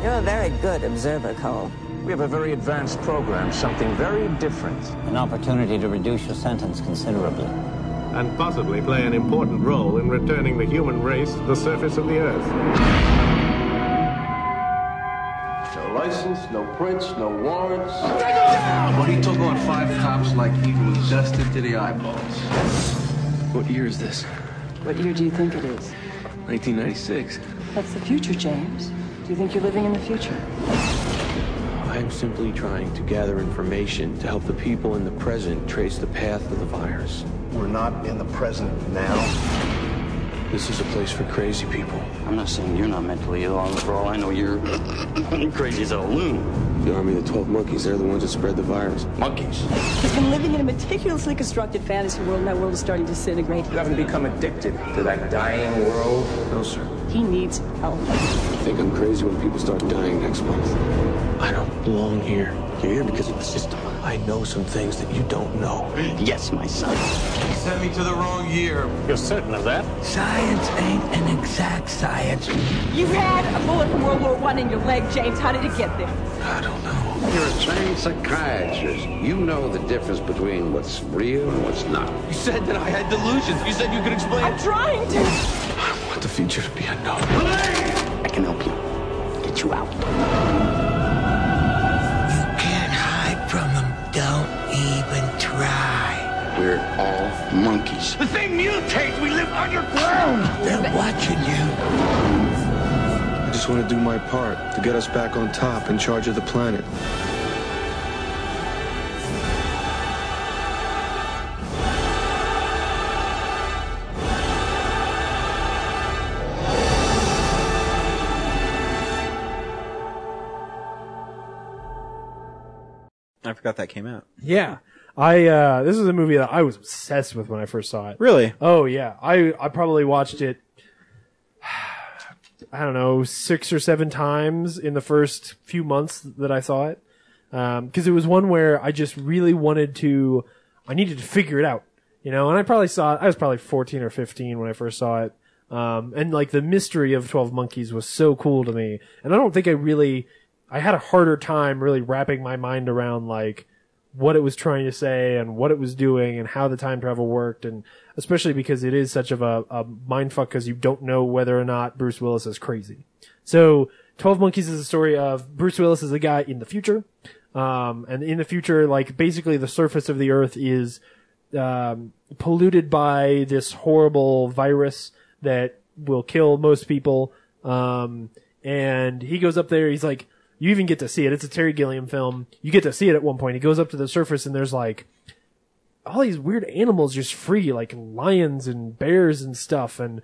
Speaker 11: You're a very good observer, Cole.
Speaker 6: We have a very advanced program, something very different.
Speaker 11: An opportunity to reduce your sentence considerably.
Speaker 6: And possibly play an important role in returning the human race to the surface of the earth.
Speaker 13: No license, no prints, no warrants. Take him down! But he took on five cops like he was dusted to the eyeballs. What year is this?
Speaker 11: What year do you think it is?
Speaker 13: 1996.
Speaker 11: That's the future, James. Do you think you're living in the future?
Speaker 6: I'm simply trying to gather information to help the people in the present trace the path of the virus. We're not in the present now. This is a place for crazy people.
Speaker 11: I'm not saying you're not mentally ill. For all I know, you're crazy as a loon.
Speaker 6: The army of the 12 monkeys, they're the ones that spread the virus. Monkeys?
Speaker 14: He's been living in a meticulously constructed fantasy world, and that world is starting to disintegrate.
Speaker 6: You haven't become addicted to that dying world? No, sir.
Speaker 14: He needs help.
Speaker 6: I think I'm crazy when people start dying next month. I don't belong here. You're here because of the system. I know some things that you don't know. Yes, my son.
Speaker 13: You sent me to the wrong year. You're certain of that?
Speaker 14: Science ain't an exact science. You had a bullet from World War One in your leg, James. How did it get there?
Speaker 13: You're a trained psychiatrist. You know the difference between what's real and what's not.
Speaker 6: You said that I had delusions. You said you could explain. I'm
Speaker 14: trying to.
Speaker 6: I want the future to be unknown. I can help you. Get you out.
Speaker 13: Can't hide from them. Don't even try. We're all
Speaker 23: Monkeys.
Speaker 25: The thing mutates. We live underground.
Speaker 23: They're watching you.
Speaker 18: I just want to do my part to get us back on top in charge of the planet.
Speaker 4: I forgot that came out.
Speaker 2: Yeah. I uh this is a movie that I was obsessed with when I first saw it.
Speaker 4: Really?
Speaker 2: Oh yeah. I I probably watched it I don't know, 6 or 7 times in the first few months that I saw it. Um cuz it was one where I just really wanted to I needed to figure it out, you know. And I probably saw it I was probably 14 or 15 when I first saw it. Um and like the mystery of 12 Monkeys was so cool to me. And I don't think I really I had a harder time really wrapping my mind around like what it was trying to say and what it was doing and how the time travel worked and especially because it is such of a, a mind because you don't know whether or not Bruce Willis is crazy. So 12 Monkeys is a story of Bruce Willis is a guy in the future. Um, and in the future, like basically the surface of the earth is, um, polluted by this horrible virus that will kill most people. Um, and he goes up there. He's like, you even get to see it. It's a Terry Gilliam film. You get to see it at one point. He goes up to the surface and there's like all these weird animals just free, like lions and bears and stuff. And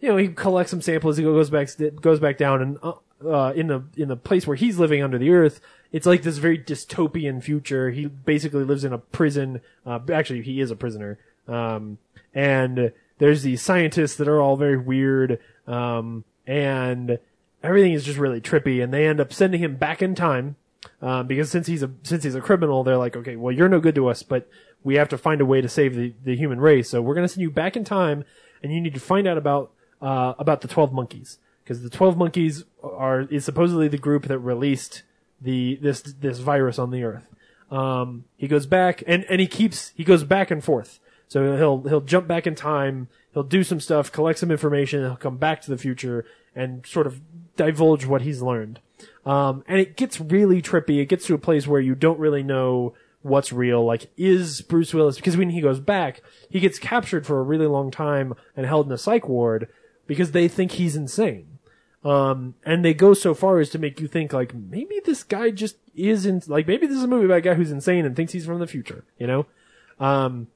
Speaker 2: you know, he collects some samples. He goes back goes back down and uh, uh, in the in the place where he's living under the earth, it's like this very dystopian future. He basically lives in a prison. Uh, actually, he is a prisoner. Um, and there's these scientists that are all very weird. Um, and everything is just really trippy and they end up sending him back in time uh, because since he's a since he's a criminal they're like okay well you're no good to us but we have to find a way to save the, the human race so we're going to send you back in time and you need to find out about uh, about the 12 monkeys because the 12 monkeys are is supposedly the group that released the this this virus on the earth um, he goes back and and he keeps he goes back and forth so he'll he'll jump back in time he'll do some stuff collect some information he'll come back to the future and sort of divulge what he's learned. Um, and it gets really trippy. It gets to a place where you don't really know what's real. Like, is Bruce Willis, because when he goes back, he gets captured for a really long time and held in a psych ward because they think he's insane. Um, and they go so far as to make you think like, maybe this guy just is in, like, maybe this is a movie about a guy who's insane and thinks he's from the future, you know? Um,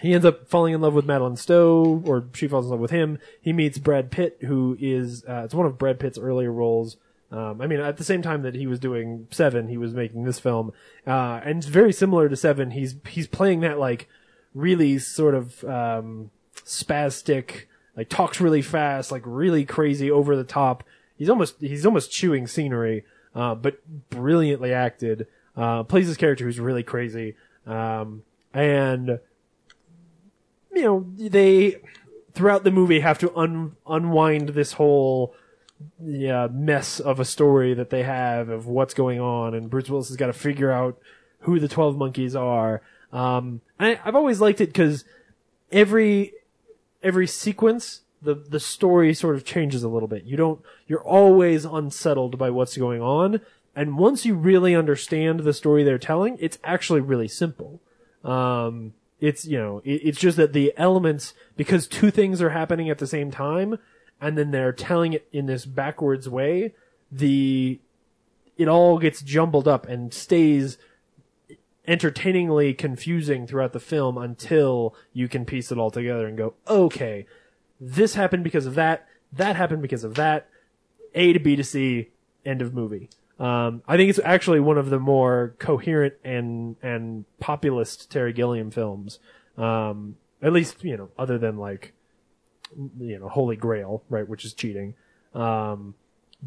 Speaker 2: he ends up falling in love with Madeline Stowe, or she falls in love with him. He meets Brad Pitt, who is uh, it's one of Brad Pitt's earlier roles. Um, I mean, at the same time that he was doing Seven, he was making this film, uh, and it's very similar to Seven. He's he's playing that like really sort of um, spastic, like talks really fast, like really crazy, over the top. He's almost he's almost chewing scenery, uh, but brilliantly acted. Uh, plays this character who's really crazy, um, and you know they throughout the movie have to un- unwind this whole yeah, mess of a story that they have of what's going on and bruce willis has got to figure out who the 12 monkeys are um, I, i've always liked it because every every sequence the, the story sort of changes a little bit you don't you're always unsettled by what's going on and once you really understand the story they're telling it's actually really simple um, it's you know it, it's just that the elements because two things are happening at the same time and then they're telling it in this backwards way the it all gets jumbled up and stays entertainingly confusing throughout the film until you can piece it all together and go okay this happened because of that that happened because of that a to b to c end of movie um, I think it's actually one of the more coherent and and populist Terry Gilliam films. Um, at least you know, other than like you know Holy Grail, right, which is cheating. Um,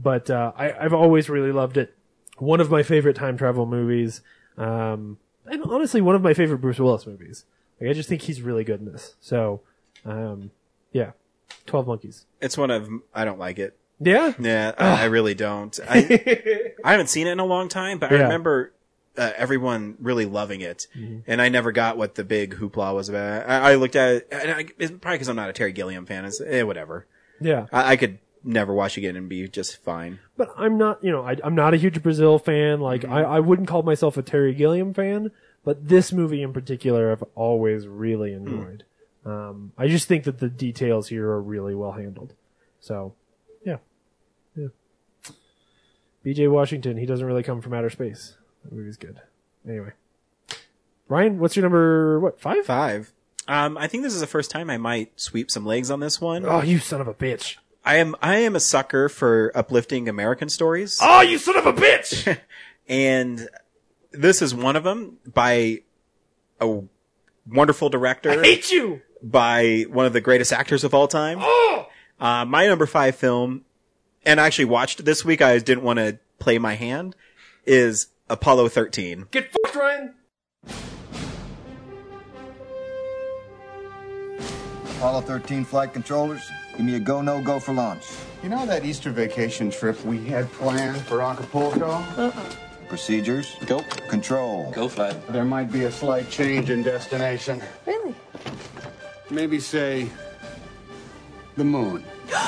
Speaker 2: but uh, I, I've always really loved it. One of my favorite time travel movies, um, and honestly, one of my favorite Bruce Willis movies. Like I just think he's really good in this. So, um, yeah, Twelve Monkeys.
Speaker 4: It's one of I don't like it.
Speaker 2: Yeah.
Speaker 4: Yeah, I, I really don't. I, I haven't seen it in a long time, but I
Speaker 2: Yeah. Mm-hmm.
Speaker 4: remember uh, everyone really loving it, and I never got what the big hoopla was about. I, I looked at it, and I, it's probably because I'm not a Terry Gilliam fan. It's eh, whatever.
Speaker 2: Yeah.
Speaker 4: I, I could never watch again and be just fine.
Speaker 2: but I'm not, you know, I, I'm not a huge Brazil fan. Like, I, I wouldn't call myself a Terry Gilliam fan, but this movie in particular, I've always really enjoyed. Um, I just think that the details here are really well handled. So, yeah, yeah. B.J. Washington, he doesn't really come from outer space. That movie's good. Anyway, Ryan, what's your number? What five?
Speaker 4: Five. Um, I think this is the first time I might sweep some legs on this one.
Speaker 2: Oh, you son of a bitch!
Speaker 4: I am I am a sucker for uplifting American stories.
Speaker 2: Oh, you son of a bitch!
Speaker 4: and this is one of them by a wonderful director.
Speaker 2: I hate you.
Speaker 4: By one of the greatest actors of all time.
Speaker 2: Oh!
Speaker 4: Uh, my number five film, and I actually watched it this week. I didn't want to play my hand. Is Apollo 13.
Speaker 2: Get fucked, Ryan.
Speaker 21: Apollo 13 flight controllers, give me a go, no go for launch.
Speaker 6: You know that Easter vacation trip we had planned for Acapulco?
Speaker 21: Procedures? Go. Control? Go flight.
Speaker 6: There might be a slight change in destination. Really? Maybe say the moon.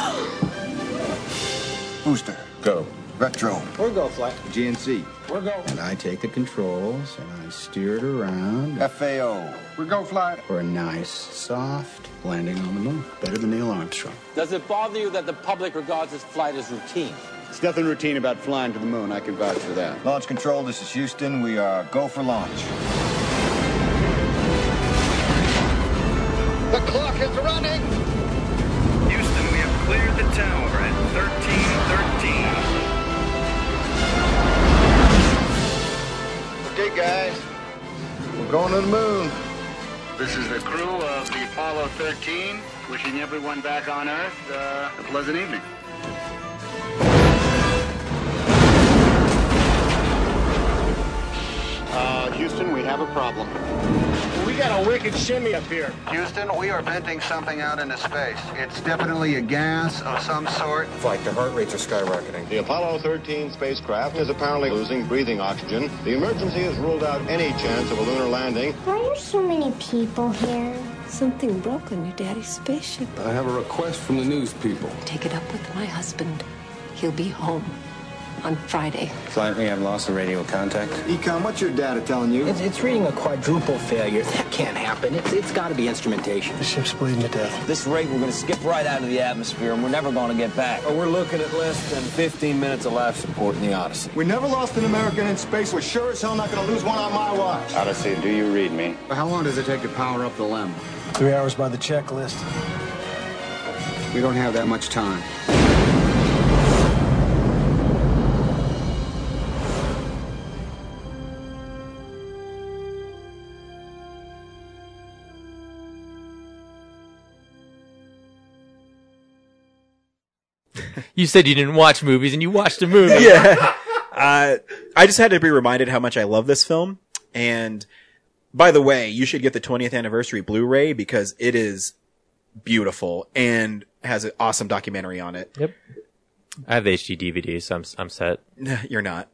Speaker 21: Booster? Go. Retro?
Speaker 6: Or go flight.
Speaker 21: GNC?
Speaker 6: We're go.
Speaker 21: And I take the controls and I steer it around. FAO?
Speaker 6: We're go flight.
Speaker 21: For a nice, soft landing on the moon. Better than Neil Armstrong.
Speaker 1: Does it bother you that the public regards this flight as routine?
Speaker 6: It's nothing routine about flying to the moon. I can vouch for that.
Speaker 21: Launch control, this is Houston. We are go for launch.
Speaker 6: The clock is running.
Speaker 34: Houston, we have cleared the tower at 1313.
Speaker 6: Okay, guys. We're going to the moon. This is the crew of the Apollo 13, wishing everyone back on Earth uh, a pleasant evening. Uh, Houston, we have a problem. We got a wicked shimmy up here.
Speaker 35: Houston, we are venting something out into space.
Speaker 6: It's definitely a gas of some sort.
Speaker 35: Flight, the heart rates are skyrocketing.
Speaker 6: The Apollo 13 spacecraft is apparently losing breathing oxygen. The emergency has ruled out any chance of a lunar landing.
Speaker 11: Why are so many people here? Something broke on your daddy's spaceship.
Speaker 36: I have a request from the news people.
Speaker 11: Take it up with my husband. He'll be home on Friday.
Speaker 21: Flight, we have lost the radio contact. Econ, what's your data telling you?
Speaker 13: It's, it's reading a quadruple failure. That can't happen. It's, it's got to be instrumentation.
Speaker 21: The ship's bleeding to death.
Speaker 13: This rate, we're going to skip right out of the atmosphere, and we're never going to get back.
Speaker 8: Oh,
Speaker 6: We're looking at less than 15 minutes of life support in the Odyssey.
Speaker 21: We never lost an American in space. We're sure as hell not going to lose one on my watch.
Speaker 6: Odyssey, do you read me? How long does it take to power up the LEM?
Speaker 21: Three hours by the checklist.
Speaker 6: We don't have that much time.
Speaker 5: You said you didn't watch movies, and you watched a movie.
Speaker 4: yeah. Uh, I just had to be reminded how much I love this film. And by the way, you should get the 20th anniversary Blu-ray because it is beautiful and has an awesome documentary on it.
Speaker 5: Yep. I have the HD DVD, so I'm I'm set.
Speaker 4: You're not.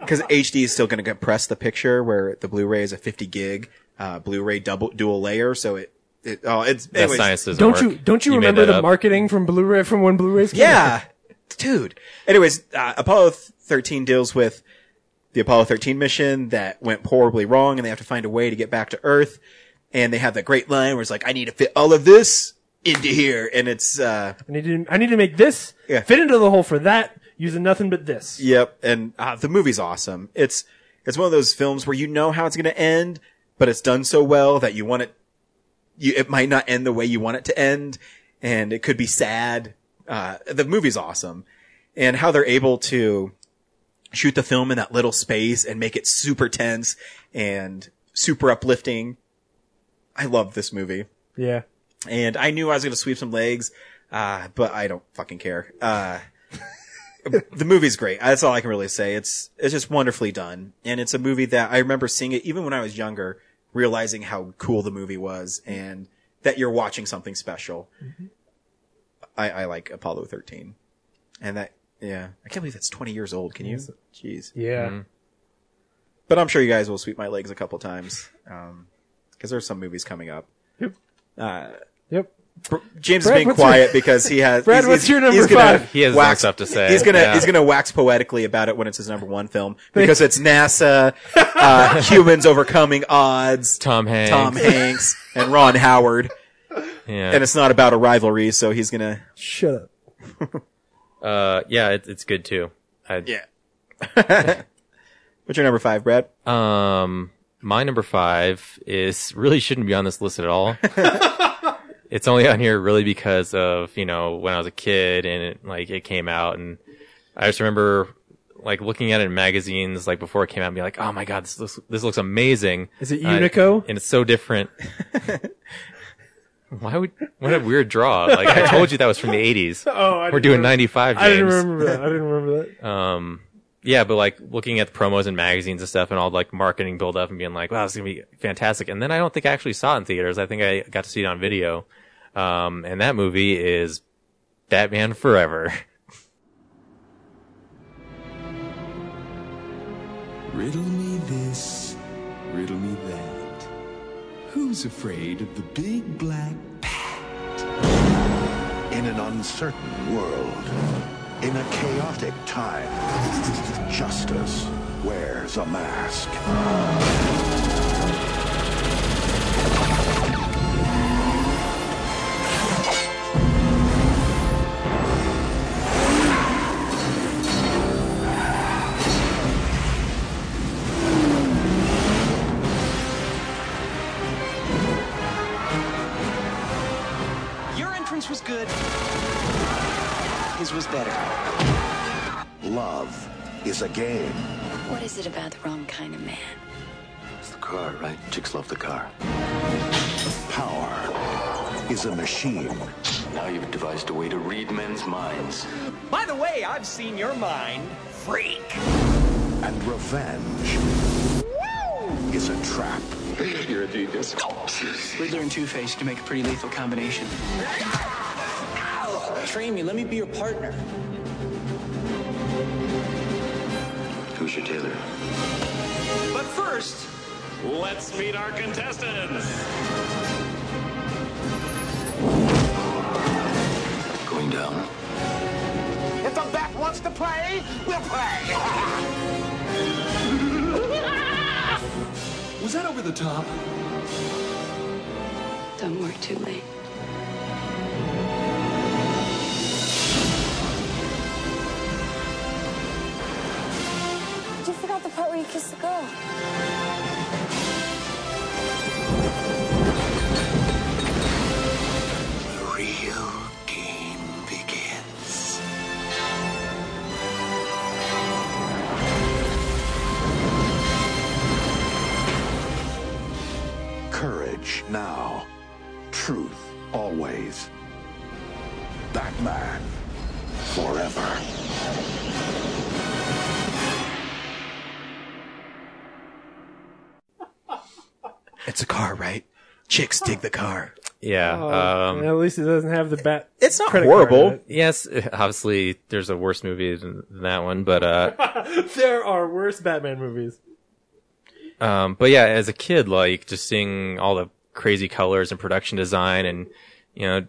Speaker 4: Because HD is still going to compress the picture where the Blu-ray is a 50 gig uh, Blu-ray double dual layer, so it it oh it's
Speaker 5: That
Speaker 4: anyways.
Speaker 5: science doesn't
Speaker 4: Don't
Speaker 5: work.
Speaker 4: you-
Speaker 2: Don't you,
Speaker 5: made
Speaker 2: remember
Speaker 5: that
Speaker 2: the
Speaker 5: up.
Speaker 2: marketing from Blu-ray from when Blu-rays? Came
Speaker 4: Yeah. Dude. Anyways, uh, Apollo th- 13 deals with the Apollo 13 mission that went horribly wrong and they have to find a way to get back to Earth. And they have that great line where it's like, I need to fit all of this into here. And it's, uh,
Speaker 2: I need to. I need to make this
Speaker 4: Yeah.
Speaker 2: fit into the hole for that using nothing but this.
Speaker 4: Yep, and uh, the movie's awesome. It's it's one of those films where you know how it's going to end, but it's done so well that you want it. You, it might not end the way you want it to end, and it could be sad. Uh, the movie's awesome, and how they're able to shoot the film in that little space and make it super tense and super uplifting. I love this movie
Speaker 2: Yeah.
Speaker 4: and I knew I was going to sweep some legs, uh, but I don't fucking care. Uh, the movie's great. That's all I can really say. It's it's just wonderfully done, and it's a movie that I remember seeing it even when I was younger, realizing how cool the movie was, and that you're watching something special. I, I like Apollo 13, and that yeah, I can't believe it's 20 years old. Can you? Jeez.
Speaker 2: Yeah.
Speaker 5: Mm-hmm.
Speaker 4: But I'm sure you guys will sweep my um, legs a couple times, because there's some movies coming up.
Speaker 2: Yep.
Speaker 4: Uh,
Speaker 2: Yep.
Speaker 4: James
Speaker 2: Brad,
Speaker 4: is being
Speaker 2: what's your-
Speaker 4: quiet because he has.
Speaker 2: Brad,
Speaker 4: he's,
Speaker 2: what's
Speaker 4: he's-
Speaker 2: your number
Speaker 4: he's gonna
Speaker 2: five?
Speaker 5: He has no
Speaker 4: wax,
Speaker 5: stuff to say,
Speaker 4: He's gonna
Speaker 5: yeah.
Speaker 4: he's gonna wax poetically about it when it's his number one film because it's NASA, uh, humans overcoming odds,
Speaker 5: Tom Hanks,
Speaker 4: Tom Hanks, and Ron Howard,
Speaker 5: Yeah.
Speaker 4: and it's not about a rivalry. So he's gonna.
Speaker 2: Shut up.
Speaker 5: Uh, yeah, it, it's good too. I,
Speaker 4: yeah. What's your number five, Brad?
Speaker 5: Um, my number five is really shouldn't be on this list at all. it's only on here really because of you know when I was a kid and it, like it came out and I just remember like looking at it in magazines like before it came out and be like, oh my god, this looks this looks amazing.
Speaker 2: Is it
Speaker 5: Uh,
Speaker 2: Unico?
Speaker 5: and it's so different. Why would what a weird draw? Uh, Like I told you that was from the eighties.
Speaker 2: Oh, I
Speaker 5: we're
Speaker 2: didn't
Speaker 5: doing
Speaker 2: remember-
Speaker 5: ninety five.
Speaker 2: I didn't remember that. I didn't remember that.
Speaker 5: Um, yeah, but like looking at the promos and magazines and stuff and all like marketing build up and being like, wow, this is gonna be fantastic. And then I don't think I actually saw it in theaters. I think I got to see it on video. Um, and that movie is Batman Forever.
Speaker 3: Riddle me this, riddle me that. Who's afraid of the big black
Speaker 6: In an uncertain world, in a chaotic time, justice wears a mask.
Speaker 8: Your entrance was good. His was better.
Speaker 6: Love is a game.
Speaker 8: What is it about the wrong kind of man?
Speaker 6: It's the car, right? Chicks love the car. Power is a machine.
Speaker 8: Now you've devised a way to read men's minds. By the way, I've seen your mind. Freak.
Speaker 6: And revenge is a trap. You're a genius.
Speaker 8: Riddler and Two Face can make a pretty lethal combination. Train me, let me be your partner.
Speaker 6: Who's your tailor?
Speaker 8: But first,
Speaker 10: Let's meet our contestants.
Speaker 6: Going down.
Speaker 8: if the bat wants to play, we'll play.
Speaker 3: Was that over the top?
Speaker 8: Don't work too late.
Speaker 12: You forgot the part where you kissed the girl.
Speaker 6: Real game begins. Courage now. Truth always. Batman forever.
Speaker 4: It's a car, right? Chicks dig the car.
Speaker 5: Yeah.
Speaker 2: Oh,
Speaker 5: um,
Speaker 2: at least it doesn't have the bat.
Speaker 4: It's not
Speaker 5: Yes, obviously there's a worse movie than than that one, but uh,
Speaker 2: there are worse Batman movies.
Speaker 5: Um, but yeah, as a kid, like just seeing all the crazy colors and production design and, you know,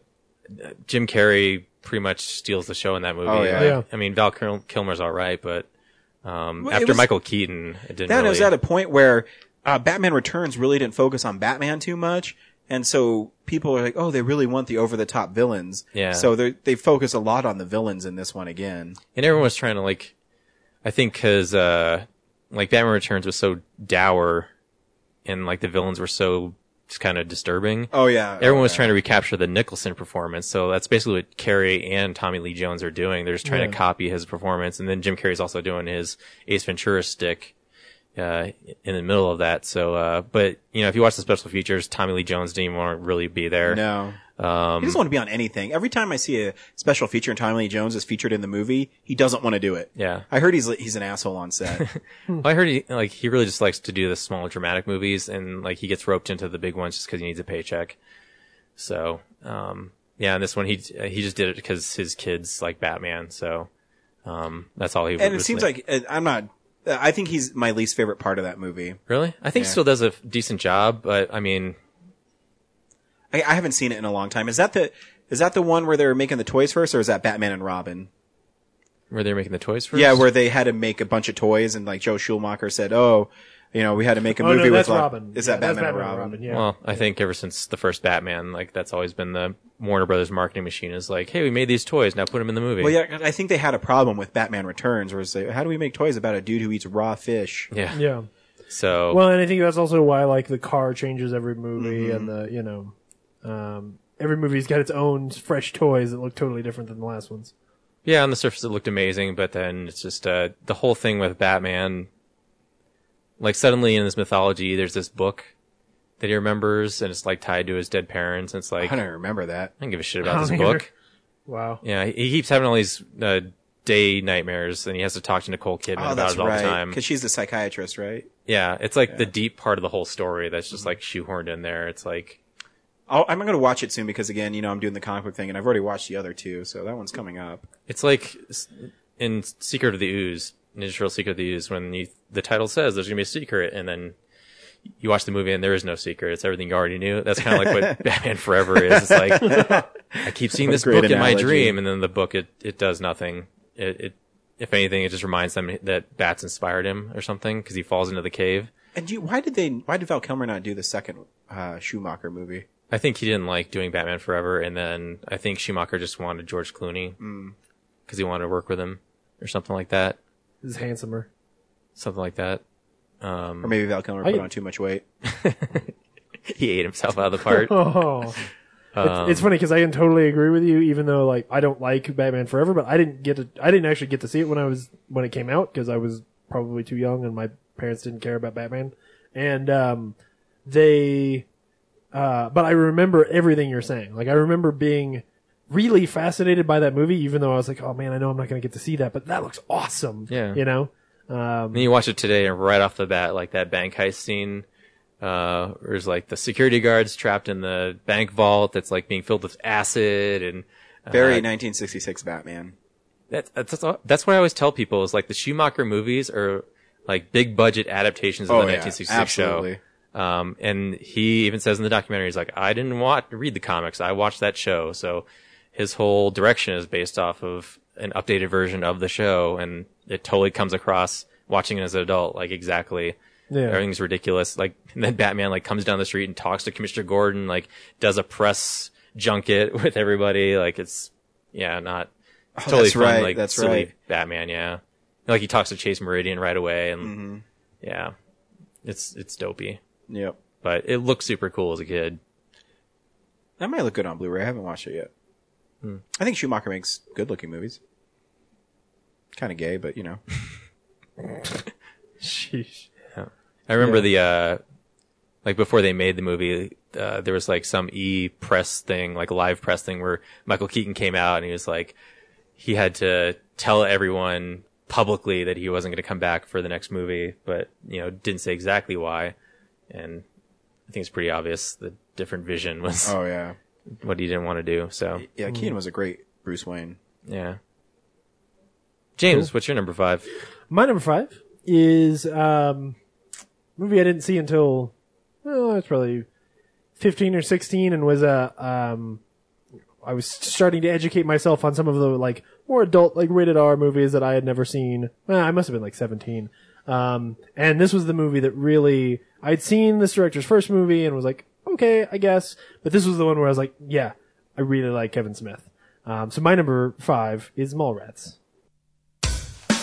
Speaker 5: Jim Carrey pretty much steals the show in that movie.
Speaker 4: Oh, yeah.
Speaker 5: Like,
Speaker 4: Yeah.
Speaker 5: I mean, Val Kil- Kilmer's all right, but, um,
Speaker 4: Well, it
Speaker 5: after
Speaker 4: was-
Speaker 5: Michael Keaton, it didn't
Speaker 4: That
Speaker 5: really.
Speaker 4: was at a point where uh, Batman Returns really didn't focus on Batman too much, and so people are like, "Oh, they really want the over-the-top villains."
Speaker 5: Yeah.
Speaker 4: So they they focus a lot on the villains in this one again.
Speaker 5: and everyone was trying to like, I think cause, uh, like Batman Returns was so dour and like the villains were so just kind of disturbing.
Speaker 4: Oh, yeah.
Speaker 5: Everyone
Speaker 4: Oh,
Speaker 5: was
Speaker 4: yeah.
Speaker 5: trying to recapture the Nicholson performance. So that's basically what Carrie and Tommy Lee Jones are doing. They're just trying
Speaker 4: Yeah.
Speaker 5: to copy his performance. And then Jim Carrey's also doing his Ace Ventura stick, uh, in the middle of that. So, uh, but you know, if you watch the special features, Tommy Lee Jones didn't even want to really be there.
Speaker 4: No.
Speaker 5: Um,
Speaker 4: he doesn't want to be on anything. Every time I see a special feature and Tommy Lee Jones is featured in the movie, he doesn't want to do it.
Speaker 5: yeah.
Speaker 4: I heard he's he's an asshole on set.
Speaker 5: Well, I heard he like he really just likes to do the small dramatic movies, and like he gets roped into the big ones just because he needs a paycheck. So, um, yeah, and this one he he just did it because his kids like Batman, so um, that's all he.
Speaker 4: and it
Speaker 5: was-
Speaker 4: seems like uh, I'm not. uh, I think he's my least favorite part of that movie.
Speaker 5: really, I think he
Speaker 4: Yeah.
Speaker 5: still does a f- decent job, but I mean,
Speaker 4: I, I haven't seen it in a long time. Is that the is that the one where they were making the toys first, or is that Batman and Robin?
Speaker 5: Where they're making the toys first?
Speaker 4: Yeah, where they had to make a bunch of toys, and like Joe Schumacher said, "Oh, you know, we had to make a
Speaker 2: Oh, no,
Speaker 4: movie with
Speaker 2: that's
Speaker 4: like,
Speaker 2: Robin.
Speaker 4: is
Speaker 2: Yeah,
Speaker 4: that Batman,
Speaker 2: that's Batman
Speaker 4: and
Speaker 2: and
Speaker 4: Robin?"
Speaker 2: Robin, yeah.
Speaker 5: Well, I think ever since the first Batman, like that's always been the Warner Brothers marketing machine is like, hey, we made these toys, now put them in the movie.
Speaker 4: Well, yeah, I think they had a problem with Batman Returns, where it's like, how do we make toys about a dude who eats raw fish?
Speaker 5: Yeah.
Speaker 2: Yeah.
Speaker 4: Oh.
Speaker 5: So
Speaker 2: Well, and I think that's also why like the car changes every movie, and the you know, um, every movie's got its own fresh toys that look totally different than the last ones.
Speaker 5: Yeah, on the surface it looked amazing, but then it's just uh, the whole thing with Batman. Like suddenly in this mythology, there's this book that he remembers, and it's like tied to his dead parents. And it's like
Speaker 4: I don't remember that.
Speaker 5: I don't give a shit
Speaker 2: I
Speaker 5: about
Speaker 2: don't
Speaker 5: this
Speaker 2: either.
Speaker 5: book.
Speaker 2: Wow.
Speaker 5: Yeah, he he keeps having all these uh, day nightmares, and he has to talk to Nicole Kidman
Speaker 4: Oh,
Speaker 5: about
Speaker 4: that's
Speaker 5: it all the
Speaker 4: right.
Speaker 5: time.
Speaker 4: Because she's the psychiatrist, right?
Speaker 5: Yeah, it's like the deep part of the whole story that's
Speaker 2: Mm-hmm.
Speaker 5: just like shoehorned in there. It's like
Speaker 4: I'll, I'm going to watch it soon because again, you know, I'm doing the comic book thing, and I've already watched the other two, so that one's coming up.
Speaker 5: It's like s- in Secret of the Ooze, Ninja Turtle Secret of the Ooze, when you, the title says there's gonna be a secret, and then you watch the movie and there is no secret. It's everything you already knew. That's kind of like what Batman Forever is. It's like I keep seeing
Speaker 4: What a
Speaker 5: this
Speaker 4: great
Speaker 5: book in my
Speaker 4: analogy.
Speaker 5: dream, and then the book it it does nothing. It, it if anything, it just reminds them that bats inspired him or something because he falls into the cave.
Speaker 4: And do you, why did they? Why did Val Kilmer not do the second uh, Schumacher movie?
Speaker 5: I think he didn't like doing Batman Forever, and then I think Schumacher just wanted George Clooney
Speaker 2: Mm.
Speaker 5: because he wanted to work with him or something like that.
Speaker 2: This is handsomer.
Speaker 5: something like that. Um,
Speaker 4: Or maybe Val Kilmer
Speaker 2: I-
Speaker 4: put on too much weight.
Speaker 5: he ate himself out of the part.
Speaker 2: oh.
Speaker 5: Um,
Speaker 2: it's, it's funny because I can totally agree with you, even though like I don't like Batman Forever, but I didn't get to, I didn't actually get to see it when I was when it came out because I was probably too young and my parents didn't care about Batman, and um, they, uh, but I remember everything you're saying. Like I remember being really fascinated by that movie, even though I was like, oh man, I know I'm not going to get to see that, but that looks awesome.
Speaker 5: Yeah.
Speaker 2: you know. Um,
Speaker 5: Then you watch it today, and right off the bat, like that bank heist scene, uh, there's like the security guards trapped in the bank vault that's like being filled with acid and uh,
Speaker 4: Very 1966 Batman.
Speaker 5: That, that's that's all- that's what I always tell people is like the Schumacher movies are like big budget adaptations of
Speaker 4: Oh,
Speaker 5: the
Speaker 4: yeah,
Speaker 5: 1966
Speaker 4: absolutely.
Speaker 5: show. Um, and he even says in the documentary, he's like, I didn't want read the comics, I watched that show. So his whole direction is based off of an updated version of the show, and it totally comes across watching it as an adult, like exactly.
Speaker 2: Yeah.
Speaker 5: Everything's ridiculous. Like and then Batman like comes down the street and talks to Commissioner Gordon, like does a press junket with everybody. Like it's yeah, not
Speaker 4: Oh,
Speaker 5: totally
Speaker 4: that's
Speaker 5: fun,
Speaker 4: right,
Speaker 5: like
Speaker 4: that's
Speaker 5: silly
Speaker 4: right.
Speaker 5: Batman, yeah. Like he talks to Chase Meridian right away and yeah. It's it's dopey.
Speaker 4: Mm-hmm. Yep.
Speaker 5: But it looks super cool as a kid.
Speaker 4: That might look good on Blu-ray. I haven't watched it yet.
Speaker 5: Hmm.
Speaker 4: I think Schumacher makes good-looking movies. Kind of gay, but you know.
Speaker 2: Sheesh.
Speaker 5: Yeah. I remember the uh like before they made the movie, uh, there was like some e press thing, like a live press thing where Michael Keaton came out and he was like he had to tell everyone publicly that he wasn't going to come back for the next movie, but you know, didn't say exactly why. And I think it's pretty obvious the different vision was
Speaker 4: Oh, yeah.
Speaker 5: what he didn't want to do. So
Speaker 4: Yeah, Keaton was a great Bruce Wayne.
Speaker 5: yeah. James, what's your number five?
Speaker 2: My number five is um, a movie I didn't see until oh, it's probably fifteen or sixteen, and was a um, I was starting to educate myself on some of the like more adult like rated R movies that I had never seen. Well, I must have been like seventeen, um, and this was the movie that really I'd seen this director's first movie and was like, okay, I guess, but this was the one where I was like, yeah, I really like Kevin Smith. Um, so my number five is Mallrats.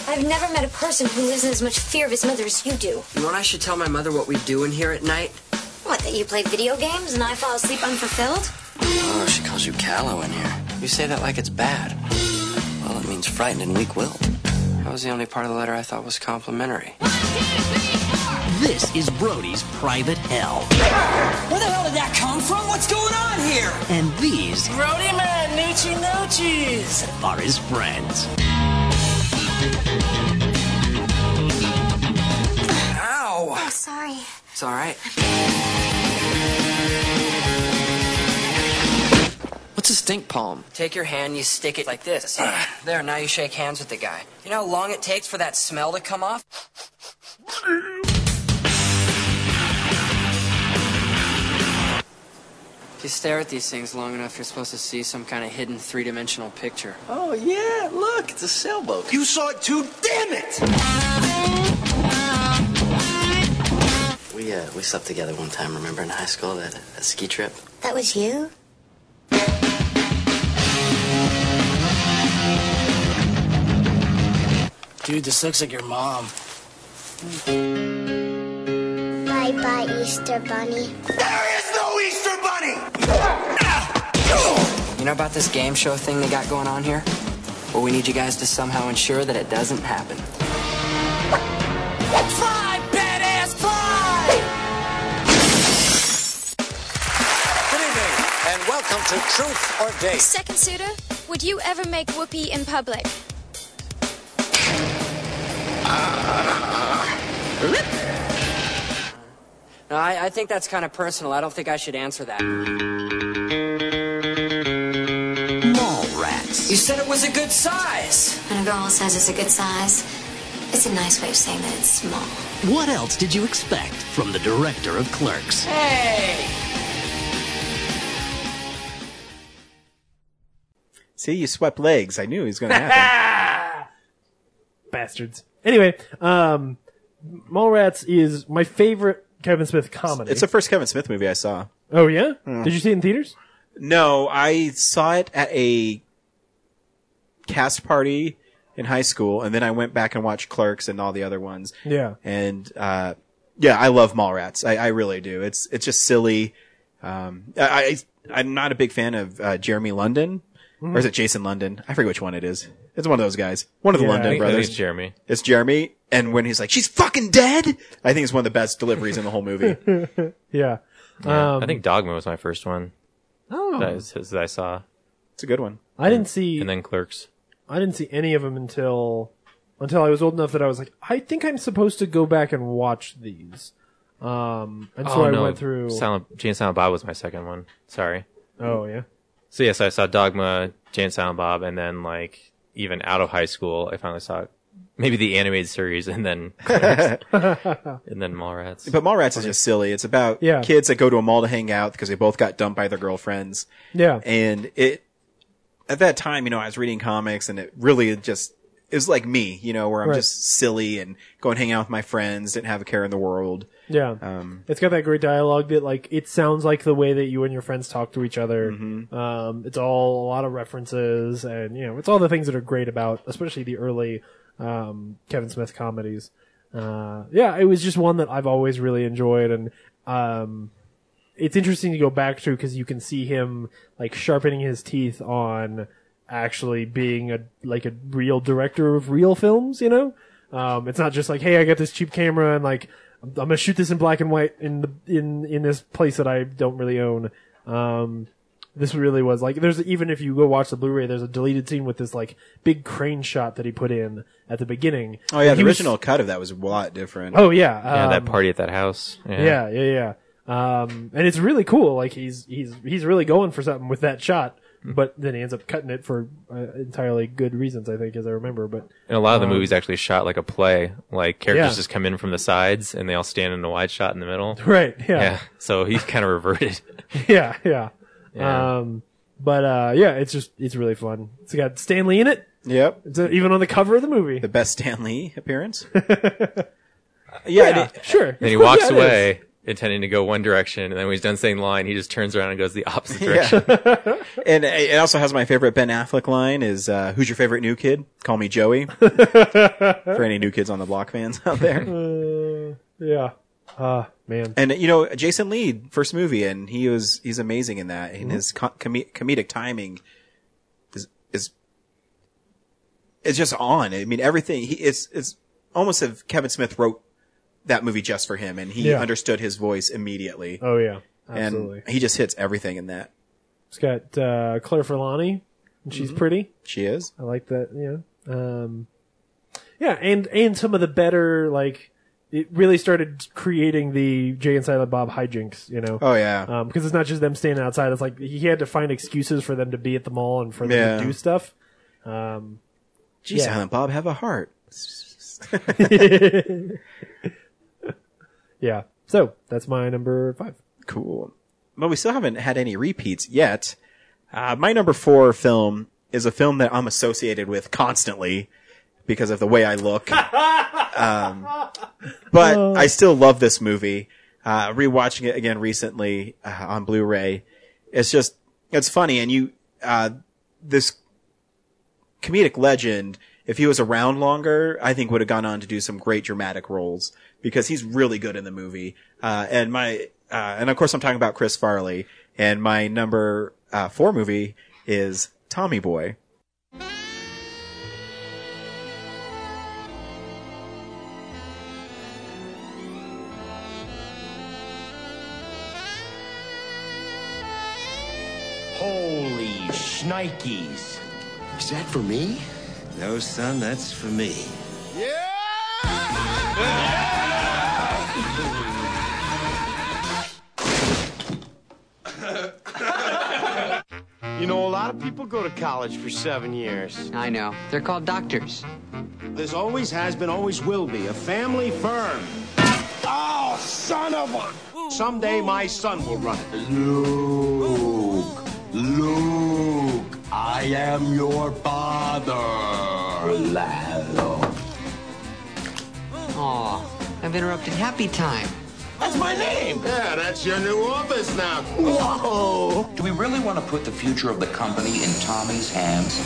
Speaker 11: I've never met a person who lives in as much fear of his mother as you do.
Speaker 12: You know what I should tell my mother what we do in here at night?
Speaker 11: What, that you play video games and I fall asleep unfulfilled?
Speaker 23: Oh, she calls you callow in here. You say that like it's bad. Well, it means frightened and weak-willed. That was the only part of the letter I thought was complimentary.
Speaker 14: This is Brody's private hell.
Speaker 22: Where the hell did that come from? What's going on here?
Speaker 14: And these
Speaker 22: Brody man, noochie noochies.
Speaker 14: are his friends.
Speaker 12: Ow!
Speaker 11: Oh, sorry.
Speaker 14: It's all right. What's a stink palm? Take your hand, you stick it like this. there, now you shake hands with the guy. You know how long it takes for that smell to come off? You stare at these things long enough, you're supposed to see some kind of hidden three dimensional picture.
Speaker 23: Oh, yeah, look, it's a sailboat. You saw it too? Damn it! We, uh, we slept together one time, remember, in high school, that, that ski trip?
Speaker 11: That was you?
Speaker 17: Dude, this looks like your mom.
Speaker 15: Bye bye, Easter Bunny.
Speaker 23: There is no Easter Bunny!
Speaker 14: You know about this game show thing they got going on here? Well, we need you guys to somehow ensure that it doesn't happen.
Speaker 22: Fly, badass, fly!
Speaker 18: Good evening, and welcome to Truth or Date.
Speaker 11: Second suitor, would you ever make whoopee in public?
Speaker 14: No, I, I think that's kind of personal. I don't think I should answer that.
Speaker 17: Mall rats.
Speaker 14: You said it was a good size.
Speaker 11: When a girl says it's a good size, it's a nice way of saying that it's small.
Speaker 17: What else did you expect from the director of Clerks?
Speaker 14: Hey!
Speaker 4: See, you swept legs. I knew it was going to happen.
Speaker 2: Bastards. Anyway, um, Mallrats is my favorite Kevin Smith comedy.
Speaker 4: it's the first Kevin Smith movie I saw.
Speaker 2: oh yeah?
Speaker 4: Mm.
Speaker 2: Did you see it in theaters?
Speaker 4: No, I saw it at a cast party in high school, and then I went back and watched Clerks and all the other ones.
Speaker 2: Yeah.
Speaker 4: And uh, yeah, I love Mallrats. I, I really do. It's it's just silly. Um, I, I I'm not a big fan of uh, Jeremy London, or is it Jason London? I forget which one it is. It's one of those guys. One of the
Speaker 5: Yeah, I
Speaker 4: London
Speaker 5: think- I think
Speaker 4: brothers.
Speaker 5: it's Jeremy.
Speaker 4: It's Jeremy. And when he's like, "She's fucking dead," I think it's one of the best deliveries in the whole movie.
Speaker 2: yeah.
Speaker 5: Yeah.
Speaker 2: Um,
Speaker 5: I think Dogma was my first one.
Speaker 2: Oh.
Speaker 5: That, is, that I saw.
Speaker 4: It's a good one.
Speaker 2: I didn't see
Speaker 5: And then Clerks.
Speaker 2: I didn't see any of them until until I was old enough that I was like, I think I'm supposed to go back and watch these. Um, and so
Speaker 5: Oh,
Speaker 2: I
Speaker 5: no,
Speaker 2: went through.
Speaker 5: Silent, Jane Silent Bob was my second one. Sorry.
Speaker 2: Oh yeah.
Speaker 5: So yes, I saw Dogma, Jane Silent Bob, and then like even out of high school, I finally saw maybe the animated series, and then Clerks, and then Mallrats.
Speaker 4: But Mallrats is just silly. It's about
Speaker 5: Yeah.
Speaker 4: kids that go to a mall to hang out because they both got dumped by their girlfriends.
Speaker 2: Yeah.
Speaker 4: And it, at that time, you know, I was reading comics and it really just, it was like me, you know, where I'm
Speaker 2: Right.
Speaker 4: just silly and go and hang out with my friends, didn't have a care in the world.
Speaker 2: Yeah.
Speaker 4: Um,
Speaker 2: It's got that great dialogue that like it sounds like the way that you and your friends talk to each other.
Speaker 4: Mm-hmm.
Speaker 2: Um, it's all a lot of references, and you know it's all the things that are great about, especially the early um, Kevin Smith comedies. Uh, yeah, it was just one that I've always really enjoyed, and um, it's interesting to go back to because you can see him like sharpening his teeth on actually being a like a real director of real films. You know, um, it's not just like, hey, I got this cheap camera and like I'm gonna shoot this in black and white in the in in this place that I don't really own. Um, this really was like there's even if you go watch the Blu-ray, there's a deleted scene with this like big crane shot that he put in at the beginning.
Speaker 4: Oh yeah,
Speaker 2: And
Speaker 4: the
Speaker 2: he was-
Speaker 4: original cut of that was a lot different.
Speaker 2: Oh, yeah,
Speaker 5: yeah, that
Speaker 2: um,
Speaker 5: party at that house. Yeah.
Speaker 2: yeah, yeah, yeah. Um, and it's really cool. Like he's he's he's really going for something with that shot, but then he ends up cutting it for uh, entirely good reasons, I think, as I remember. But
Speaker 5: And a lot of the
Speaker 2: um,
Speaker 5: movies actually shot like a play. Like characters
Speaker 2: Yeah.
Speaker 5: just come in from the sides, and they all stand in a wide shot in the middle.
Speaker 2: Right, yeah.
Speaker 5: So he kind of reverted.
Speaker 2: yeah, yeah,
Speaker 5: Yeah.
Speaker 2: Um, but uh, yeah, it's just it's really fun. It's got Stanley in it.
Speaker 4: Yep.
Speaker 2: It's uh, even on the cover of the movie. The
Speaker 4: best Stanley appearance.
Speaker 2: yeah, sure.
Speaker 5: Then
Speaker 2: Of
Speaker 5: he
Speaker 2: course,
Speaker 5: walks
Speaker 2: yeah, it is.
Speaker 5: away, intending to go one direction, and then when he's done saying line, he just turns around and goes the opposite direction.
Speaker 4: and it it also has my favorite Ben Affleck line is, uh, who's your favorite new kid? Call me Joey. For any new kids on the block fans out there.
Speaker 2: Uh, yeah. Ah, man.
Speaker 4: And you know, Jason Lee, first movie, and he was he's amazing in that. And
Speaker 2: Mm-hmm.
Speaker 4: his co- com- comedic timing is is it's just on. I mean, everything he it's it's almost as if Kevin Smith wrote that movie just for him, and he
Speaker 2: Yeah.
Speaker 4: understood his voice immediately.
Speaker 2: Oh yeah, absolutely.
Speaker 4: And he just hits everything in that.
Speaker 2: It's got uh, Claire Forlani, and she's
Speaker 4: Mm-hmm.
Speaker 2: pretty.
Speaker 4: She is.
Speaker 2: I like that. Yeah. Um, yeah, and and some of the better like it really started creating the Jay and Silent Bob hijinks. You know.
Speaker 4: Oh, yeah.
Speaker 2: Um, because it's not just them standing outside. It's like he had to find excuses for them to be at the mall and for them
Speaker 4: Yeah.
Speaker 2: to do stuff. Um,
Speaker 4: Gee, Silent Bob, have a heart.
Speaker 2: yeah. So that's my number five.
Speaker 4: Cool. but we still haven't had any repeats yet. Uh, my number four film is a film that I'm associated with constantly because of the way I look. um, but I still love this movie. Uh, rewatching it again recently uh, on Blu-ray. It's just, it's funny. And you, uh, this comedic legend, if he was around longer, I think would have gone on to do some great dramatic roles because he's really good in the movie. Uh, and my, uh, and of course I'm talking about Chris Farley and my number uh, four movie is Tommy Boy.
Speaker 13: Holy shnikes. Is that for me?
Speaker 20: No, son, that's for me.
Speaker 24: You know, a lot of people go to college for seven years. I know. They're called doctors. There's always has been, always will be a family firm. Oh, son of a! Someday my son will run it. Luke, Luke, I am your father.
Speaker 20: Aw,
Speaker 13: I've interrupted happy time.
Speaker 20: That's my name!
Speaker 13: Yeah, that's your new office now.
Speaker 20: Whoa! Do we really want to put the future of the company in Tommy's hands?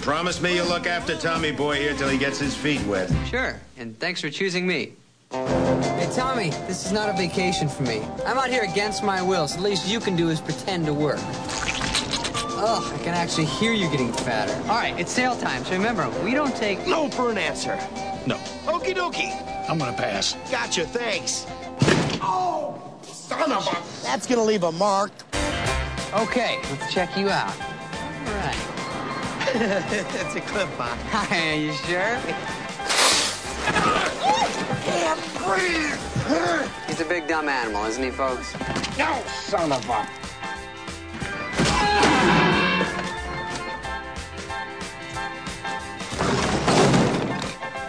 Speaker 13: Promise me you'll look after Tommy Boy here till he gets his feet wet.
Speaker 12: Sure, and thanks for choosing me.
Speaker 20: Hey, Tommy, this is not a vacation for me.
Speaker 12: I'm out here against my will, so the least you can do is pretend to work. Ugh, I can actually hear you getting fatter. All right, it's sale time, so remember, we don't take no for an answer.
Speaker 13: No. Okie dokie. I'm gonna pass. Gotcha, thanks. Oh, son of a. That's gonna leave a mark.
Speaker 12: Okay, let's check you out. All right.
Speaker 20: it's a clip on.
Speaker 12: Are you sure?
Speaker 20: Can't breathe!
Speaker 12: He's a big dumb animal, isn't he, folks?
Speaker 20: No, son of a.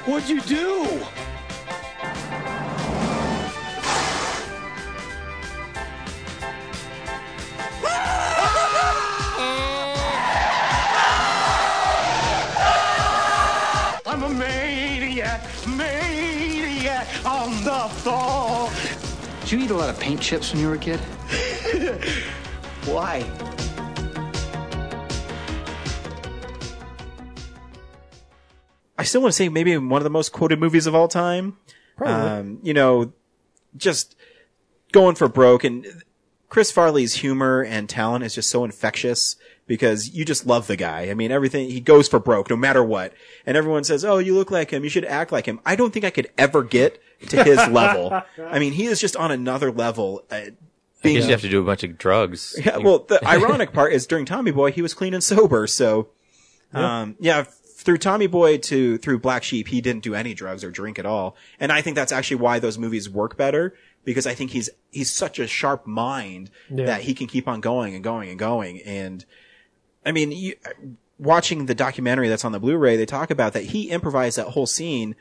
Speaker 13: What'd you do? I'm a maniac, maniac on the floor.
Speaker 20: Did you eat a lot of paint chips when you were a kid?
Speaker 13: Why?
Speaker 4: I still want to say maybe one of the most quoted movies of all time.
Speaker 2: Probably.
Speaker 4: Um, you know, just going for broke and Chris Farley's humor and talent is just so infectious because you just love the guy. I mean, everything, he goes for broke no matter what. And everyone says, Oh, you look like him. You should act like him. I don't think I could ever get to his level. I mean, he is just on another level. Uh,
Speaker 5: I guess you have to do a bunch of drugs.
Speaker 4: yeah, well, the ironic part is during Tommy Boy, he was clean and sober. So,
Speaker 5: Yeah.
Speaker 4: um, yeah, f- through Tommy Boy to through Black Sheep, he didn't do any drugs or drink at all. And I think that's actually why those movies work better because I think he's, he's such a sharp mind
Speaker 2: Yeah.
Speaker 4: that he can keep on going and going and going. And I mean, you, watching the documentary that's on the Blu-ray, they talk about that he improvised that whole scene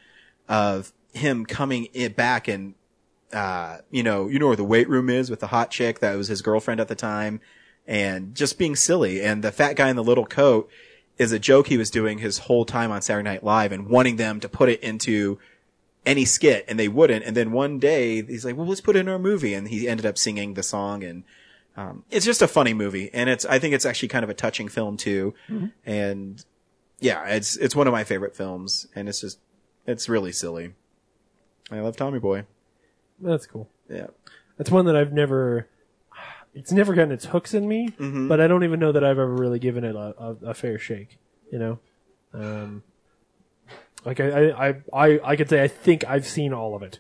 Speaker 4: of him coming in back and uh, you know, you know where the weight room is with the hot chick that was his girlfriend at the time and just being silly. And the fat guy in the little coat is a joke he was doing his whole time on Saturday Night Live and wanting them to put it into any skit and they wouldn't. And then one day he's like, well, let's put it in our movie. And he ended up singing the song and, um, it's just a funny movie. And it's, I think it's actually kind of a touching film too.
Speaker 2: Mhm.
Speaker 4: And yeah, it's, it's one of my favorite films and it's just, it's really silly. I love Tommy Boy.
Speaker 2: That's cool.
Speaker 4: Yeah.
Speaker 2: That's one that I've never. It's never gotten its hooks in me,
Speaker 4: Mm-hmm.
Speaker 2: but I don't even know that I've ever really given it a, a, a fair shake. You know, um, like I, I, I- I, I could say I think I've seen all of it.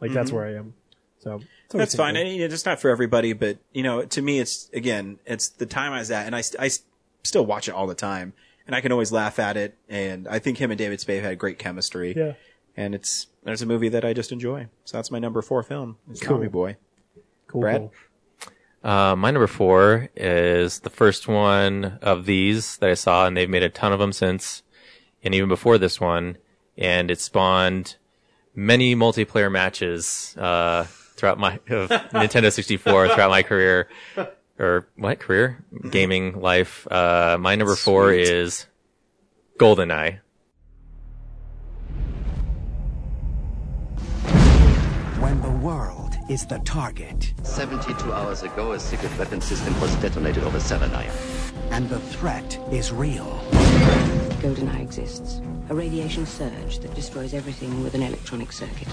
Speaker 2: Like that's
Speaker 4: Mhm.
Speaker 2: where I am. So it's always
Speaker 4: That's fine.
Speaker 2: been
Speaker 4: And, you know, it's not for everybody, but you know, to me, it's again, it's the time I was at, and I, st- I s- still watch it all the time, and I can always laugh at it. And I think him and David Spade had great chemistry.
Speaker 2: Yeah.
Speaker 4: And it's there's a movie that I just enjoy, so that's my number four film. It's
Speaker 2: Cool.
Speaker 4: Tommy Boy.
Speaker 2: Cool.
Speaker 4: Brad?
Speaker 2: cool.
Speaker 5: Uh, my number four is the first one of these that I saw, and they've made a ton of them since, and even before this one, and it spawned many multiplayer matches. Uh, throughout my of Nintendo 64 throughout my career, or what career
Speaker 4: Mm-hmm.
Speaker 5: gaming life. Uh, my number four is GoldenEye.
Speaker 9: When the world is the target
Speaker 37: 72 hours ago, a secret weapon system was detonated over Sevenaya.
Speaker 9: and the threat is real,
Speaker 18: GoldenEye exists. A radiation surge that destroys everything with an electronic circuit.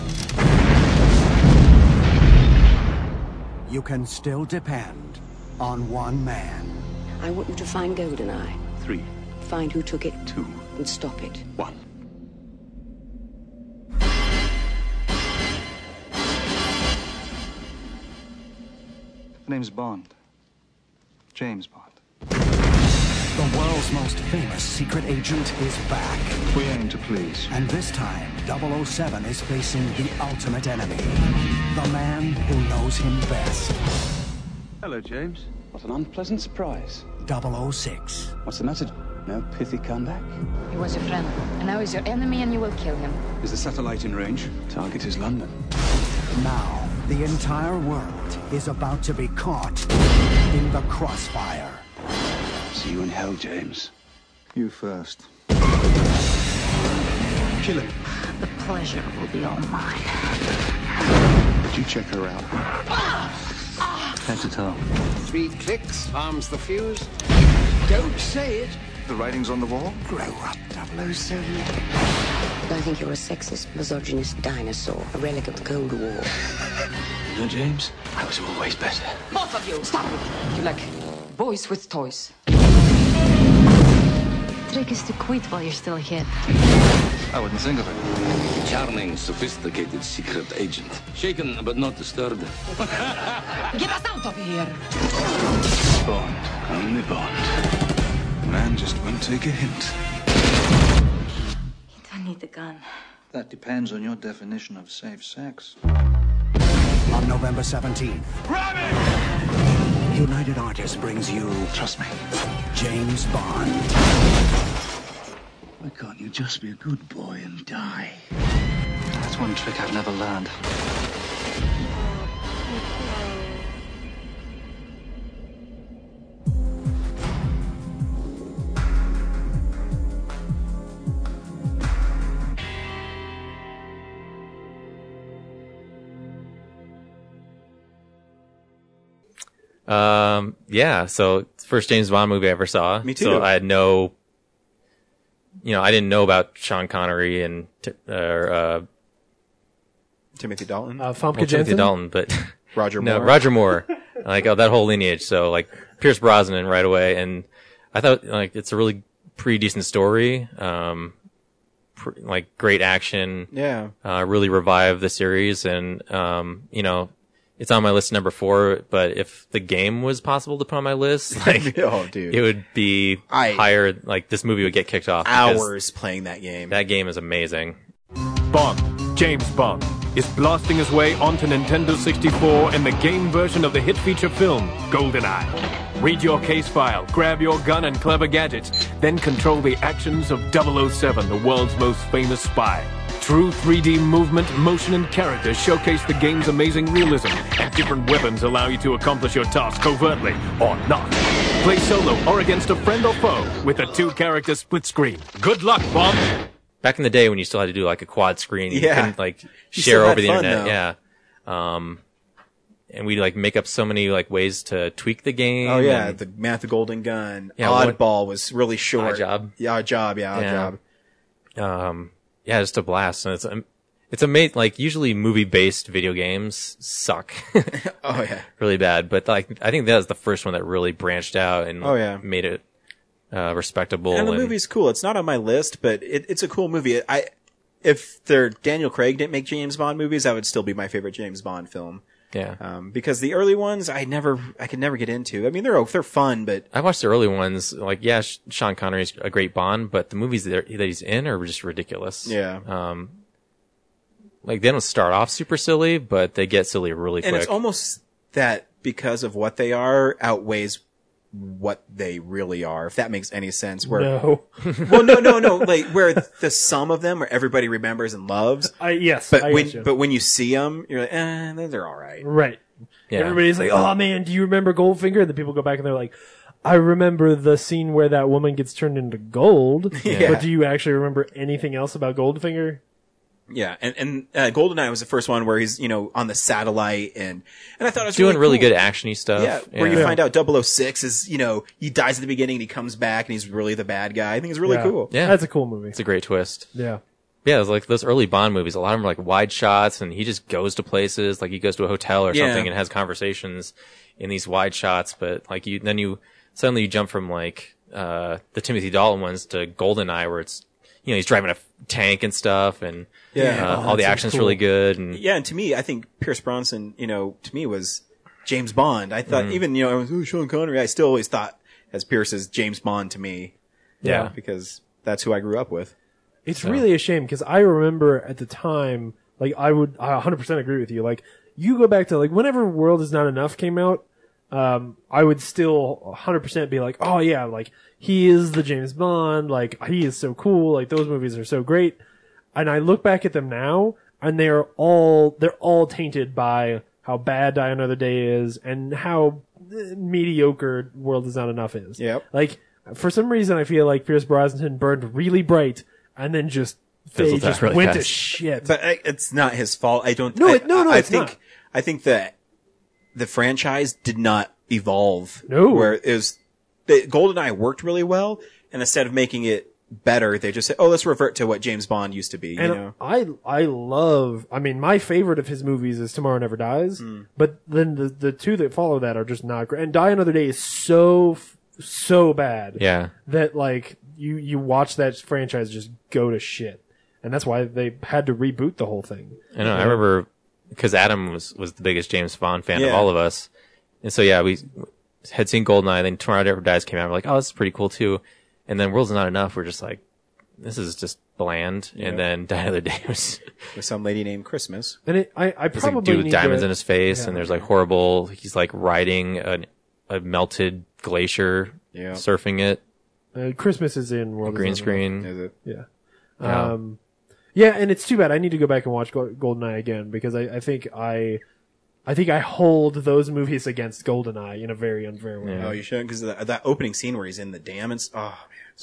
Speaker 9: you can still depend on one man.
Speaker 18: I want you to find GoldenEye.
Speaker 9: Three.
Speaker 18: Find who took it. Two. And stop it.
Speaker 9: One.
Speaker 6: The name's Bond. James Bond.
Speaker 9: The world's most famous secret agent is back. We aim to please. And this time, 007 is facing the ultimate enemy. The man who knows him best.
Speaker 6: Hello, James. What an unpleasant surprise.
Speaker 9: 006.
Speaker 6: What's the matter? No pithy comeback?
Speaker 11: He was your friend, and now he's your enemy, and you will kill him.
Speaker 6: Is the satellite in range? Target is London.
Speaker 9: Now, the entire world is about to be caught in the crossfire.
Speaker 6: See you in hell, James. You first. Kill him.
Speaker 18: The pleasure will be all mine.
Speaker 6: Did you check her out? Head to toe.
Speaker 38: Three clicks, arms the fuse. Don't say it.
Speaker 6: The writing's on the wall.
Speaker 38: Grow up,
Speaker 18: 007. I think you're a sexist, misogynist dinosaur, a relic of the Cold War.
Speaker 6: No, James. I was always better.
Speaker 11: Both of you, stop it! You like boys with toys. Trick is to quit while you're still ahead.
Speaker 6: I wouldn't think of it.
Speaker 39: Charming, sophisticated secret agent. Shaken but not disturbed.
Speaker 11: Get us out of here!
Speaker 6: Bond. Only Bond. Man just won't take a hint.
Speaker 11: Don't need the gun.
Speaker 6: That depends on your definition of safe sex.
Speaker 9: On November 17th, United Artists brings you. Trust me. James Bond.
Speaker 6: Why can't you just be a good boy and die? That's one trick I've never learned.
Speaker 5: Um, yeah. So first James Bond movie I ever saw.
Speaker 4: Me too.
Speaker 5: So I had no, you know, I didn't know about Sean Connery and t- or uh,
Speaker 4: Timothy Dalton.
Speaker 40: Uh, Fomka
Speaker 5: well, Timothy
Speaker 40: Jensen?
Speaker 5: Dalton, but
Speaker 4: Roger
Speaker 5: no,
Speaker 4: Moore.
Speaker 5: Roger Moore, like oh, that whole lineage. So like Pierce Brosnan right away, and I thought like it's a really pretty decent story. Um, pr- like great action.
Speaker 4: Yeah.
Speaker 5: uh, really revived the series, and um, you know. It's on my list number four, but if the game was possible to put on my list, like,
Speaker 4: Oh, dude.
Speaker 5: it would be
Speaker 4: I-
Speaker 5: higher. Like this movie would get kicked off. because
Speaker 4: Hours playing that game.
Speaker 5: That game is amazing.
Speaker 41: Bond, James Bond, is blasting his way onto Nintendo 64 in the game version of the hit feature film GoldenEye. Read your case file, grab your gun and clever gadgets, then control the actions of 007, the world's most famous spy. True 3D movement, motion, and character showcase the game's amazing realism, and different weapons allow you to accomplish your task covertly or not. Play solo or against a friend or foe with a two character split screen. Good luck, Bond!
Speaker 5: Back in the day when you still had to do like a quad screen, you
Speaker 41: Yeah.
Speaker 5: couldn't like
Speaker 41: You
Speaker 5: share
Speaker 41: still
Speaker 5: over
Speaker 41: had
Speaker 5: the
Speaker 41: fun,
Speaker 5: internet. Yeah. Um, and we like make up so many like ways to tweak the game.
Speaker 4: Oh yeah,
Speaker 5: and-
Speaker 4: the Matt the Golden Gun.
Speaker 5: Yeah, what-
Speaker 4: Oddball was really short.
Speaker 5: Odd Job.
Speaker 4: Yeah, odd job. Yeah, odd job.
Speaker 5: job. Um, yeah, just a blast. And it's, um, it's amazing. Like usually movie based video games suck.
Speaker 4: Oh, yeah.
Speaker 5: Really bad. But like, I think that was the first one that really branched out and
Speaker 4: Oh, yeah.
Speaker 5: made it, uh, respectable.
Speaker 4: And the movie's cool. It's not on my list, but it, it's a cool movie. I if their Daniel Craig didn't make James Bond movies, that would still be my favorite James Bond film.
Speaker 5: yeah.
Speaker 4: Um, because the early ones, I never, I could never get into. I mean, they're they're fun, but
Speaker 5: I watched the early ones. Like, yeah, Sh- Sean Connery's a great Bond, but the movies that, that he's in are just ridiculous.
Speaker 4: Yeah.
Speaker 5: Um, like they don't start off super silly, but they get silly really
Speaker 4: and
Speaker 5: quick.
Speaker 4: it's almost that because of what they are outweighs what they really are, if that makes any sense. Where
Speaker 2: No.
Speaker 4: well, no, no, no. Like where the sum of them, where everybody remembers and loves.
Speaker 2: I- yes,
Speaker 4: but
Speaker 2: I
Speaker 4: when
Speaker 2: get you.
Speaker 4: but when you see them, you're like, eh, they're- they're all right.
Speaker 2: Right.
Speaker 4: Yeah.
Speaker 2: Everybody's like, "Oh man, do you remember Goldfinger?" And the people go back and they're like, "I remember the scene where that woman gets turned into gold."
Speaker 4: Yeah.
Speaker 2: But do you actually remember anything else about Goldfinger?
Speaker 4: Yeah, and and uh, Goldeneye was the first one where he's you know on the satellite and and I thought it was
Speaker 5: doing really,
Speaker 4: cool.
Speaker 5: good actiony stuff.
Speaker 4: Yeah, where you find out 006 is you know he dies at the beginning and he comes back and he's really the bad guy. I think it's really
Speaker 2: Yeah.
Speaker 4: cool.
Speaker 5: Yeah,
Speaker 2: That's a cool movie.
Speaker 5: It's a great twist.
Speaker 2: Yeah.
Speaker 5: Yeah, it's like those early Bond movies. A lot of them are like wide shots, and he just goes to places. Like he goes to a hotel or
Speaker 4: Yeah.
Speaker 5: something and has conversations in these wide shots. But like you, then you suddenly you jump from like uh the Timothy Dalton ones to Goldeneye, where it's you know he's driving a f- tank and stuff, and
Speaker 4: Yeah.
Speaker 5: uh,
Speaker 4: Oh,
Speaker 5: all
Speaker 4: that's
Speaker 5: the
Speaker 4: so
Speaker 5: action's
Speaker 4: cool.
Speaker 5: really good. And
Speaker 4: Yeah, and to me, I think Pierce Bronson, you know, to me was James Bond. I
Speaker 2: Mm.
Speaker 4: thought
Speaker 5: Mhm.
Speaker 4: even you know I was "Ooh, Sean Connery. I still always thought as Pierce as James Bond to me.
Speaker 2: Yeah.
Speaker 4: because that's who I grew up with.
Speaker 2: It's
Speaker 4: So.
Speaker 2: really a shame because I remember at the time, like I would, I 100% agree with you. Like you go back to like whenever World Is Not Enough came out, um, I would still 100% be like, oh yeah, like he is the James Bond, like he is so cool, like those movies are so great. And I look back at them now, and they are all they're all tainted by how bad Die Another Day is and how eh, mediocre World Is Not Enough is.
Speaker 4: Yep.
Speaker 2: Like for some reason, I feel like Pierce Brosnan burned really bright and then just they
Speaker 4: Fizzled out
Speaker 2: just
Speaker 4: really
Speaker 2: went to
Speaker 4: fast.
Speaker 2: shit.
Speaker 4: But I, it's not his fault. I don't.
Speaker 2: No,
Speaker 4: I,
Speaker 2: it- no, no,
Speaker 4: I,
Speaker 2: it's
Speaker 4: think
Speaker 2: not.
Speaker 4: I think that the franchise did not evolve.
Speaker 2: No.
Speaker 4: where it was the Goldeneye worked really well, and instead of making it better, they just said, "Oh, let's revert to what James Bond used to be."
Speaker 2: and
Speaker 4: you know.
Speaker 2: I I love. I mean, my favorite of his movies is Tomorrow Never Dies.
Speaker 5: Hmm.
Speaker 2: But then the the two that follow that are just not great. And Die Another Day is so f- so bad.
Speaker 5: Yeah.
Speaker 2: That like you you watch that franchise just go to shit, and that's why they had to reboot the whole thing.
Speaker 5: I know. I remember because Adam was was the biggest James Bond fan of
Speaker 2: Yeah.
Speaker 5: all of us, and so yeah, we had seen Goldeneye. Then Tomorrow Never Dies came out. We're like, oh, this is pretty cool too. And then World's Not Enough. We're just like, this is just bland.
Speaker 4: Yeah.
Speaker 5: And then Die Another Day was
Speaker 4: with some lady named Christmas.
Speaker 2: And it, I I
Speaker 5: there's like
Speaker 2: probably
Speaker 5: a dude with
Speaker 2: need
Speaker 5: diamonds
Speaker 2: to-
Speaker 5: in his face,
Speaker 2: Yeah.
Speaker 5: and there's like horrible. He's like riding an, a melted glacier,
Speaker 2: Yeah.
Speaker 5: surfing it.
Speaker 2: Uh, Christmas is in World
Speaker 5: Green
Speaker 2: is Not
Speaker 5: screen.
Speaker 4: Is it?
Speaker 2: Yeah.
Speaker 5: Yeah.
Speaker 2: Um, yeah, and it's too bad. I need to go back and watch Go- Goldeneye again because I, I think I, I think I hold those movies against Goldeneye in a very unfair way.
Speaker 4: Oh, you shouldn't because that opening scene where he's in the dam and s- oh man.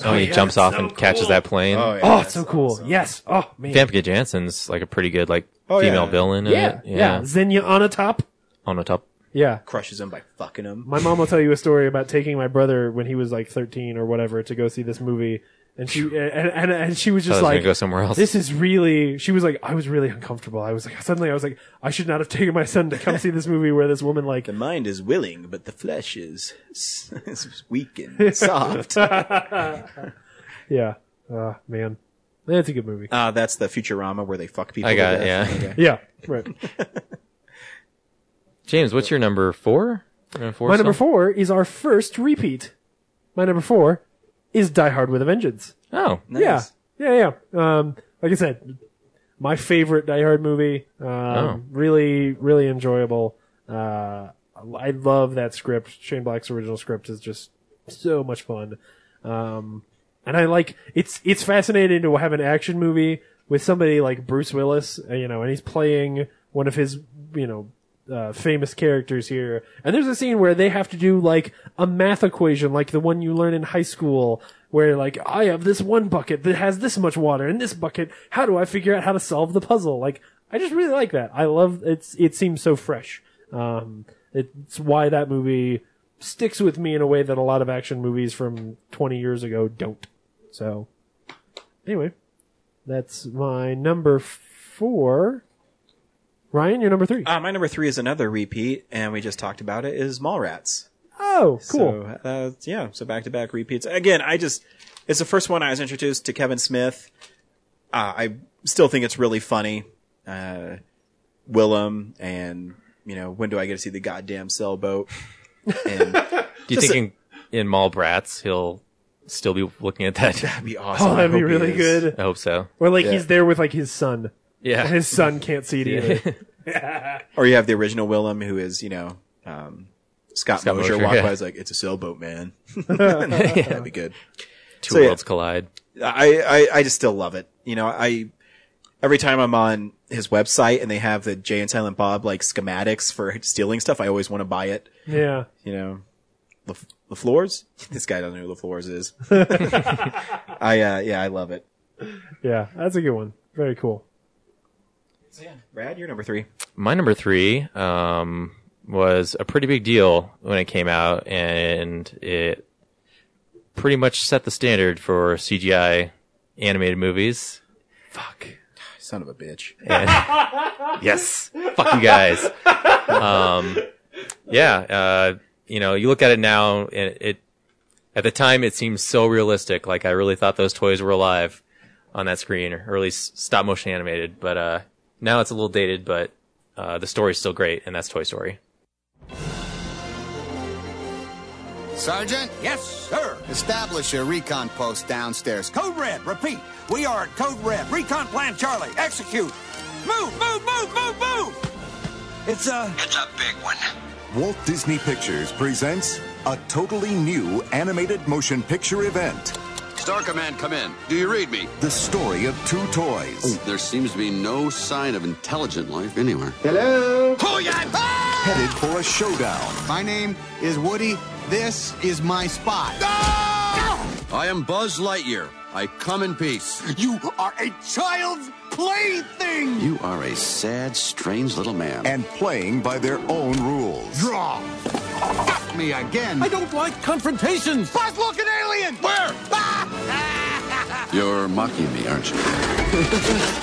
Speaker 5: Oh, he jumps off and catches that plane.
Speaker 4: Oh, yeah,
Speaker 2: Oh,
Speaker 4: that's
Speaker 2: it's so cool. Yes. Oh man.
Speaker 5: Famke Janssen's like a pretty good like
Speaker 2: Oh,
Speaker 5: female
Speaker 2: yeah.
Speaker 5: villain. in
Speaker 2: Yeah,
Speaker 5: it.
Speaker 2: yeah. Xenia on a top.
Speaker 5: on the top.
Speaker 2: Yeah.
Speaker 4: crushes him by fucking him.
Speaker 2: My mom will tell you a story about taking my brother when he was like 13 or whatever to go see this movie. And she, and, and, and she was
Speaker 5: Thought I
Speaker 2: just
Speaker 5: was gonna
Speaker 2: like,
Speaker 5: go somewhere else.
Speaker 2: this is really, she was like, I was really uncomfortable. I was like, suddenly I was like, I should not have taken my son to come see this movie where this woman like,
Speaker 4: The mind is willing, but the flesh is s- is weak and soft. Uh,
Speaker 2: yeah. Uh, man. That's a good movie.
Speaker 4: Uh, that's the Futurama where they fuck people.
Speaker 5: I
Speaker 4: to
Speaker 5: got it,
Speaker 4: death.
Speaker 5: yeah.
Speaker 4: Okay.
Speaker 2: Yeah. Right.
Speaker 5: James, what's your number four? Number four
Speaker 2: My number
Speaker 5: song?
Speaker 2: four is our first repeat. My number four is Die Hard with a Vengeance.
Speaker 5: Oh,
Speaker 2: Yeah, yeah, yeah. Um, like I said, my favorite Die Hard movie. Um,
Speaker 5: Oh.
Speaker 2: Really, really enjoyable. Uh, I love that script. Shane Black's original script is just so much fun. Um, and I like it's it's fascinating to have an action movie with somebody like Bruce Willis, uh, you know, and he's playing one of his, you know, uh, famous characters here. And there's a scene where they have to do like a math equation, like the one you learn in high school, where like I have this one bucket that has this much water in this bucket. How do I figure out how to solve the puzzle? Like I just really like that. I love it's. It seems so fresh. Um, it's why that movie sticks with me in a way that a lot of action movies from 20 years ago don't. So, anyway, that's my number four. Ryan, you're number three.
Speaker 4: Uh, my number three is another repeat, and we just talked about it. Is Mallrats.
Speaker 2: Oh, cool.
Speaker 4: So, uh, yeah, so back to back repeats. Again, I just it's the first one I was introduced to Kevin Smith. Uh, I still think it's really funny. Uh, Willem and you know when do I get to see the goddamn sailboat? And
Speaker 5: Do you
Speaker 4: Just
Speaker 5: think in, in Mall Brats he'll still be looking at that? That'd
Speaker 4: be
Speaker 2: Oh, that'd be really good.
Speaker 5: I hope so.
Speaker 2: Or like he's there with like his son.
Speaker 5: Yeah.
Speaker 2: And his son can't see it
Speaker 5: Yeah.
Speaker 2: either.
Speaker 4: or you have the original Willem who is you know um, Scott,
Speaker 5: Scott
Speaker 4: Mosher
Speaker 5: Mosher,
Speaker 4: walked
Speaker 5: yeah.
Speaker 4: by. He's like, "It's a sailboat, man." That'd be good.
Speaker 5: Two
Speaker 4: So, yeah.
Speaker 5: worlds collide.
Speaker 4: I, I, I just still love it. You know, I, every time I'm on his website and they have the Jay and Silent Bob like schematics for stealing stuff, I always want to buy it.
Speaker 2: Yeah.
Speaker 4: You know, the, the floors? This guy doesn't know who the floors is. I, uh, yeah, I love it.
Speaker 2: Yeah, that's a good one. Very cool.
Speaker 4: So yeah, Brad, you're number three.
Speaker 5: my number three um, was a pretty big deal when it came out, and it pretty much set the standard for CGI animated movies.
Speaker 4: Son of a bitch.
Speaker 5: And- yes, fuck you guys. Um, yeah, uh, you know, you look at it now, and it at the time it seems so realistic. Like I really thought those toys were alive on that screen, or at least stop motion animated. But uh, now it's a little dated, but uh, the story's still great, and that's Toy Story.
Speaker 1: Sergeant? Yes, sir. Establish a recon post downstairs.
Speaker 9: Code Red, repeat. We are at Code Red. Recon Plan Charlie, execute. Move, move, move, move, move. It's uh, a. It's a big one.
Speaker 3: Walt Disney Pictures presents a totally new animated motion picture event.
Speaker 19: Star Command, come in. Do you read me? Oh.
Speaker 3: The story of two toys.
Speaker 19: There seems to be no sign of intelligent life anywhere. Ah!
Speaker 1: Hello?
Speaker 3: Headed for a showdown.
Speaker 1: My name is Woody. This is my spot.
Speaker 19: I am Buzz Lightyear. I come in peace.
Speaker 1: You are a child's plaything!
Speaker 19: You are a sad, strange little man.
Speaker 3: and playing by their own rules.
Speaker 1: Draw! At me again! I don't like confrontations! Buzz, look, Ah! an alien! Where?
Speaker 19: You're mocking me, aren't you?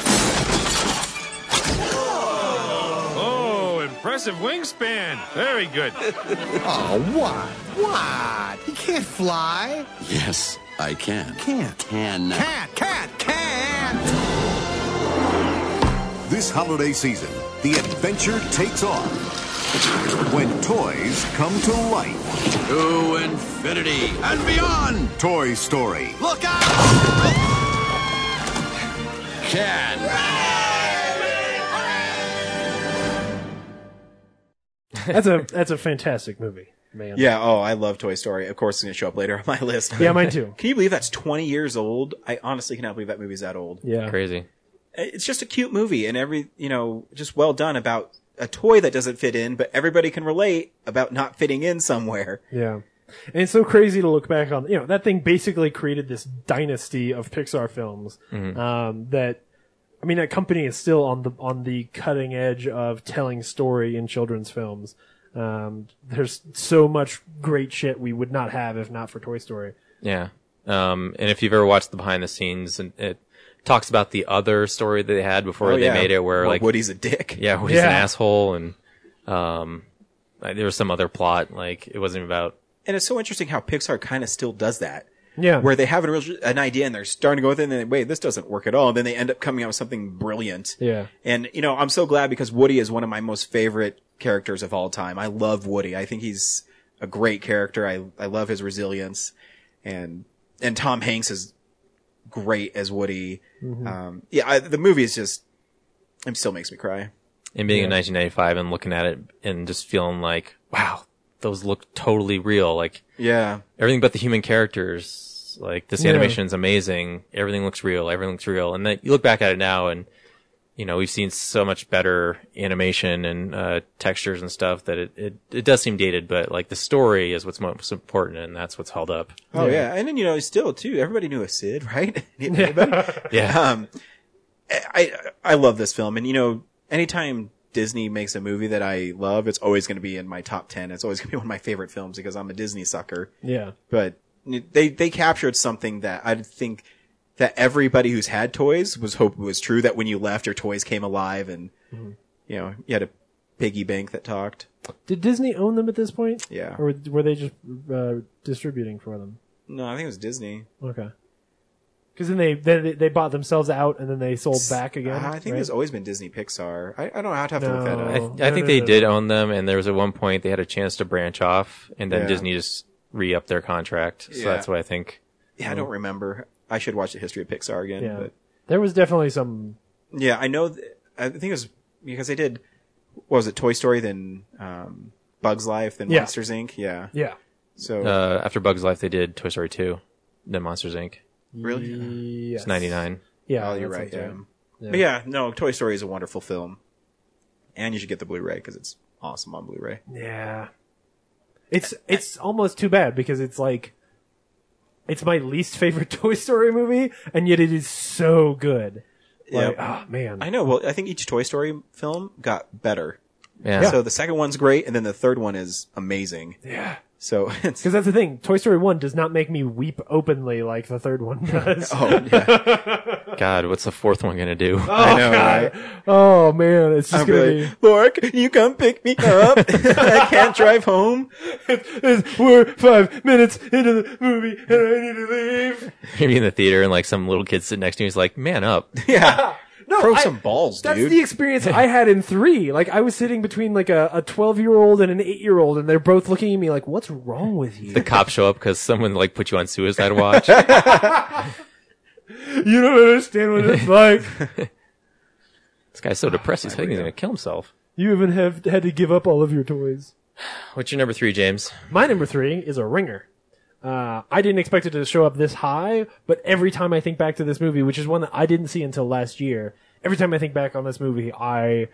Speaker 41: Oh, impressive wingspan. Very good.
Speaker 6: Ah,
Speaker 1: oh, what? What? He can't fly!
Speaker 19: Yes, I can.
Speaker 1: Can't.
Speaker 19: Can.
Speaker 1: Cat, cat, cat!
Speaker 3: This holiday season, the adventure takes off when toys come to life.
Speaker 19: To infinity and beyond.
Speaker 3: Toy Story.
Speaker 1: Look out!
Speaker 19: Can.
Speaker 2: That's a that's a fantastic movie, man.
Speaker 4: Yeah. Oh, I love Toy Story. Of course, it's going to show up later on my list.
Speaker 2: Yeah, mine too.
Speaker 4: Can you believe that's 20 years old? I honestly cannot believe that movie's that old.
Speaker 2: Yeah.
Speaker 5: Crazy.
Speaker 4: It's just a cute movie and every, you know, just well done about a toy that doesn't fit in, but everybody can relate about not fitting in somewhere.
Speaker 2: Yeah. And it's so crazy to look back on. You know, that thing basically created this dynasty of Pixar films.
Speaker 4: Mm-hmm.
Speaker 5: Mhm.
Speaker 2: Um, that, I mean, that company is still on the, on the cutting edge of telling story in children's films. Um, there's so much great shit we would not have if not for Toy Story.
Speaker 5: Yeah. Um, and if you've ever watched the behind the scenes, and it talks about the other story that they had before
Speaker 4: Oh,
Speaker 5: they
Speaker 4: yeah.
Speaker 5: made it, where
Speaker 4: Well,
Speaker 5: like
Speaker 4: Woody's a dick.
Speaker 5: Yeah, Woody's an
Speaker 4: Yeah.
Speaker 5: asshole, and um, like, there was some other plot. Like it wasn't about.
Speaker 4: And it's so interesting how Pixar kind of still does that.
Speaker 2: Yeah.
Speaker 4: Where they have an, orig- an idea and they're starting to go with it and then they, wait, this doesn't work at all. And then they end up coming out with something brilliant.
Speaker 2: Yeah.
Speaker 4: And, you know, I'm so glad because Woody is one of my most favorite characters of all time. I love Woody. I think he's a great character. I, I love his resilience and, and Tom Hanks is great as Woody.
Speaker 5: Mhm.
Speaker 4: Um, yeah, I, the movie is just, it still makes me cry.
Speaker 5: And being in
Speaker 4: Yeah.
Speaker 5: 1995 and looking at it and just feeling like, wow, those look totally real. Like
Speaker 4: Yeah.
Speaker 5: everything but the human characters. Like this
Speaker 4: Yeah.
Speaker 5: animation is amazing. Everything looks real. Everything looks real. And then you look back at it now and. You know, we've seen so much better animation and uh, textures and stuff that it, it, it does seem dated, but like the story is what's most important and that's what's held up.
Speaker 4: Oh yeah. and then you know, still too, everybody knew a Sid, right? Anybody?
Speaker 5: Yeah.
Speaker 4: Um, I I love this film, and you know, anytime Disney makes a movie that I love, it's always going to be in my top ten. It's always going to be one of my favorite films because I'm a Disney sucker.
Speaker 2: Yeah.
Speaker 4: But they they captured something that I think that everybody who's had toys was hope was true. That when you left, your toys came alive, and you know, you had a piggy bank that talked.
Speaker 2: Did Disney own them at this point?
Speaker 4: Yeah.
Speaker 2: Or were they just uh, distributing for them?
Speaker 4: No, I think it was Disney.
Speaker 2: Okay. Because then they, they they bought themselves out and then they sold back again.
Speaker 4: uh, I think
Speaker 2: right?
Speaker 4: there's always been Disney Pixar. I, I don't know. I'd have to look that
Speaker 2: No.
Speaker 4: up.
Speaker 5: I, th-
Speaker 2: No,
Speaker 5: I think
Speaker 2: no,
Speaker 5: they
Speaker 2: no,
Speaker 5: did
Speaker 2: no.
Speaker 5: own them, and there was at one point they had a chance to branch off, and then
Speaker 4: Yeah.
Speaker 5: Disney just re-upped their contract. So
Speaker 4: Yeah.
Speaker 5: that's what I think.
Speaker 4: Yeah, I don't remember. I should watch the history of Pixar again.
Speaker 2: Yeah.
Speaker 4: But
Speaker 2: There was definitely some.
Speaker 4: yeah, I know. Th- I think it was because they did. What was it? Toy Story, then um, Bugs Life, then
Speaker 2: Yeah.
Speaker 4: Monsters Inc. Yeah.
Speaker 2: Yeah. Oh.
Speaker 4: So
Speaker 5: Uh, after Bugs Life, they did Toy Story 2, then Monsters Inc.
Speaker 4: Really?
Speaker 2: Yes.
Speaker 5: It's 99.
Speaker 2: Yeah,
Speaker 4: Oh, you're
Speaker 2: that
Speaker 4: right. Yeah.
Speaker 2: sounds right. Yeah.
Speaker 4: But yeah, no, Toy Story is a wonderful film, and you should get the Blu-ray because it's awesome on Blu-ray.
Speaker 2: Yeah. It's it's almost too bad because it's like it's my least favorite Toy Story movie, and yet it is so good. Like, ah, man.
Speaker 4: I know. Well, I think each Toy Story film got better.
Speaker 2: Yeah. Yeah.
Speaker 4: So the second one's great, and then the third one is amazing.
Speaker 2: Yeah.
Speaker 4: So it's
Speaker 2: Because that's the thing, Toy Story One does not make me weep openly like the third one does.
Speaker 4: oh,
Speaker 2: yeah.
Speaker 5: God, what's the fourth one gonna do?
Speaker 2: Oh, God. Oh man, it's just
Speaker 4: I'm
Speaker 2: gonna
Speaker 4: really- Lork, you come pick me up. I can't drive home.
Speaker 2: be. We're five minutes into the movie, and I need to leave.
Speaker 5: You're in the theater and like some little kid sitting next to you. He's like, "Man up."
Speaker 4: Yeah.
Speaker 2: No,
Speaker 5: Throw
Speaker 2: I-
Speaker 5: some balls,
Speaker 2: That's
Speaker 5: dude.
Speaker 2: the experience I had in three. Like I was sitting between like a a twelve year old and an eight year old, and they're both looking at me like, "What's wrong with you?"
Speaker 5: the cops show up because someone like put you on suicide watch.
Speaker 2: you don't understand what it's like.
Speaker 5: this guy's so depressed. He's thinking he's gonna kill himself.
Speaker 2: You even have had to give up all of your toys.
Speaker 5: What's your number three, James?
Speaker 2: My number three is a ringer. Uh, I didn't expect it to show up this high, but every time I think back to this movie, which is one that I didn't see until last year, every time I think back on this movie, I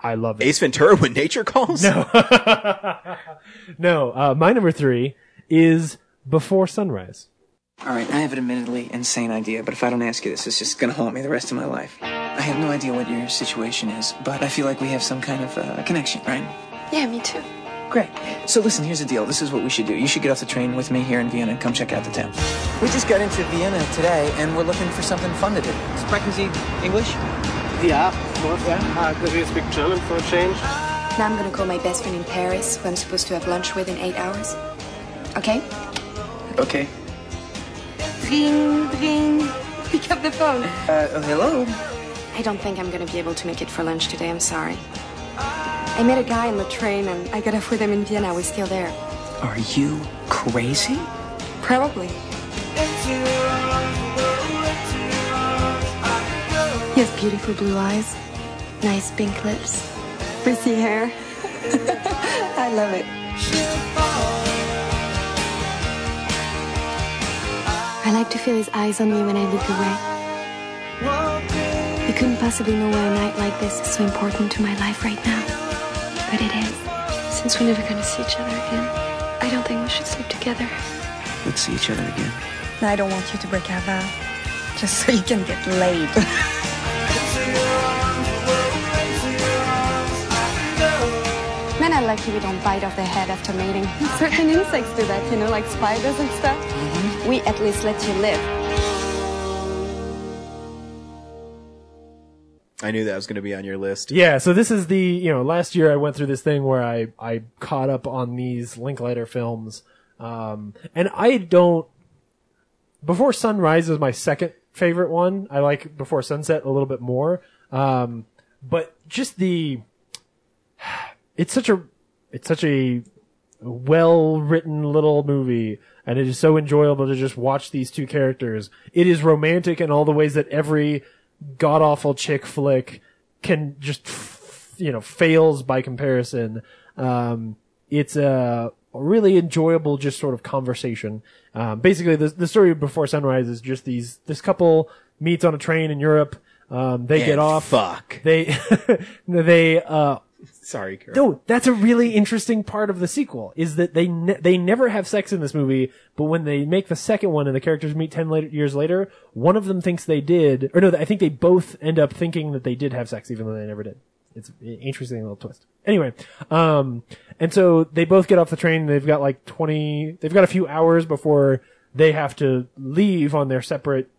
Speaker 2: I love it.
Speaker 4: Ace Ventura when nature calls. No.
Speaker 2: No, uh, my number three is Before Sunrise.
Speaker 6: All right, I have an admittedly insane idea, but if I don't ask you this, it's just gonna haunt me the rest of my life. I have no idea what your situation is, but I feel like we have some kind of uh, connection, right?
Speaker 21: Yeah, me too.
Speaker 6: Great. So listen, here's the deal. This is what we should do. You should get off the train with me here in Vienna and come check out the town. We just got into Vienna today, and we're looking for something fun to do. Is pregnancy English?
Speaker 7: Yeah, more, yeah, because we speak German for a change.
Speaker 11: Now I'm gonna call my best friend in Paris, who I'm supposed to have lunch with in eight hours. Okay?
Speaker 6: Okay.
Speaker 11: Ring, ring. Pick up the phone.
Speaker 6: Uh, oh, hello.
Speaker 11: I don't think I'm gonna be able to make it for lunch today, I'm sorry. I met a guy on the train and I got off with him in Vienna, we're still there.
Speaker 6: Are you crazy?
Speaker 11: Probably. He has beautiful blue eyes, nice pink lips, pretty hair. I love it. I like to feel his eyes on me when I look away. You couldn't possibly know why a night like this is so important to my life right now. But it is. Since we're never gonna see each other again, I don't think we should sleep together.
Speaker 6: Let's see each other again.
Speaker 11: I don't want you to break our vow, just so you can get laid. Men are lucky we don't bite off their head after mating. Certain insects do that, you know, like spiders and stuff. We at least let you live.
Speaker 4: I knew that was going to be on your list.
Speaker 2: Yeah, so this is the you know last year I went through this thing where I I caught up on these Linklater films, um, and I don't. Before Sunrise is my second favorite one. I like Before Sunset a little bit more, um, but just the it's such a it's such a well written little movie and it is so enjoyable to just watch these two characters it is romantic in all the ways that every god awful chick flick can just f- you know fails by comparison um it's a really enjoyable just sort of conversation um basically the, the story of before sunrise is just these this couple meets on a train in europe um they get
Speaker 4: And
Speaker 2: off
Speaker 4: fuck.
Speaker 2: they they uh
Speaker 4: Sorry, Carol.
Speaker 2: no, that's a really interesting part of the sequel is that they ne- they never have sex in this movie, but when they make the second one and the characters meet ten later, years later, one of them thinks they did, or no, I think they both end up thinking that they did have sex even though they never did. It's an interesting little twist. Anyway, um, and so they both get off the train. They've got like twenty, they've got a few hours before they have to leave on their separate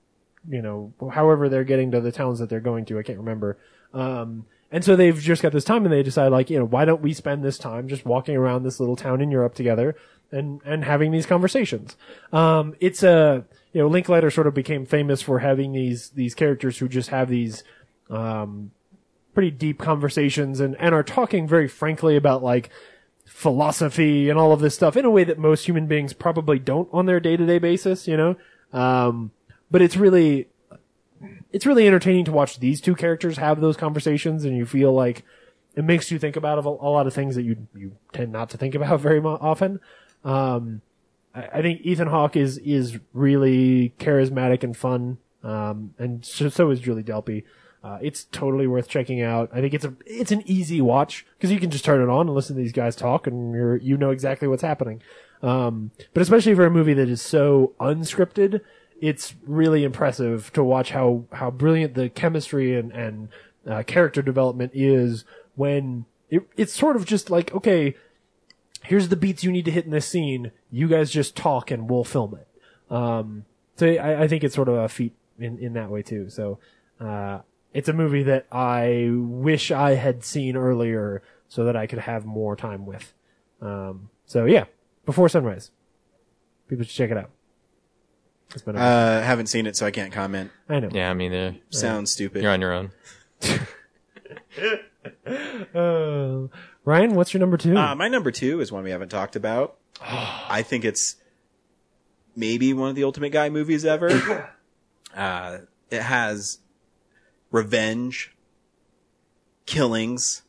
Speaker 2: you know, however they're getting to the towns that they're going to. I can't remember. Um, and so they've just got this time and they decide like, you know, why don't we spend this time just walking around this little town in Europe together and, and having these conversations? Um, it's a, you know, Linklater sort of became famous for having these, these characters who just have these, um, pretty deep conversations and, and are talking very frankly about like philosophy and all of this stuff in a way that most human beings probably don't on their day to day basis, you know? Um, but it's really, it's really entertaining to watch these two characters have those conversations and you feel like it makes you think about a, a lot of things that you you tend not to think about very mo- often. Um, I, I think Ethan Hawke is is really charismatic and fun, um, and so, so is Julie Delpy. Uh, it's totally worth checking out. I think it's a it's an easy watch because you can just turn it on and listen to these guys talk, and you're you know exactly what's happening. Um, but especially for a movie that is so unscripted, it's really impressive to watch how how brilliant the chemistry and and uh, character development is when it, it's sort of just like okay, here's the beats you need to hit in this scene. You guys just talk and we'll film it. Um, so I, I think it's sort of a feat in, in that way too. So, uh, it's a movie that I wish I had seen earlier so that I could have more time with. Um, so yeah, before sunrise, people should check it out. It's been a-
Speaker 4: Uh, haven't seen it, so I can't comment.
Speaker 2: I know.
Speaker 5: Yeah, I mean, uh,
Speaker 4: Sounds stupid.
Speaker 5: You're on your own.
Speaker 2: Uh, Ryan, what's your number two?
Speaker 4: Uh, my number two is one we haven't talked about. I think it's maybe one of the Ultimate Guy movies ever. uh, it has revenge, killings,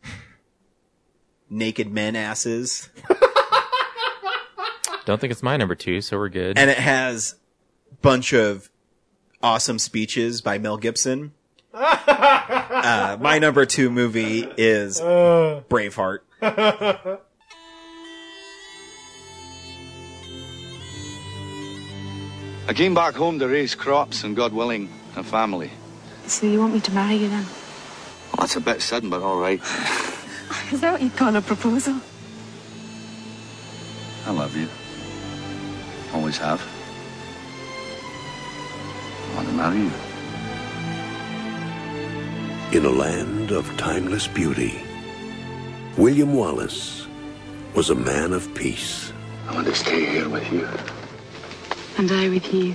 Speaker 4: naked men asses,
Speaker 5: Don't think it's my number two, so we're good.
Speaker 4: and it has bunch of awesome speeches by Mel Gibson. uh, my number two movie is
Speaker 2: Uh.
Speaker 4: Braveheart.
Speaker 6: I came back home to raise crops and, God willing, a family.
Speaker 11: So you want me to marry you then?
Speaker 6: Well, that's a bit sudden, but all right.
Speaker 11: Is that what you call a proposal?
Speaker 6: I love you. Always have. I want to marry you.
Speaker 42: In a land of timeless beauty, William Wallace was a man of peace.
Speaker 6: I want to stay here with you.
Speaker 42: And I with you.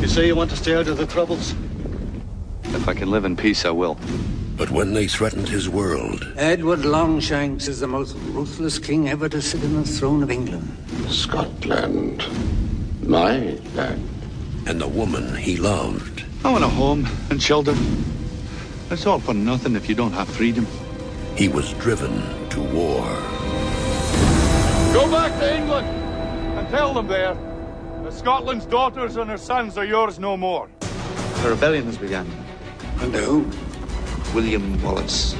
Speaker 6: You say you want to stay out of the troubles? If I can live in peace, I will.
Speaker 42: But when they threatened his world,
Speaker 9: Edward Longshanks is the most ruthless king ever to sit on the throne of England.
Speaker 42: Scotland, my land, and the woman he loved,
Speaker 6: I want a home and children. It's all for nothing if you don't have freedom.
Speaker 42: he was driven to war.
Speaker 9: Go back to England and tell them there that Scotland's daughters and her sons are yours no more.
Speaker 6: A rebellion has begun. Under who? William Wallace.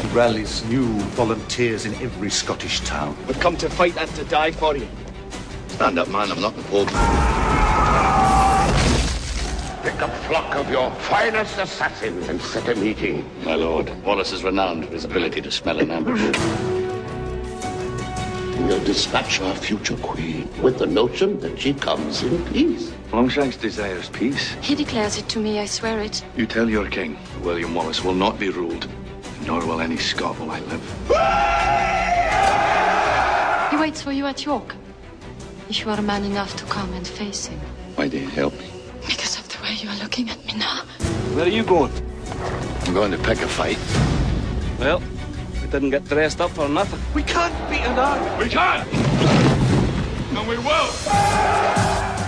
Speaker 6: He rallies new volunteers in every Scottish town.
Speaker 9: We've come to fight and to die for you.
Speaker 6: Stand up, man. I'm not involved.
Speaker 43: Pick a flock of your finest assassins and set a meeting. My lord, Wallace is renowned for his ability to smell an ambush. We'll dispatch our future queen with the notion that she comes in peace.
Speaker 6: Longshanks desires peace.
Speaker 11: He declares it to me, I swear it.
Speaker 6: You tell your king that William Wallace will not be ruled, nor will any Scot while I live.
Speaker 11: He waits for you at York. If you are man enough to come and face him.
Speaker 6: Why do you help me?
Speaker 11: Because of the way you are looking at me now.
Speaker 6: Where are you going? I'm going to pick a fight.
Speaker 13: Well, we didn't get dressed up for nothing.
Speaker 9: We can't beat an army.
Speaker 13: We can! And we will!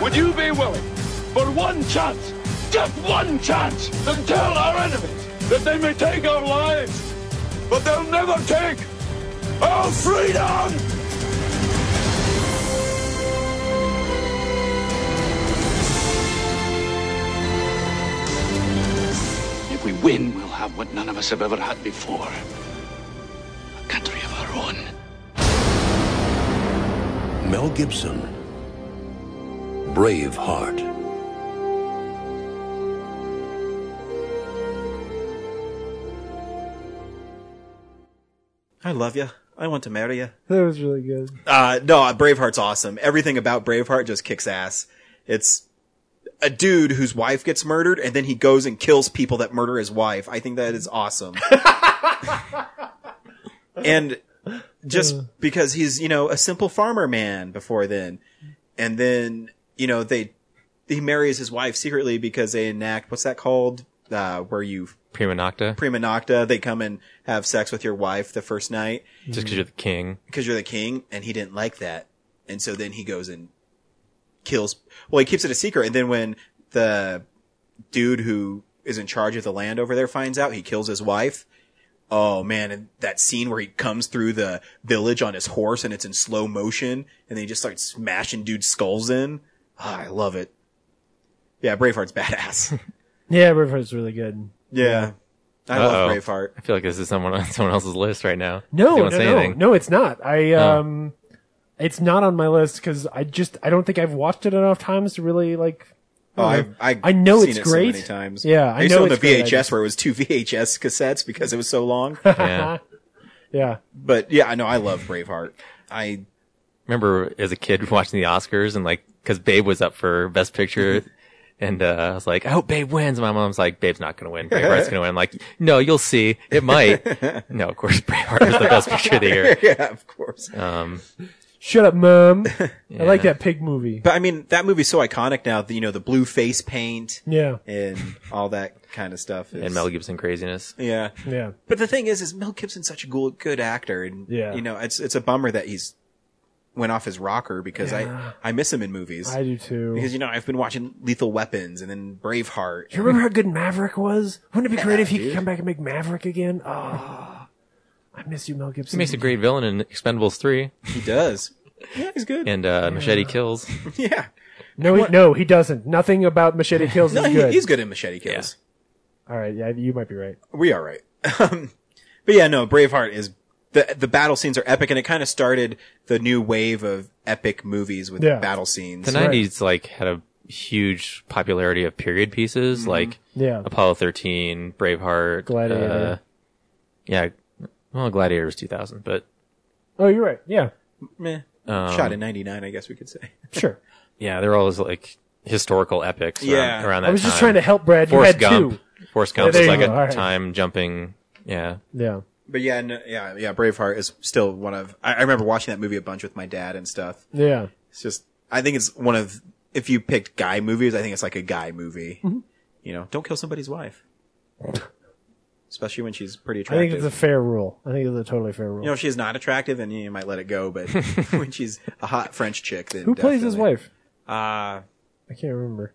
Speaker 13: Would you be willing, for one chance, just one chance, to tell our enemies that they may take our lives, but they'll never take our freedom!
Speaker 6: If we win, we'll have what none of us have ever had before a country of our own.
Speaker 42: Mel Gibson, Braveheart.
Speaker 4: I love you. I want to marry you.
Speaker 2: That was really good.
Speaker 4: Uh, no, Braveheart's awesome. Everything about Braveheart just kicks ass. It's a dude whose wife gets murdered and then he goes and kills people that murder his wife. I think that is awesome. and just because he's, you know, a simple farmer man before then. And then, you know, they, he marries his wife secretly because they enact, what's that called? Uh, where you,
Speaker 5: Prima Nocta.
Speaker 4: prima nocta, they come and have sex with your wife the first night
Speaker 5: Just because you're the king.
Speaker 4: because you're the king and he didn't like that and so then he goes and kills well he keeps it a secret and then when the dude who is in charge of the land over there finds out he kills his wife Oh man, and that scene where he comes through the village on his horse and it's in slow motion and they just start smashing dudes' skulls in. Ah, I love it. Yeah, Braveheart's badass.
Speaker 2: Yeah, Braveheart's really good.
Speaker 4: yeah. I love
Speaker 5: Uh-oh.
Speaker 4: Braveheart.
Speaker 5: I feel like this is someone on someone else's list right now.
Speaker 2: No,
Speaker 5: If you
Speaker 2: no,
Speaker 5: wanna say
Speaker 2: no,
Speaker 5: anything.
Speaker 2: no, it's not. I
Speaker 5: Oh.
Speaker 2: um, it's not on my list because I just I don't think I've watched it enough times to really like.
Speaker 4: Oh,
Speaker 2: I
Speaker 4: I,
Speaker 2: don't know.
Speaker 4: I,
Speaker 2: I know
Speaker 4: seen
Speaker 2: it's
Speaker 4: it
Speaker 2: great.
Speaker 4: So many times.
Speaker 2: Yeah,
Speaker 4: I,
Speaker 2: I
Speaker 4: used
Speaker 2: know
Speaker 4: to own the
Speaker 2: it's great. I
Speaker 4: VHS
Speaker 2: just-
Speaker 4: where it was two VHS cassettes because it was so long.
Speaker 5: Yeah.
Speaker 2: yeah.
Speaker 4: But yeah, I know I love Braveheart. I
Speaker 5: remember as a kid watching the Oscars and like, cause Babe was up for Best
Speaker 4: Mm-hmm.
Speaker 5: Picture. And uh, I was like, I hope Babe wins. My mom's like, Babe's not going to win. Braveheart's going to win. I'm like, no, you'll see. It might. no, of course, Braveheart is the best picture of the year.
Speaker 4: Yeah, of course.
Speaker 5: Um,
Speaker 2: Shut up, mom. I like
Speaker 4: Yeah.
Speaker 2: that pig movie.
Speaker 4: But I mean, that movie's so iconic now. The, you know, the blue face paint.
Speaker 2: Yeah.
Speaker 4: And all that kind of stuff. Is,
Speaker 5: and Mel Gibson craziness.
Speaker 4: Yeah.
Speaker 2: Yeah.
Speaker 4: But the thing is, is Mel Gibson's such a good, good actor, and
Speaker 2: Yeah.
Speaker 4: you know, it's it's a bummer that he's went off his rocker because
Speaker 2: Yeah.
Speaker 4: I I miss him in movies.
Speaker 2: I do too.
Speaker 4: Because you know, I've been watching Lethal Weapons and then Braveheart.
Speaker 2: Do you remember how good Maverick was? Wouldn't it be great if he
Speaker 4: dude.
Speaker 2: could come back and make Maverick again? Ah, I miss you, Mel
Speaker 5: He
Speaker 2: Gibson.
Speaker 5: makes a great villain in Expendables 3
Speaker 4: He does. Yeah, he's good.
Speaker 5: and uh, Machete Kills.
Speaker 4: yeah.
Speaker 2: No, he, no, he doesn't. Nothing about Machete Kills
Speaker 4: No,
Speaker 2: is
Speaker 4: he-
Speaker 2: good.
Speaker 4: he's good in Machete Kills.
Speaker 2: All right, yeah, you might be right.
Speaker 4: We are right. Um, but yeah, no, Braveheart is the the battle scenes are epic, and it kind of started the new wave of epic movies with
Speaker 2: Yeah.
Speaker 4: battle scenes.
Speaker 5: The 90s like had a huge popularity of period pieces
Speaker 4: Mm-hmm.
Speaker 5: like
Speaker 2: Yeah.
Speaker 5: Apollo 13, Braveheart, Uh,
Speaker 2: Gladiator.
Speaker 5: yeah. Well, Gladiator was 2000, but
Speaker 2: Oh, you're right. Yeah,
Speaker 4: Meh.
Speaker 5: Um,
Speaker 4: shot in '99, I guess we could say.
Speaker 2: sure.
Speaker 5: yeah, they're always like historical epics around-
Speaker 4: Yeah.
Speaker 5: around, that
Speaker 2: I was just
Speaker 5: time.
Speaker 2: trying to help Brad. You
Speaker 5: Forrest
Speaker 2: had
Speaker 5: Gump.
Speaker 2: two.
Speaker 5: Forrest
Speaker 2: Yeah,
Speaker 5: Gump
Speaker 2: there
Speaker 5: is
Speaker 2: you
Speaker 5: like a
Speaker 2: go. All right.
Speaker 5: time jumping. Yeah.
Speaker 2: Yeah.
Speaker 4: But yeah, no, yeah, yeah. Braveheart is still one of. I, I remember watching that movie a bunch with my dad and stuff.
Speaker 2: Yeah.
Speaker 4: It's just, I think it's one of. If you picked guy movies, I think it's like a guy movie.
Speaker 2: Mm-hmm.
Speaker 4: You know, don't kill somebody's wife, especially when she's pretty
Speaker 2: I
Speaker 4: attractive.
Speaker 2: think it's a fair rule. I think it's a totally fair rule.
Speaker 4: you know, if she's not attractive, then you might let it go. But when she's a hot French chick, then
Speaker 2: Who plays his
Speaker 4: definitely.
Speaker 2: wife?
Speaker 4: Uh,
Speaker 2: I can't remember.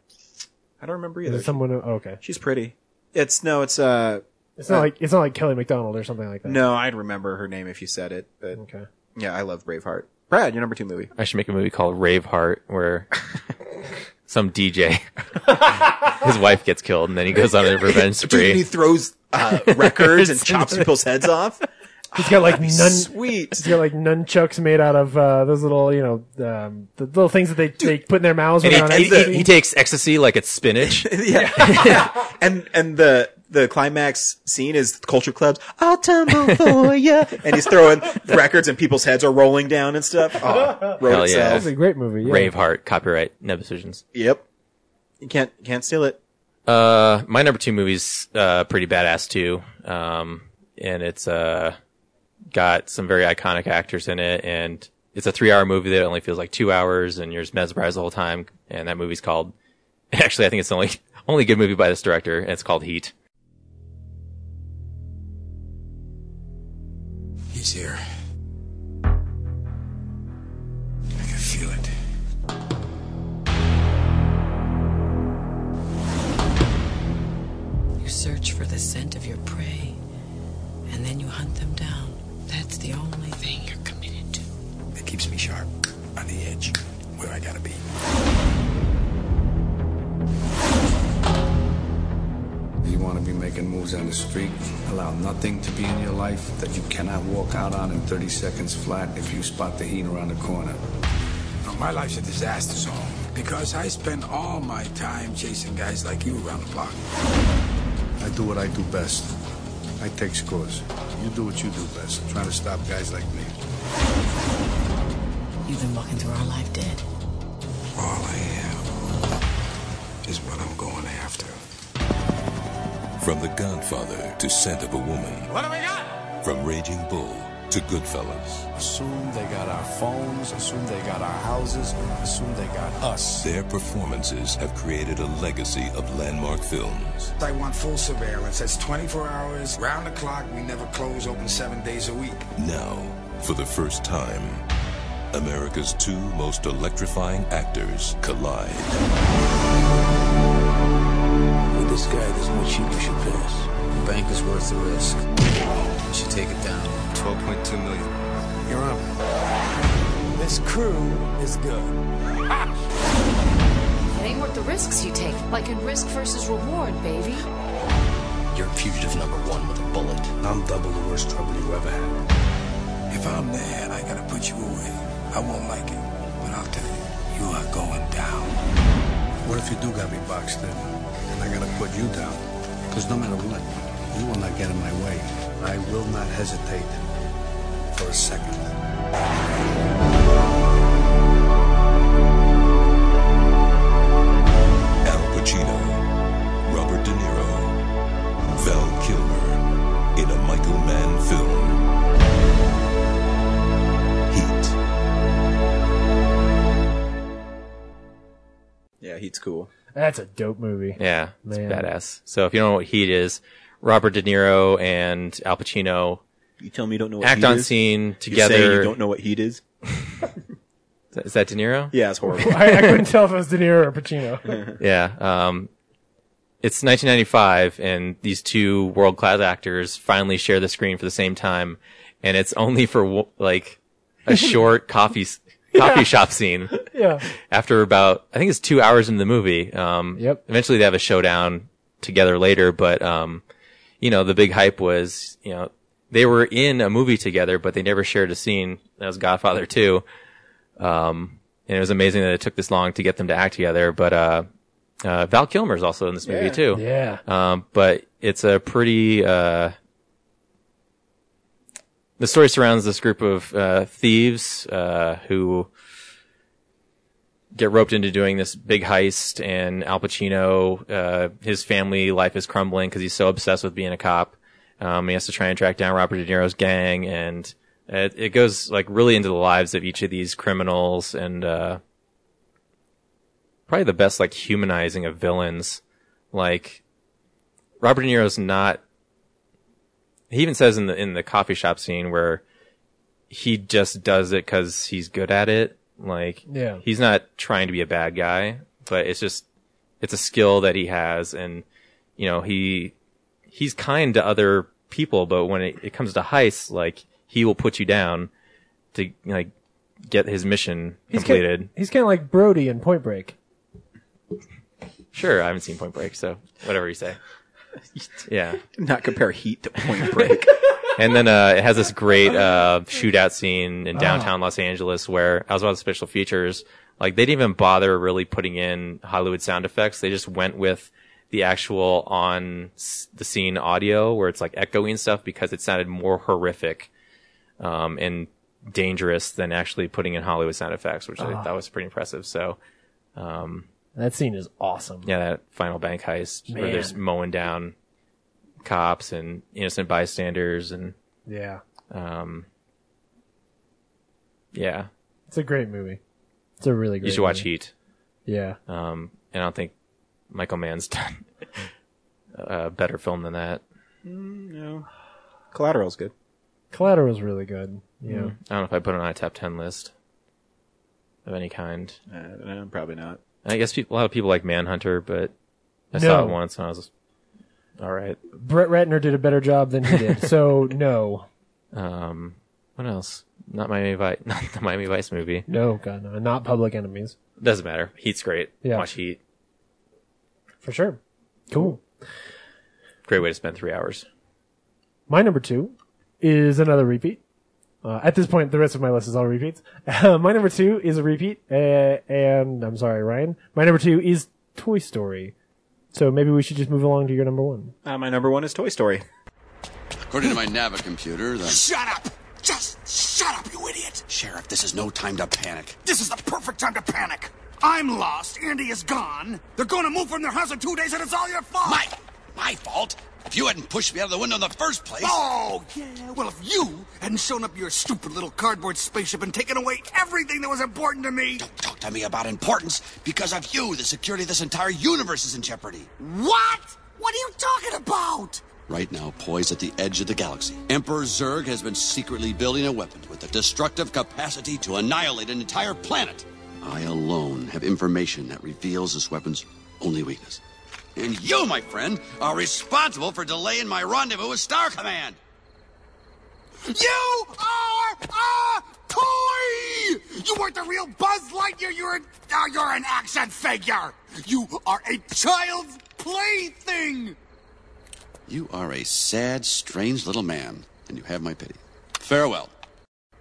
Speaker 4: I don't remember
Speaker 2: Is
Speaker 4: either.
Speaker 2: it someone? who- oh, okay.
Speaker 4: She's pretty. It's no, it's uh,
Speaker 2: It's not
Speaker 4: uh,
Speaker 2: like it's not like Kelly McDonald or something like that.
Speaker 4: no. I'd remember her name if you said it. But
Speaker 2: Okay.
Speaker 4: yeah, I love Braveheart. Brad, your number two movie.
Speaker 5: I should make a movie called Raveheart where some DJ, his wife gets killed and then he goes on a revenge
Speaker 4: Dude, and he
Speaker 5: spree.
Speaker 4: throws uh, records and chops people's heads off.
Speaker 2: He's got like nun.
Speaker 4: Sweet.
Speaker 2: He's got like nunchucks made out of uh, those little, you know, um, the little things that they, they put in their mouths when
Speaker 5: And
Speaker 2: they're on
Speaker 5: he, he-
Speaker 2: ecstasy.
Speaker 5: he takes ecstasy like it's spinach.
Speaker 4: and and the the climax scene is culture clubs. I'll tumble for ya. And he's throwing records and people's heads are rolling down and stuff. Oh, wrote
Speaker 5: Hell yeah.
Speaker 4: itself.
Speaker 2: That's a great movie. Yeah.
Speaker 5: Raveheart, copyright, no decisions.
Speaker 4: Yep. You can't can't steal it.
Speaker 5: Uh, my number two movie's uh pretty badass too. Um, and it's uh got some very iconic actors in it, and it's a three-hour movie that only feels like two hours, and you're just mesmerized the whole time. And that movie's called. Actually, I think it's the only only good movie by this director, and it's called Heat.
Speaker 12: He's here. I can feel it.
Speaker 14: You search for the scent of your prey, and then you hunt them down. That's the only thing you're committed to.
Speaker 12: It keeps me sharp, on the edge, where I gotta be.
Speaker 23: You want to be making moves on the street? Allow nothing to be in your life that you cannot walk out on in 30 seconds flat if you spot the heat around the corner.
Speaker 12: Now, my life's a disaster zone because I spend all my time chasing guys like you around the block.
Speaker 23: I do what I do best. I take scores. You do what you do best, trying to stop guys like me.
Speaker 14: You've been walking through our life dead.
Speaker 12: All I am is what I'm going after.
Speaker 20: From The Godfather to Scent of a Woman. What do we got? From Raging Bull to Goodfellas.
Speaker 17: Assume they got our phones, assume they got our houses, assume they got us.
Speaker 20: Their performances have created a legacy of landmark films.
Speaker 12: I want full surveillance. That's 24 hours, round the clock. We never close, open seven days a week.
Speaker 20: Now, for the first time, America's two most electrifying actors collide.
Speaker 12: With this guy, there's no cheat you should pass.
Speaker 9: bank is worth the risk. You should take it down. 12.2 million. You're up.
Speaker 13: This crew is good.
Speaker 18: Name what the risks you take, like in risk versus reward, baby.
Speaker 13: You're fugitive number one with a bullet. I'm double the worst trouble you ever had.
Speaker 12: If I'm the head, I gotta put you away. I won't like it, but I'll tell you, you are going down.
Speaker 41: What if you do got me boxed in? And I gotta put you down? Because no matter what, you will not get in my way. I will not hesitate for a second.
Speaker 20: Al Pacino, Robert De Niro, Val Kilmer in a Michael Mann film. Heat.
Speaker 4: Yeah, Heat's cool.
Speaker 2: That's a dope movie.
Speaker 5: Yeah, it's
Speaker 2: Man.
Speaker 5: badass. So if you don't know what Heat is, Robert De Niro and Al Pacino
Speaker 4: You tell me you don't know what
Speaker 5: act
Speaker 4: heat
Speaker 5: on
Speaker 4: is?
Speaker 5: scene
Speaker 4: You're
Speaker 5: together.
Speaker 4: saying you don't know what heat is?
Speaker 5: Is that- Is that De Niro?
Speaker 4: Yeah, it's horrible.
Speaker 2: I, I couldn't tell if it was De Niro or Pacino.
Speaker 5: Yeah. Um, it's 1995, and these two world class actors finally share the screen for the same time, and it's only for wo- like a short coffee s- coffee
Speaker 2: Yeah.
Speaker 5: shop scene.
Speaker 2: Yeah.
Speaker 5: After about, I think it's two hours into the movie. Um,
Speaker 2: Yep.
Speaker 5: Eventually, they have a showdown together later, but um, you know, the big hype was, you know, they were in a movie together, but they never shared a scene. That was Godfather 2. Um, and it was amazing that it took this long to get them to act together. But, uh, uh, Val Kilmer's also in this movie
Speaker 2: Yeah.
Speaker 5: too.
Speaker 2: Yeah.
Speaker 5: Um, but it's a pretty, uh, the story surrounds this group of, uh, thieves, uh, who, get roped into doing this big heist and Al Pacino, uh, his family life is crumbling because he's so obsessed with being a cop. Um, he has to try and track down Robert De Niro's gang and it, it goes like really into the lives of each of these criminals and, uh, probably the best like humanizing of villains. Like Robert De Niro's not, he even says in the, in the coffee shop scene where he just does it cause he's good at it. Like,
Speaker 2: Yeah.
Speaker 5: he's not trying to be a bad guy, but it's just it's a skill that he has, and you know he he's kind to other people, but when it, it comes to heists, like he will put you down to like get his mission
Speaker 2: He's
Speaker 5: completed.
Speaker 2: Kinda, he's kind of like Brody in Point Break.
Speaker 5: Sure, I haven't seen Point Break, so whatever you say. Yeah.
Speaker 4: Do not compare Heat to Point Break.
Speaker 5: and then uh, it has this great uh, shootout scene in
Speaker 4: Ah.
Speaker 5: downtown Los Angeles where I was about special features. Like they didn't even bother really putting in Hollywood sound effects. They just went with the actual on s- the scene audio where it's like echoing and stuff because it sounded more horrific um, and dangerous than actually putting in Hollywood sound effects, which I
Speaker 2: Ah.
Speaker 5: thought was pretty impressive. So. Um,
Speaker 2: That scene is awesome.
Speaker 5: yeah, that final bank heist where
Speaker 2: Man.
Speaker 5: there's mowing down cops and innocent bystanders and
Speaker 2: Yeah.
Speaker 5: um, yeah,
Speaker 2: It's a great movie. It's a really great.
Speaker 5: you should watch
Speaker 2: movie.
Speaker 5: Heat.
Speaker 2: Yeah.
Speaker 5: Um, and I don't think Michael Mann's done a better film than that.
Speaker 4: Mm, no. Collateral's good.
Speaker 2: Collateral's really good. Yeah.
Speaker 5: Mm. I don't know if I put it on a top ten list of any kind.
Speaker 4: Uh, no, probably not.
Speaker 5: I guess peop a lot of people like Manhunter, but I
Speaker 2: No.
Speaker 5: saw it once and I was all right.
Speaker 2: Brett Ratner did a better job than he did. so no,
Speaker 5: Um, what else? Not Miami Vice, not the Miami Vice movie.
Speaker 2: no, God, no, not Public Enemies
Speaker 5: Doesn't matter. Heat's great.
Speaker 2: Yeah.
Speaker 5: Watch Heat.
Speaker 2: for sure. Cool.
Speaker 5: Great way to spend three hours.
Speaker 2: My number two is another repeat. Uh, at this point, the rest of my list is all repeats. Uh, my number two is a repeat, uh, and I'm sorry, Ryan. My number two is Toy Story. So maybe we should just move along to your number one.
Speaker 4: Uh, my number one is Toy Story.
Speaker 1: According to my Nava computer, the.
Speaker 24: Shut up! Just shut up, you idiot!
Speaker 1: Sheriff, this is no time to panic.
Speaker 24: This is the perfect time to panic. I'm lost. Andy is gone. They're going to move from their house in two days, and it's all your fault. My,
Speaker 1: My fault? If you hadn't pushed me out of the window in the first place.
Speaker 24: Oh yeah. Well, if you hadn't shown up your stupid little cardboard spaceship and taken away everything that was important to me.
Speaker 1: Talk to me about importance. Because of you, the security of this entire universe is in jeopardy.
Speaker 24: What? What are you talking about?
Speaker 1: Right now, poised at the edge of the galaxy, Emperor Zurg has been secretly building a weapon with the destructive capacity to annihilate an entire planet. I alone have information that reveals this weapon's only weakness And you, my friend, are responsible for delaying my rendezvous with Star Command.
Speaker 13: You are a toy! You weren't the real Buzz Lightyear. You're an, uh, you're an action figure. You are a child's plaything.
Speaker 1: You are a sad, strange little man, and you have my pity. Farewell.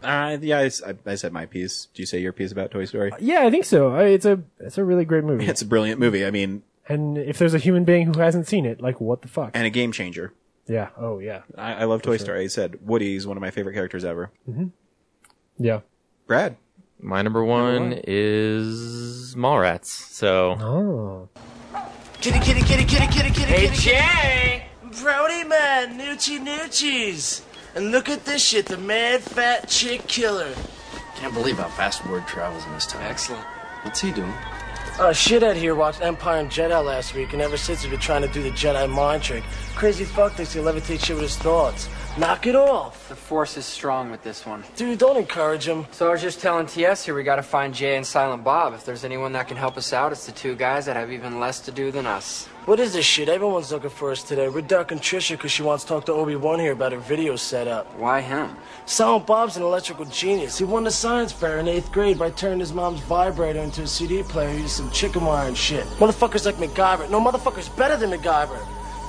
Speaker 4: Uh, yeah, I, s- I- I said my piece. Do you say your piece about Toy Story?
Speaker 2: Yeah, I think so. I, it's a it's a really great movie.
Speaker 4: It's a brilliant movie. I mean,
Speaker 2: and if there's a human being who hasn't seen it, like what the fuck?
Speaker 4: and a game changer.
Speaker 2: Yeah. Oh yeah.
Speaker 4: I, I love Toy Story. I said Woody's one of my favorite characters ever.
Speaker 2: Yeah.
Speaker 4: Brad,
Speaker 5: my number one is Mallrats. So
Speaker 2: oh,
Speaker 3: Kitty, kitty, kitty, kitty, kitty, kitty,
Speaker 14: Hey,
Speaker 3: kitty.
Speaker 14: Jay!
Speaker 3: Brody man, noochie noochies! And look at this shit, the mad fat chick killer.
Speaker 44: Can't believe how fast word travels in this time. Excellent. What's he doing?
Speaker 3: Uh, shithead here watched Empire and Jedi last week, and ever since he's been trying to do the Jedi mind trick. Crazy fuck thinks he levitate shit with his thoughts. Knock it off!
Speaker 14: The force is strong with this one.
Speaker 3: Dude, don't encourage him.
Speaker 14: So I was just telling TS here we gotta find Jay and Silent Bob. If there's anyone that can help us out, it's the two guys that have even less to do than us.
Speaker 3: What is this shit? Everyone's looking for us today. We're ducking Trisha because she wants to talk to Obi Wan here about her video setup.
Speaker 14: Why him?
Speaker 3: Silent Bob's an electrical genius. He won the science fair in eighth grade by turning his mom's vibrator into a CD player using some chicken wire and shit. Motherfuckers like MacGyver. No motherfucker's better than MacGyver.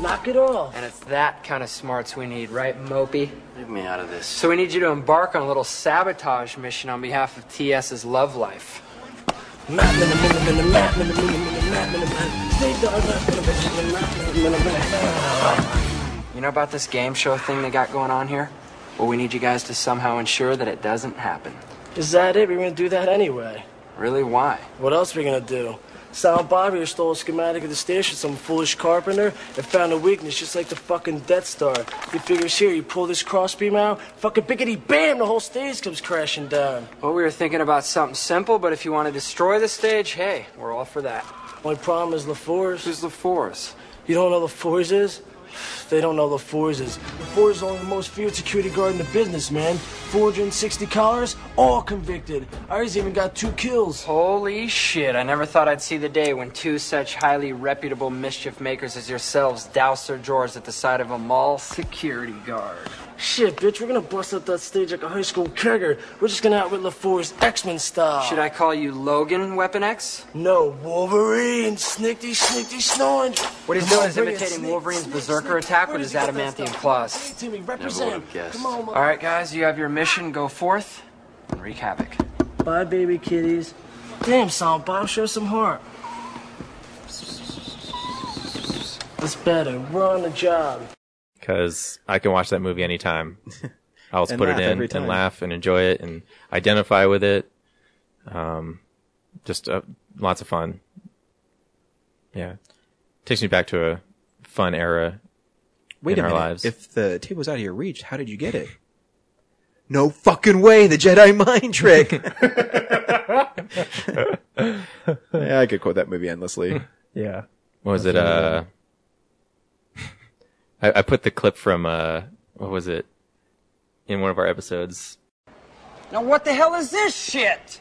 Speaker 3: Knock it off.
Speaker 14: And it's that kind of smarts we need, right, Mopey?
Speaker 44: Leave me out of this.
Speaker 14: So we need you to embark on a little sabotage mission on behalf of TS's love life. You know about this game show thing they got going on here? Well, we need you guys to somehow ensure that it doesn't happen.
Speaker 3: Is that it? We're gonna do that anyway.
Speaker 14: Really, why?
Speaker 3: What else are we gonna do? Silent Bobby here stole a schematic of the station, some foolish carpenter, and found a weakness just like the fucking Death Star. He figures here, you pull this crossbeam out, fucking biggity bam, the whole stage comes crashing down.
Speaker 14: Well, we were thinking about something simple, but if you want to destroy the stage, hey, we're all for that.
Speaker 3: Only problem is LaFours.
Speaker 14: Who's LaFours?
Speaker 3: You don't know LaFours is? They don't know LaFours is. LaFours is only the most feared security guard in the business, man. 460 collars, all convicted. Iris even got two kills.
Speaker 14: Holy shit, I never thought I'd see the day when two such highly reputable mischief makers as yourselves douse their drawers at the sight of a mall security guard.
Speaker 3: Shit, bitch, we're gonna bust up that stage like a high school kegger. We're just gonna outwit LaFours X-Men style.
Speaker 14: Should I call you Logan Weapon X?
Speaker 3: No, Wolverine, snickety, snickety, snorn.
Speaker 14: What he's
Speaker 3: Come
Speaker 14: doing
Speaker 3: on,
Speaker 14: is
Speaker 3: bring it,
Speaker 14: imitating
Speaker 3: snick,
Speaker 14: Wolverine's
Speaker 3: snick,
Speaker 14: berserker
Speaker 3: snick.
Speaker 14: attack
Speaker 3: Where
Speaker 14: with
Speaker 3: did
Speaker 14: his
Speaker 3: you get that
Speaker 14: adamantium
Speaker 3: stuff?
Speaker 14: claws.
Speaker 3: Give it to me, represent.
Speaker 14: would've
Speaker 3: guessed. Come on,
Speaker 14: All right, guys, you have your mission. Go forth and wreak havoc.
Speaker 3: Bye, baby kitties. Damn, Song Bob, show some heart. That's better. We're on the job.
Speaker 5: because I can watch that movie anytime. I'll just
Speaker 3: And
Speaker 5: put it
Speaker 3: laugh
Speaker 5: in
Speaker 3: every
Speaker 5: and
Speaker 3: time.
Speaker 5: laugh and enjoy it and identify with it. Um, just uh, lots of fun. Yeah, takes me back to a fun era
Speaker 4: wait
Speaker 5: in
Speaker 4: a
Speaker 5: our
Speaker 4: minute.
Speaker 5: lives.
Speaker 4: If the tape was out of your reach, how did you get it? No fucking way! The Jedi mind trick. yeah, I could quote that movie endlessly.
Speaker 2: yeah.
Speaker 5: What was it? Uh, I, I put the clip from uh, what was it in one of our episodes.
Speaker 14: Now, what the hell is this shit?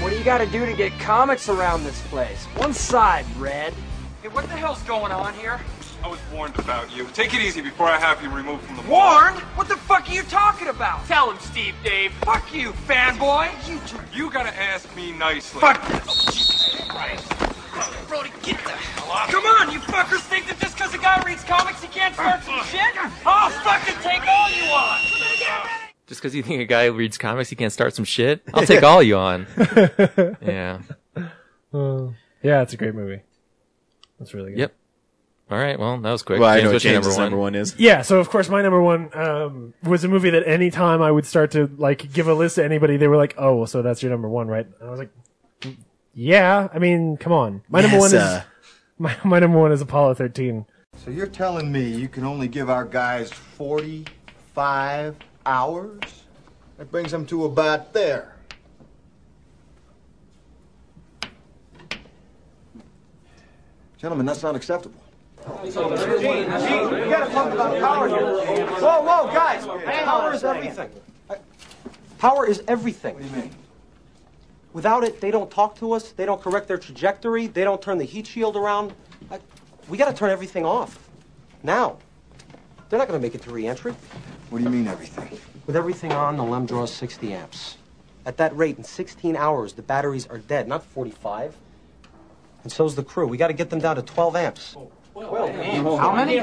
Speaker 14: What do you gotta do to get comics around this place? One side, Red. Hey, what the hell's going on here?
Speaker 41: I was warned about you. Take it easy before I have you removed from the
Speaker 14: Warned? What the fuck are you talking about? Tell him, Steve Dave.
Speaker 41: Fuck you, fanboy! You you gotta ask me nicely. Fuck
Speaker 14: Brody, get the hell off. Come on, you fuckers think that just because a guy reads comics he can't start some shit? I'll fucking take all you want.
Speaker 5: Just because you think a guy reads comics, he can't start some shit. I'll take all you on. yeah.
Speaker 2: Uh, yeah, it's a great movie. That's really good.
Speaker 5: Yep. All right. Well, that was quick.
Speaker 4: Well, I know
Speaker 5: what's your
Speaker 4: James's number one is.
Speaker 2: Yeah, so of course my number one um, was a movie that any time I would start to like give a list to anybody, they were like, "Oh, well, so that's your number one, right?" And I was like, "Yeah, I mean, come on, my number
Speaker 21: Yes,
Speaker 2: one
Speaker 21: uh.
Speaker 2: is my, my number one is Apollo 13."
Speaker 21: So you're telling me you can only give our guys 45 hours? That brings them to about there. Gentlemen, that's not acceptable.
Speaker 25: We gotta talk about power here. Whoa, whoa, guys! Power is everything. Power is everything. What do you mean? Without it, they don't talk to us. They don't correct their trajectory. They don't turn the heat shield around. I- We gotta turn everything off. Now. They're not gonna make it to re-entry.
Speaker 21: What do you mean, everything?
Speaker 25: With everything on, the LEM draws 60 amps. At that rate, in 16 hours, the batteries are dead, not 45. And so's the crew. We gotta get them down to 12 amps.
Speaker 6: How many?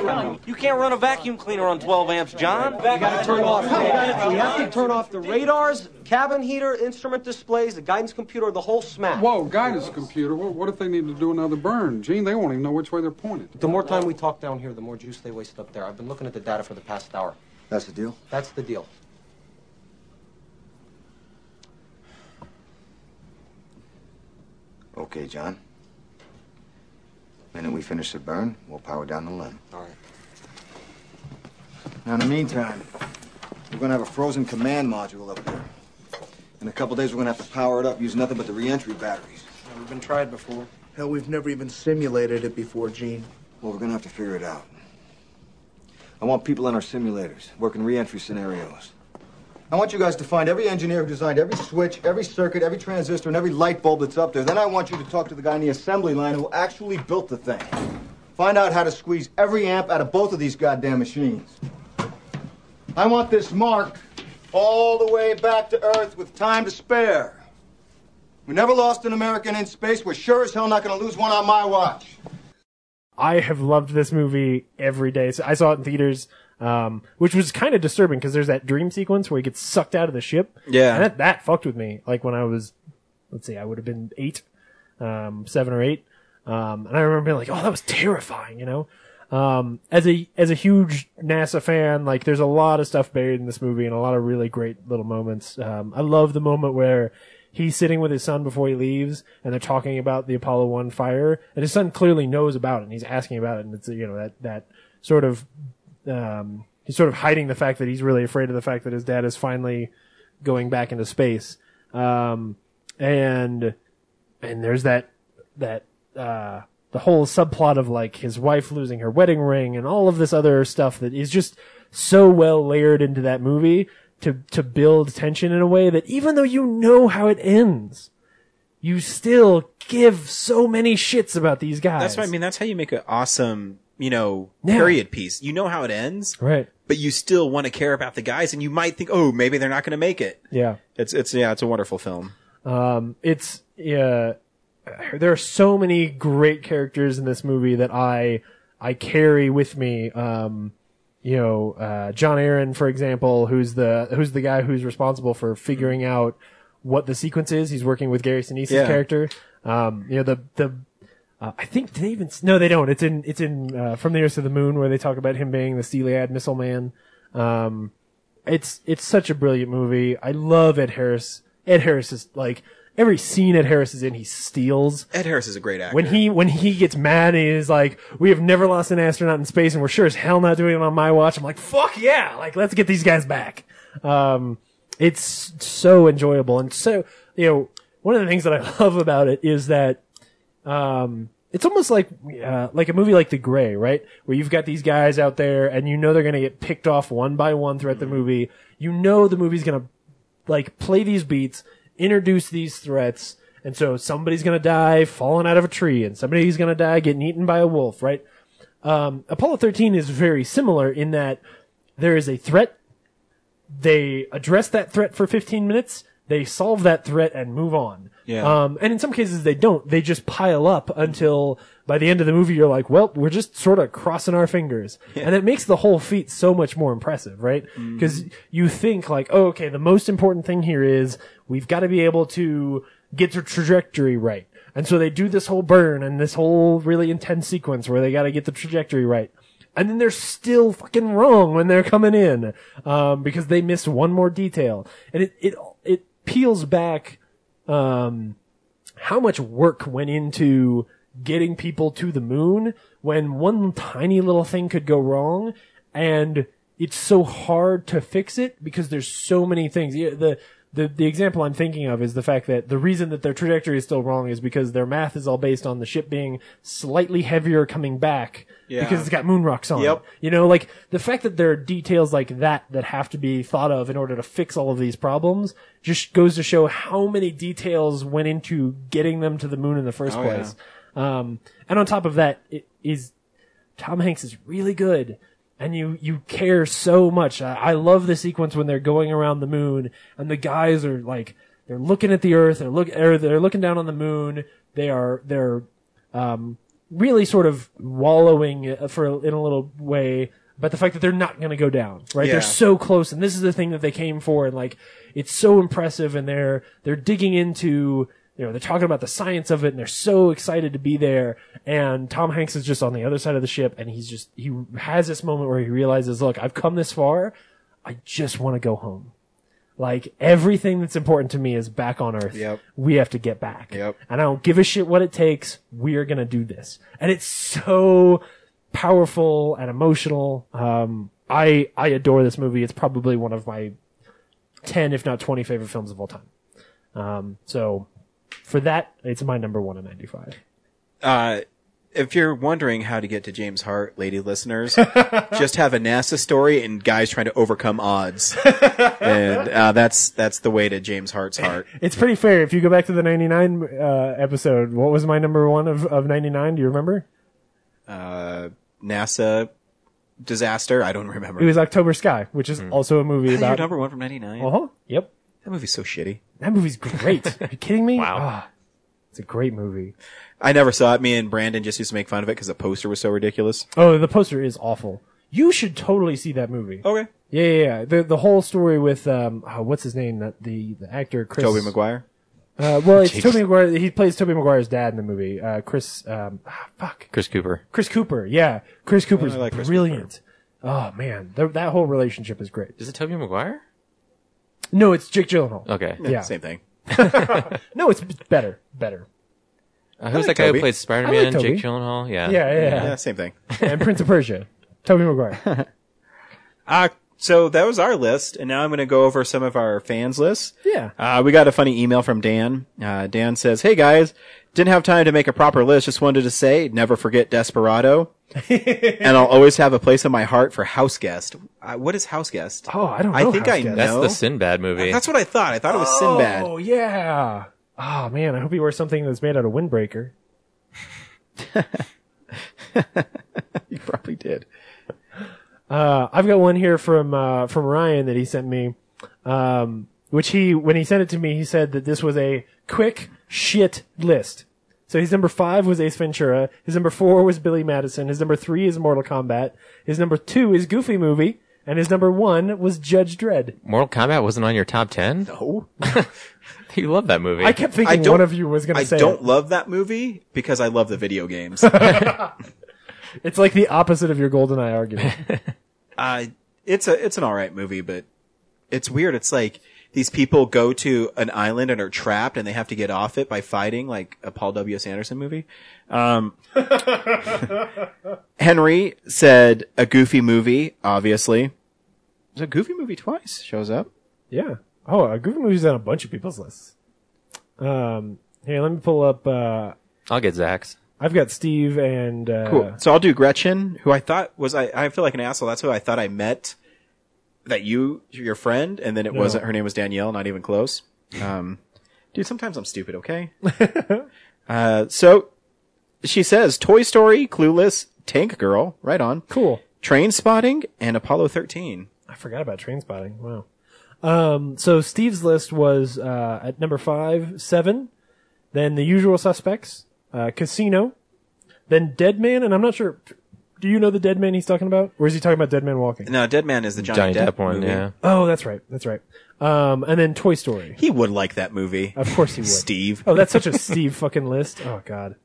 Speaker 25: You can't run a vacuum cleaner on 12 amps, John. We gotta turn off. We have to turn off the radars, cabin heater, instrument displays, the guidance computer, the whole smack.
Speaker 8: Whoa, guidance computer. What, what if they need to do another burn? Gene, they won't even know which way they're pointed.
Speaker 25: The more time we talk down here, the more juice they waste up there. I've been looking at the data for the past hour.
Speaker 21: That's the deal.
Speaker 25: That's the deal.
Speaker 21: Okay, John. Minute we finish the burn, we'll power down the limb.
Speaker 25: All right.
Speaker 21: Now, in the meantime, we're gonna have a frozen command module up here. In a couple days, we're gonna have to power it up, use nothing but the reentry batteries.
Speaker 11: Never been tried before. Hell, we've never even simulated it before, Gene.
Speaker 21: Well, we're gonna have to figure it out. I want people in our simulators working reentry scenarios. I want you guys to find every engineer who designed every switch, every circuit, every transistor, and every light bulb that's up there. Then I want you to talk to the guy in the assembly line who actually built the thing. Find out how to squeeze every amp out of both of these goddamn machines. I want this mark all the way back to Earth with time to spare. We never lost an American in space. We're sure as hell not going to lose one on my watch.
Speaker 2: I have loved this movie every day. So I saw it in theaters, um, which was kind of disturbing because there's that dream sequence where he gets sucked out of the ship.
Speaker 4: Yeah.
Speaker 2: And that, that fucked with me. Like when I was, let's see, I would have been eight, um, seven or eight. Um, and I remember being like, oh, that was terrifying, you know? Um, as a, as a huge NASA fan, like there's a lot of stuff buried in this movie and a lot of really great little moments. Um, I love the moment where he's sitting with his son before he leaves and they're talking about the Apollo 1 fire and his son clearly knows about it and he's asking about it and it's, you know, that, that sort of, um, he's sort of hiding the fact that he's really afraid of the fact that his dad is finally going back into space. Um, and, and there's that, that, uh, the whole subplot of like his wife losing her wedding ring and all of this other stuff that is just so well layered into that movie to, to build tension in a way that even though you know how it ends, you still give so many shits about these guys.
Speaker 4: That's what I mean. That's how you make an awesome, you know,
Speaker 2: Yeah.
Speaker 4: period piece. You know how it ends,
Speaker 2: Right.
Speaker 4: but you still want to care about the guys, and you might think, oh, maybe they're not going to make it.
Speaker 2: Yeah.
Speaker 4: It's it's yeah, it's a wonderful film.
Speaker 2: Um, it's yeah. There are so many great characters in this movie that I I carry with me. Um, you know, uh, John Aaron, for example, who's the who's the guy who's responsible for figuring out what the sequence is. He's working with Gary Sinise's
Speaker 15: Yeah.
Speaker 2: character. Um, you know the the. Uh, I think do they even no they don't. It's in it's in uh, from the Earth to the Moon where they talk about him being the Steeliad missile man. Um, it's it's such a brilliant movie. I love Ed Harris. Ed Harris is like every scene Ed Harris is in, he steals.
Speaker 4: Ed Harris is a great actor.
Speaker 2: When he when he gets mad, he is like, "We have never lost an astronaut in space, and we're sure as hell not doing it on my watch." I'm like, "Fuck yeah! Like, let's get these guys back." Um, it's so enjoyable, and so you know, one of the things that I love about it is that um, it's almost like uh, like a movie like The Gray, right? Where you've got these guys out there, and you know they're gonna get picked off one by one throughout the movie. You know the movie's gonna like play these beats, introduce these threats, and so somebody's gonna die falling out of a tree, and somebody's gonna die getting eaten by a wolf, right? Um, Apollo 13 is very similar in that there is a threat. They address that threat for 15 minutes. They solve that threat and move on.
Speaker 4: Yeah.
Speaker 2: Um, and in some cases they don't. They just pile up until by the end of the movie you're like, well, we're just sort of crossing our fingers. And it makes the whole feat so much more impressive, right? Because you think like, oh, okay, the most important thing here is we've got to be able to get the trajectory right. And so they do this whole burn and this whole really intense sequence where they got to get the trajectory right. And then they're still fucking wrong when they're coming in, um, because they miss one more detail. And it, it, it peels back, um, how much work went into getting people to the moon when one tiny little thing could go wrong and it's so hard to fix it because there's so many things. Yeah, The, the, the example I'm thinking of is the fact that the reason that their trajectory is still wrong is because their math is all based on the ship being slightly heavier coming back
Speaker 4: Yeah.
Speaker 2: because it's got moon rocks on it.
Speaker 4: Yep.
Speaker 2: You know, like the fact that there are details like that that have to be thought of in order to fix all of these problems just goes to show how many details went into getting them to the moon in the first
Speaker 4: Oh,
Speaker 2: place. Um, and on top of that, it is Tom Hanks is really good. And you, you care so much. I, I love the sequence when they're going around the moon and the guys are like, they're looking at the earth, they're look, or they're looking down on the moon. They are, they're, um, really sort of wallowing uh, for, in a little way, but the fact that they're not going to go down, right?
Speaker 10: Yeah.
Speaker 2: They're so close, and this is the thing that they came for, and like it's so impressive, and they're they're digging into. You know, they're talking about the science of it and they're so excited to be there. And Tom Hanks is just on the other side of the ship and he's just, he has this moment where he realizes, look, I've come this far. I just want to go home. Like everything that's important to me is back on Earth.
Speaker 4: Yep.
Speaker 2: We have to get back. Yep. And I don't give a shit what it takes. We're gonna do this. And it's so powerful and emotional. Um, I I adore this movie. It's probably one of my ten, if not twenty, favorite films of all time. Um, so for that, it's my number one in '95.
Speaker 4: Uh, if you're wondering how to get to James Hart, lady listeners, just have a NASA story and guys trying to overcome odds, and uh, that's that's the way to James Hart's heart.
Speaker 2: It's pretty fair. If you go back to the '99 uh, episode, what was my number one of of '99? Do you remember?
Speaker 4: Uh, NASA disaster. I don't remember.
Speaker 2: It was October Sky, which is also a movie
Speaker 4: Hmm. Your
Speaker 2: about
Speaker 4: number one from '99.
Speaker 2: Uh-huh. Yep.
Speaker 4: That movie's so shitty.
Speaker 2: That movie's great. Are you kidding me? Wow. it's a great movie.
Speaker 4: I never saw it. Me and Brandon just used to make fun of it because the poster was so ridiculous.
Speaker 2: Oh, the poster is awful. You should totally see that movie.
Speaker 4: Okay.
Speaker 2: Yeah, yeah, yeah. The the whole story with um oh, what's his name? That the the actor Chris
Speaker 4: Tobey Maguire.
Speaker 2: Uh, well, it's
Speaker 5: Jeez.
Speaker 2: Tobey Maguire. He plays Tobey Maguire's dad in the movie. Uh, Chris um ah, fuck
Speaker 5: Chris Cooper.
Speaker 2: Chris Cooper. Yeah, Chris Cooper's
Speaker 5: I like Chris
Speaker 2: brilliant. Oh man, Th- that whole relationship is great.
Speaker 5: Is it Tobey Maguire?
Speaker 2: No, it's Jake Gyllenhaal.
Speaker 5: Okay.
Speaker 2: Yeah.
Speaker 4: Same thing.
Speaker 2: No, it's better. Better.
Speaker 5: Uh, who's
Speaker 2: I like
Speaker 5: that guy
Speaker 2: Toby.
Speaker 5: who played Spider Man?
Speaker 2: I like Toby.
Speaker 5: Jake Gyllenhaal. Yeah.
Speaker 2: Yeah, yeah, yeah.
Speaker 4: same thing.
Speaker 2: and Prince of Persia. Tobey Maguire.
Speaker 4: Uh, so that was our list, and now I'm going to go over some of our fans' lists.
Speaker 2: Yeah.
Speaker 4: Uh, we got a funny email from Dan. Uh, Dan says, Hey guys, didn't have time to make a proper list. Just wanted to say, never forget Desperado. and I'll always have a place in my heart for House Guest. Uh, what is House Guest?
Speaker 2: Oh, I don't
Speaker 4: I
Speaker 2: know
Speaker 4: think
Speaker 2: House
Speaker 4: I
Speaker 2: Guest.
Speaker 4: know.
Speaker 5: That's the Sinbad movie.
Speaker 4: That's what I thought. I thought it was Sinbad.
Speaker 2: Oh yeah. Oh man, I hope he wears something that's made out of windbreaker.
Speaker 4: you probably did.
Speaker 2: Uh, I've got one here from uh, from Ryan that he sent me, um, which he when he sent it to me, he said that this was a quick shit list. So his number five was Ace Ventura. His number four was Billy Madison. His number three is Mortal Kombat. His number two is Goofy Movie, and his number one was Judge Dredd.
Speaker 5: Mortal Kombat wasn't on your top ten.
Speaker 4: No.
Speaker 5: you love that movie.
Speaker 2: I kept thinking
Speaker 4: don't-
Speaker 2: one of you was going
Speaker 4: I
Speaker 2: to say
Speaker 4: don't
Speaker 2: it.
Speaker 4: love that movie because I love the video games.
Speaker 2: It's like the opposite of your GoldenEye argument.
Speaker 4: uh, it's a it's an all right movie, but it's weird. It's like these people go to an island and are trapped, and they have to get off it by fighting, like a Paul W. S. Anderson movie. Um, Henry said a goofy movie, obviously. There's a goofy movie twice shows up.
Speaker 2: Yeah. Oh, uh, Goofy Movie's on a bunch of people's lists. Um, here, let me pull up. Uh,
Speaker 5: I'll get Zach's.
Speaker 2: I've got Steve and uh,
Speaker 4: Cool. so I'll do Gretchen, who I thought was I. I feel like an asshole. That's who I thought I met. That you, your friend, and then it
Speaker 2: No.
Speaker 4: wasn't. Her name was Danielle. Not even close. Um, dude, sometimes I'm stupid. Okay. uh, so she says Toy Story, Clueless, Tank Girl. Right on.
Speaker 2: Cool.
Speaker 4: Train Spotting and Apollo 13.
Speaker 2: I forgot about train spotting. Wow. Um, so Steve's list was uh, at number five, seven, then The Usual Suspects, uh, Casino, then Dead Man, and I'm not sure. Do you know the Dead Man he's talking about, or is he talking about Dead Man Walking?
Speaker 4: No, Dead Man is the Johnny,
Speaker 5: Johnny
Speaker 4: Depp,
Speaker 5: Depp one,
Speaker 4: movie.
Speaker 5: yeah.
Speaker 2: Oh, that's right. That's right. Um, and then Toy Story.
Speaker 4: He would like that movie.
Speaker 2: Of course he would.
Speaker 4: Steve.
Speaker 2: Oh, that's such a Steve fucking list. Oh God,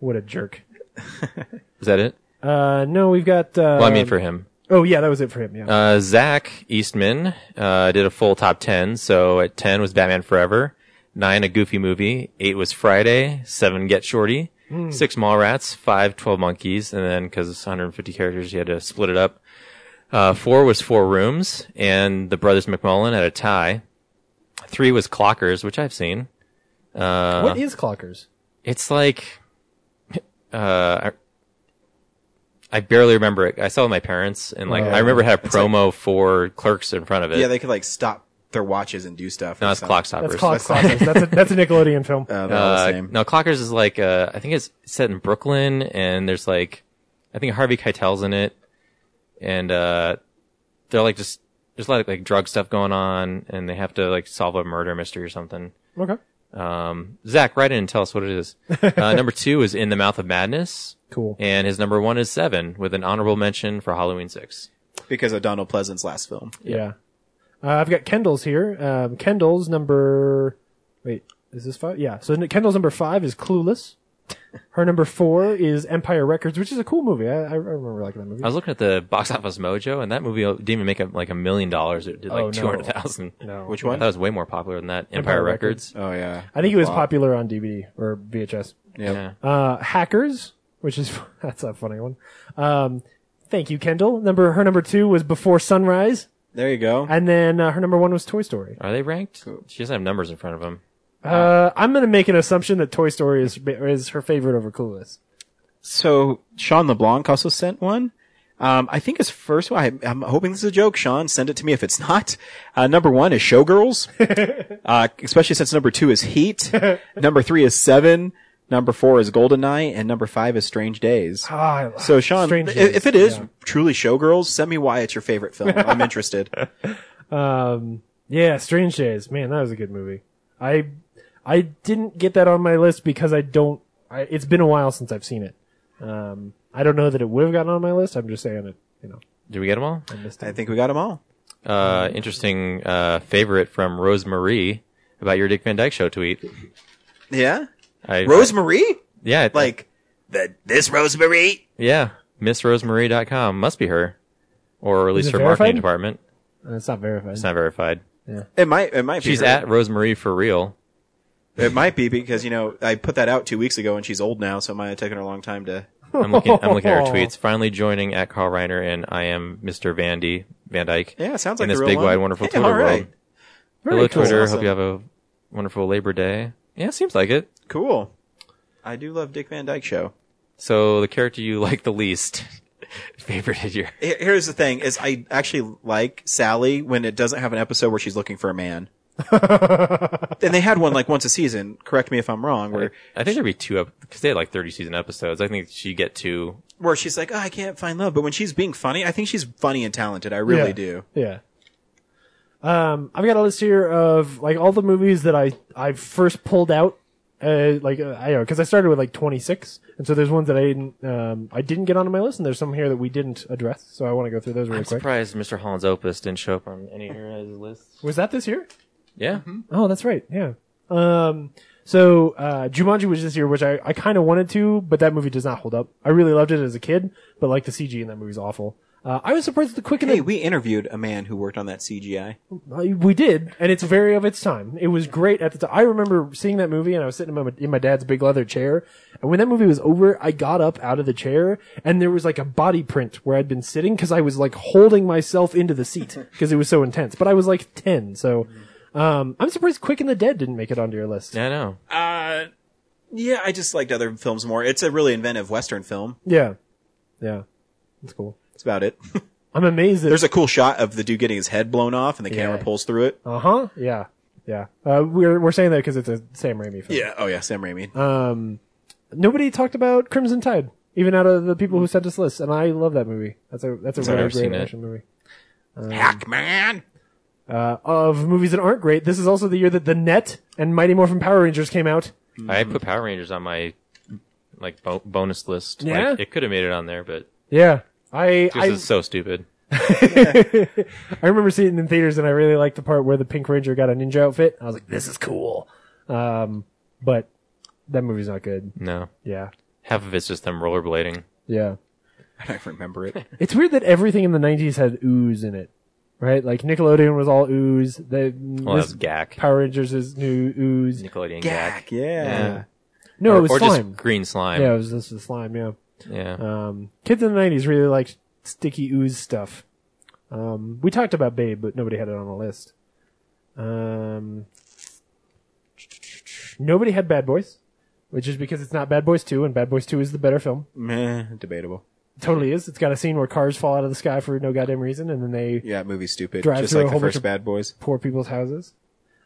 Speaker 2: what a jerk.
Speaker 5: Is that it?
Speaker 2: Uh, no, we've got. Uh,
Speaker 5: Well, I mean, for him.
Speaker 2: Oh yeah, that was it for him. Yeah.
Speaker 5: Uh, Zach Eastman uh, did a full top 10. So at 10 was Batman Forever, 9 a goofy movie, 8 was Friday, 7 Get Shorty,
Speaker 2: Mm.
Speaker 5: 6 Mallrats, 5 12 Monkeys, and then because it's 150 characters, you had to split it up. Uh, 4 was Four Rooms, and the Brothers McMullen had a tie. 3 was Clockers, which I've seen. Uh,
Speaker 2: what is Clockers?
Speaker 5: it's like, uh, I, I barely remember it. I saw it with my parents, and like
Speaker 4: Oh.
Speaker 5: I remember it had a
Speaker 4: It's like-
Speaker 5: promo for clerks in front of it.
Speaker 4: Yeah, they could like stop their watches and do stuff.
Speaker 5: No,
Speaker 4: or
Speaker 5: it's
Speaker 4: something.
Speaker 5: Clock Stoppers.
Speaker 2: That's Clock Clockers. that's a Oh, that's a Nickelodeon film.
Speaker 4: Uh,
Speaker 5: Uh, no, Clockers is like uh, I think it's set in Brooklyn, and there's like I think Harvey Keitel's in it, and uh, they're like just there's a lot of like drug stuff going on, and they have to like solve a murder mystery or something.
Speaker 2: Okay.
Speaker 5: Um, Zach, write in and tell us what it is. Uh, number two is In the Mouth of Madness.
Speaker 2: Cool.
Speaker 5: And his number one is Seven, with an honorable mention for Halloween Six.
Speaker 4: Because of Donald Pleasant's last film.
Speaker 2: Yeah. Uh, I've got Kendall's here. Um, Kendall's number. Wait, is this five? Yeah. So n- Kendall's number five is Clueless. Her number four is Empire Records, which is a cool movie. I, I remember liking that movie.
Speaker 5: I was looking at the box office mojo, and that movie didn't even make a, like a million dollars. It did like
Speaker 2: Oh, no.
Speaker 5: two hundred thousand.
Speaker 2: No.
Speaker 4: Which one?
Speaker 5: That was way more popular than that. Empire,
Speaker 2: Empire
Speaker 5: Records.
Speaker 4: Oh yeah.
Speaker 2: I think it was
Speaker 4: Wow.
Speaker 2: popular on DVD or VHS.
Speaker 5: Yeah.
Speaker 2: Uh, Hackers, which is that's a funny one. Um, thank you, Kendall. Number her number two was Before Sunrise,
Speaker 4: There you go.
Speaker 2: and then uh, her number one was Toy Story.
Speaker 5: Are they ranked? She doesn't have numbers in front of them.
Speaker 2: Uh, I'm gonna make an assumption that Toy Story is is her favorite over Clueless.
Speaker 4: So Sean LeBlanc also sent one. Um, I think his first one. I, I'm hoping this is a joke. Sean, send it to me if it's not. Uh, number one is Showgirls, uh, especially since number two is Heat. number three is Seven. Number four is Goldeneye, and number five is Strange Days.
Speaker 2: Ah,
Speaker 4: so Sean,
Speaker 2: Strange
Speaker 4: i-
Speaker 2: Days,
Speaker 4: if it is
Speaker 2: yeah.
Speaker 4: truly Showgirls, send me why it's your favorite film. I'm interested.
Speaker 2: Um, yeah, Strange Days. Man, that was a good movie. I I didn't get that on my list because I don't. I, it's been a while since I've seen it. Um, I don't know that it would have gotten on my list. I'm just saying it. You know,
Speaker 5: Did we get them all?
Speaker 2: I missed it.
Speaker 4: I think we got them all.
Speaker 5: Uh, interesting uh, favorite from Rose Marie about your Dick Van Dyke Show tweet.
Speaker 4: Yeah,
Speaker 5: I,
Speaker 4: Rosemary.
Speaker 5: yeah, I-
Speaker 4: Like the this Rosemary.
Speaker 5: yeah, MissRosemarie.com must be her, or at
Speaker 2: Is
Speaker 5: least
Speaker 2: it
Speaker 5: her
Speaker 2: verified?
Speaker 5: marketing department.
Speaker 2: Uh, it's not verified.
Speaker 5: It's not verified.
Speaker 4: It might. It might.
Speaker 5: She's
Speaker 4: be her.
Speaker 5: at Rosemarie for real.
Speaker 4: It might be because you know I put that out two weeks ago, and she's old now, so it might have taken her a long time to.
Speaker 5: I'm looking. I'm looking
Speaker 2: Oh.
Speaker 5: at her tweets. Finally joining at Carl Reiner, and I am Mr. Vandy Van Dyke.
Speaker 4: Yeah, it sounds
Speaker 5: in
Speaker 4: like the
Speaker 5: this
Speaker 4: real
Speaker 5: big,
Speaker 4: one.
Speaker 5: wide, wonderful
Speaker 4: Hey,
Speaker 5: Twitter
Speaker 4: all right.
Speaker 5: world.
Speaker 2: Very
Speaker 5: Hello,
Speaker 2: cool.
Speaker 5: Twitter.
Speaker 4: Awesome.
Speaker 5: Hope you have a wonderful Labor Day. Yeah, it seems like it.
Speaker 4: Cool. I do love Dick Van Dyke Show.
Speaker 5: So the character you like the least, favorite is your.
Speaker 4: Here- Here's the thing: is I actually like Sally when it doesn't have an episode where she's looking for a man. and they had one like once a season. Correct me if I'm wrong. Where
Speaker 5: I think there'd be two because they had like 30 season episodes. I think she'd get two.
Speaker 4: where she's like, oh, I can't find love, but when she's being funny, I think she's funny and talented. I really
Speaker 2: Yeah.
Speaker 4: do.
Speaker 2: Yeah. Um, I've got a list here of like all the movies that I I first pulled out. Uh, like uh, I don't know because I started with like 26, and so there's ones that I didn't um I didn't get onto my list, and there's some here that we didn't address. So I want to go through those really
Speaker 5: I'm
Speaker 2: quick.
Speaker 5: surprised Mr. Holland's Opus didn't show up on any of your guys' lists.
Speaker 2: Was that this year?
Speaker 5: Yeah.
Speaker 2: Oh, that's right. Yeah. Um, so, uh, Jumanji was this year, which I, I kind of wanted to, but that movie does not hold up. I really loved it as a kid, but like the CG in that movie is awful. Uh, I was surprised at the quick and
Speaker 4: Hey, we interviewed a man who worked on that CGI.
Speaker 2: I- we did, and it's very of its time. It was great at the time. I remember seeing that movie, and I was sitting in my, in my dad's big leather chair. And when that movie was over, I got up out of the chair, and there was like a body print where I'd been sitting because I was like holding myself into the seat because it was so intense. But I was like ten, so um, I'm surprised Quick and the Dead didn't make it onto your list.
Speaker 5: Yeah, I know.
Speaker 4: Uh, yeah, I just liked other films more. It's a really inventive Western film.
Speaker 2: Yeah, yeah, that's cool.
Speaker 4: That's about it.
Speaker 2: I'm amazed that
Speaker 4: There's a cool shot of the dude getting his head blown off, and the camera pulls through it.
Speaker 2: Uh huh. Yeah. Yeah. Uh, we're we're saying that because it's a Sam Raimi film.
Speaker 4: Yeah. Oh yeah, Sam Raimi.
Speaker 2: Um, nobody talked about Crimson Tide, even out of the people who sent us lists, and I love that movie. That's a that's a
Speaker 5: Sorry,
Speaker 2: really
Speaker 5: I've
Speaker 2: great
Speaker 5: seen it.
Speaker 2: action movie.
Speaker 4: Hackman.
Speaker 2: Uh, of movies that aren't great, this is also the year that The Net and Mighty Morphin Power Rangers came out.
Speaker 5: I put Power Rangers on my like bo- bonus list. Like,
Speaker 2: Yeah?
Speaker 5: it could have made it on there, but
Speaker 2: Yeah, I
Speaker 5: this
Speaker 2: I,
Speaker 5: is so stupid.
Speaker 2: I remember seeing it in theaters, and I really liked the part where the Pink Ranger got a ninja outfit. I was like, this is cool. Um, but that movie's not good.
Speaker 5: No.
Speaker 2: Yeah,
Speaker 5: Half of it's just them rollerblading.
Speaker 2: yeah.
Speaker 4: I don't remember it.
Speaker 2: It's weird that everything in the '90s had ooze in it, right? Like Nickelodeon was all ooze. The
Speaker 5: Well,
Speaker 2: this
Speaker 5: that was Gak.
Speaker 2: Power Rangers is new ooze.
Speaker 5: Nickelodeon
Speaker 4: Gak,
Speaker 5: Gak.
Speaker 4: yeah.
Speaker 2: No,
Speaker 5: or,
Speaker 2: it was
Speaker 5: or
Speaker 2: slime.
Speaker 5: just green slime.
Speaker 2: Yeah, it was just the slime. Yeah.
Speaker 5: Yeah.
Speaker 2: Um, kids in the '90s really liked sticky ooze stuff. Um, we talked about Babe, but nobody had it on the list. Um, nobody had Bad Boys, which is because it's not Bad Boys Two, and Bad Boys Two is the better film.
Speaker 4: Meh, debatable.
Speaker 2: totally is. It's got a scene where cars fall out of the sky for no goddamn reason, and then they
Speaker 4: Yeah, that movie's stupid.
Speaker 2: Drive
Speaker 4: just
Speaker 2: through
Speaker 4: like
Speaker 2: a
Speaker 4: the
Speaker 2: whole bunch
Speaker 4: first
Speaker 2: of-
Speaker 4: Bad Boys.
Speaker 2: poor people's houses.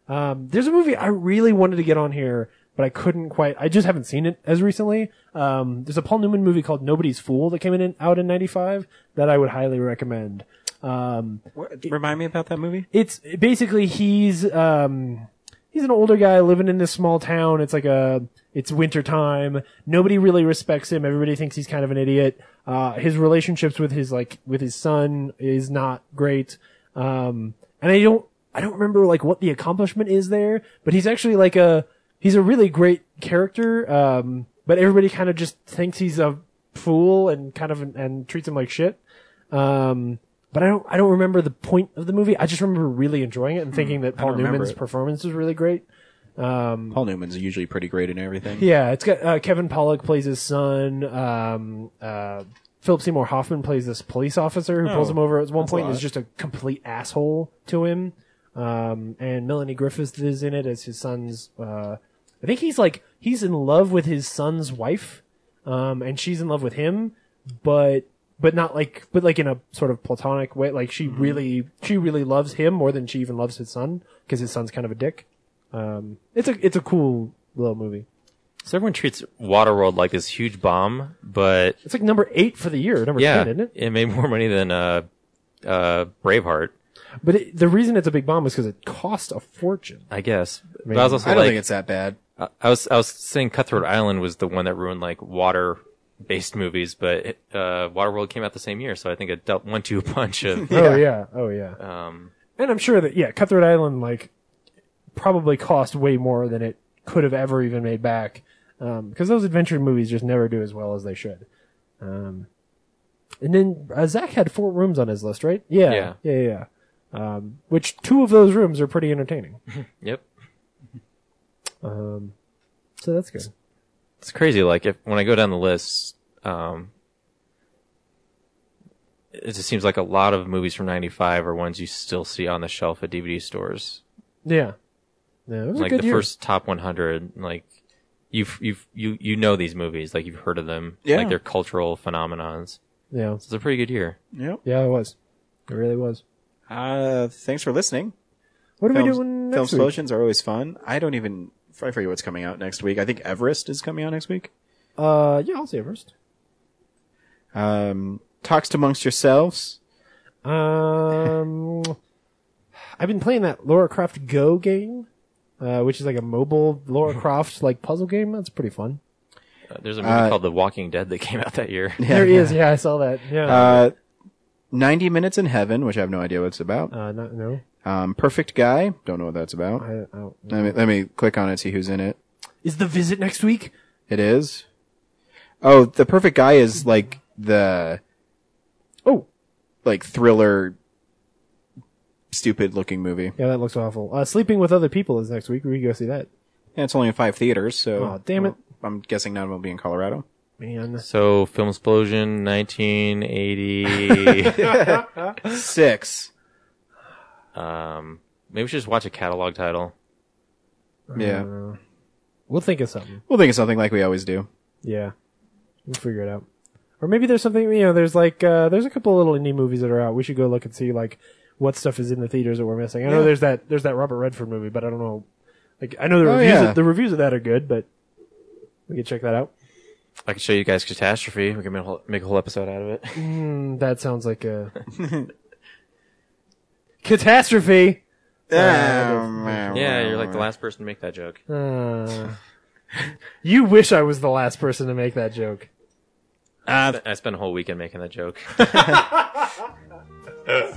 Speaker 2: Um, there's a movie I really wanted to get on here but I couldn't quite. I just haven't seen it as recently. Um, there's a Paul Newman movie called Nobody's Fool that came in out in '95 that I would highly recommend. Um,
Speaker 4: Remind me about that movie.
Speaker 2: it's basically he's um he's an older guy living in this small town. It's like a it's winter time. Nobody really respects him. Everybody thinks he's kind of an idiot. Uh, his relationships with his like with his son is not great. Um, and I don't I don't remember like what the accomplishment is there, but he's actually like a he's a really great character. Um, but everybody kind of just thinks he's a fool and kind of and treats him like shit. Um, but I don't I don't remember the point of the movie. I just remember really enjoying it and thinking that
Speaker 4: Hmm. I don't
Speaker 2: Paul
Speaker 4: remember
Speaker 2: Newman's
Speaker 4: it.
Speaker 2: performance was really great. Um,
Speaker 4: Paul Newman's usually pretty great in everything.
Speaker 2: yeah, it's got uh, Kevin Pollak plays his son. Um, uh, Philip Seymour Hoffman plays this police officer who
Speaker 10: Oh,
Speaker 2: pulls him over at one
Speaker 10: that's a
Speaker 2: point and is
Speaker 10: lot.
Speaker 2: just a complete asshole to him. Um, and Melanie Griffith is in it as his son's. Uh, I think he's like he's in love with his son's wife, um, and she's in love with him, but but not like but like in a sort of platonic way. Like she
Speaker 10: Mm-hmm.
Speaker 2: really she really loves him more than she even loves his son because his son's kind of a dick. Um, it's a it's a cool little movie.
Speaker 5: So everyone treats Waterworld like this huge bomb, but
Speaker 2: It's like number eight for the year, number
Speaker 5: yeah,
Speaker 2: ten, isn't it?
Speaker 5: made more money than uh, uh, Braveheart,
Speaker 2: But it, the reason it's a big bomb is because it cost a fortune.
Speaker 5: I guess.
Speaker 2: mean,
Speaker 5: but I was also
Speaker 2: I don't
Speaker 5: like,
Speaker 2: think it's
Speaker 4: that bad.
Speaker 5: I, I was I was saying Cutthroat Island was the one that ruined like water based movies, but it, uh, Waterworld came out the same year, so I think it dealt one two punch of
Speaker 2: Oh yeah, oh yeah.
Speaker 5: Um,
Speaker 2: And I'm sure that yeah, Cutthroat Island like probably cost way more than it could have ever even made back because those adventure movies just never do as well as they should. Um, and then uh, Zach had four rooms on his list, right? Yeah,
Speaker 5: Yeah.
Speaker 2: yeah, yeah. yeah. Um, which two of those rooms are pretty entertaining.
Speaker 5: yep.
Speaker 2: Um, so that's good.
Speaker 5: it's crazy. Like if when I go down the list, um, it just seems like a lot of movies from '95 are ones you still see on the shelf at DVD stores.
Speaker 2: Yeah, yeah. It was
Speaker 5: like
Speaker 2: a good
Speaker 5: the
Speaker 2: year.
Speaker 5: first top 100, like you've you've you you know these movies, like you've heard of them,
Speaker 2: Yeah.
Speaker 5: like they're cultural phenomenons.
Speaker 2: Yeah.
Speaker 5: So it's a pretty good year.
Speaker 4: Yep.
Speaker 2: Yeah, it was. It really was.
Speaker 4: Uh, thanks for listening.
Speaker 2: What are we
Speaker 4: Films-
Speaker 2: doing next
Speaker 4: Film
Speaker 2: week?
Speaker 4: explosions are always fun. I don't even. I forget what's coming out next week. I think Everest is coming out next week.
Speaker 2: Uh, yeah, I'll say it first.
Speaker 4: Um, talks amongst yourselves.
Speaker 2: Um, I've been playing that Laura Croft Go game, uh, which is like a mobile Laura Croft like puzzle game. That's pretty fun.
Speaker 5: Uh, there's a movie
Speaker 4: Uh,
Speaker 5: called The Walking Dead that came out that year.
Speaker 2: there he is. Yeah, I saw that. Yeah.
Speaker 4: Uh, 90 minutes in heaven, which I have no idea what it's about.
Speaker 2: Uh, not, no.
Speaker 4: Um, perfect guy. Don't know what that's about.
Speaker 2: I, I don't
Speaker 4: let me let me click on it. See who's in it.
Speaker 2: Is the visit next week?
Speaker 4: It is. Oh, the perfect guy is like the.
Speaker 2: Oh.
Speaker 4: Like thriller. Stupid looking movie.
Speaker 2: Yeah, that looks awful. Uh, Sleeping with Other People is next week. We can go see that.
Speaker 4: And it's only in five theaters, so.
Speaker 2: Aw, damn it.
Speaker 4: I'm guessing none of them will be in Colorado.
Speaker 2: Man.
Speaker 5: So Film Explosion 1980
Speaker 4: six.
Speaker 5: Um, maybe we should just watch a catalog title.
Speaker 4: Yeah.
Speaker 2: Uh, We'll think of something.
Speaker 4: We'll think of something like we always do.
Speaker 2: Yeah. We'll figure it out. Or maybe there's something, you know, there's like, uh, there's a couple little indie movies that are out. We should go look and see, like, what stuff is in the theaters that we're missing. I know
Speaker 10: Yeah.
Speaker 2: there's that, there's that Robert Redford movie, but I don't know. Like, I know the
Speaker 10: Oh,
Speaker 2: reviews,
Speaker 10: yeah.
Speaker 2: of, the reviews of that are good, but we could check that out.
Speaker 5: I could show you guys Catastrophe. We can make a whole, make a whole episode out of it.
Speaker 2: Mm, that sounds like a catastrophe. Uh,
Speaker 5: yeah, you're like the last person to make that joke.
Speaker 2: Uh, you wish I was the last person to make that joke.
Speaker 5: I spent- I spent a whole weekend making that joke.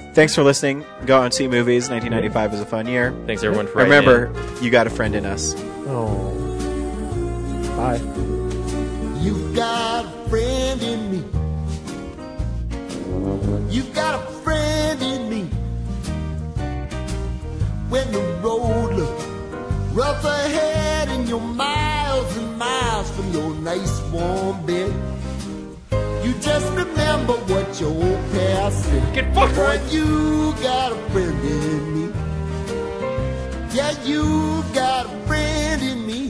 Speaker 4: Thanks for listening. Go out and see movies. 1995 was a fun year.
Speaker 5: Thanks, everyone, for writing
Speaker 4: Remember, you got a friend in us.
Speaker 2: Oh. Bye.
Speaker 24: You've got a friend in me. You've got a friend in me. When the road looks rough ahead and you're miles and miles from your nice warm bed, you just remember what your old past said. Get fucked, Boy, you got a friend in me. Yeah, you got a friend in me.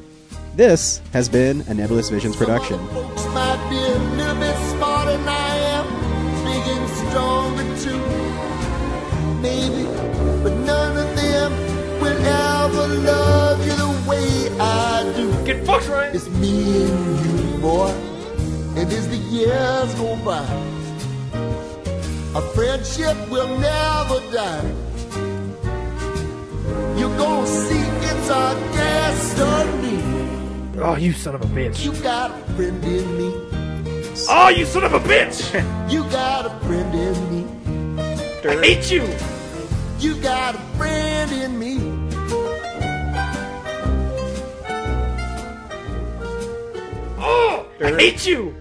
Speaker 4: This has been a Nebulous Visions production.
Speaker 24: might be a little bit smarter than I am, big and stronger too. Maybe, but none of them will ever love you the way I do. Get fucked, right? It's me and you, boy. And as the years go by, a friendship will never die. You're gonna see it's our destiny.
Speaker 9: Oh, you son of a bitch.
Speaker 24: You got a friend in me.
Speaker 9: Oh, you son of a bitch!
Speaker 24: You got a friend in me.
Speaker 9: I hate you!
Speaker 24: You got a friend in me.
Speaker 9: Oh, I hate you!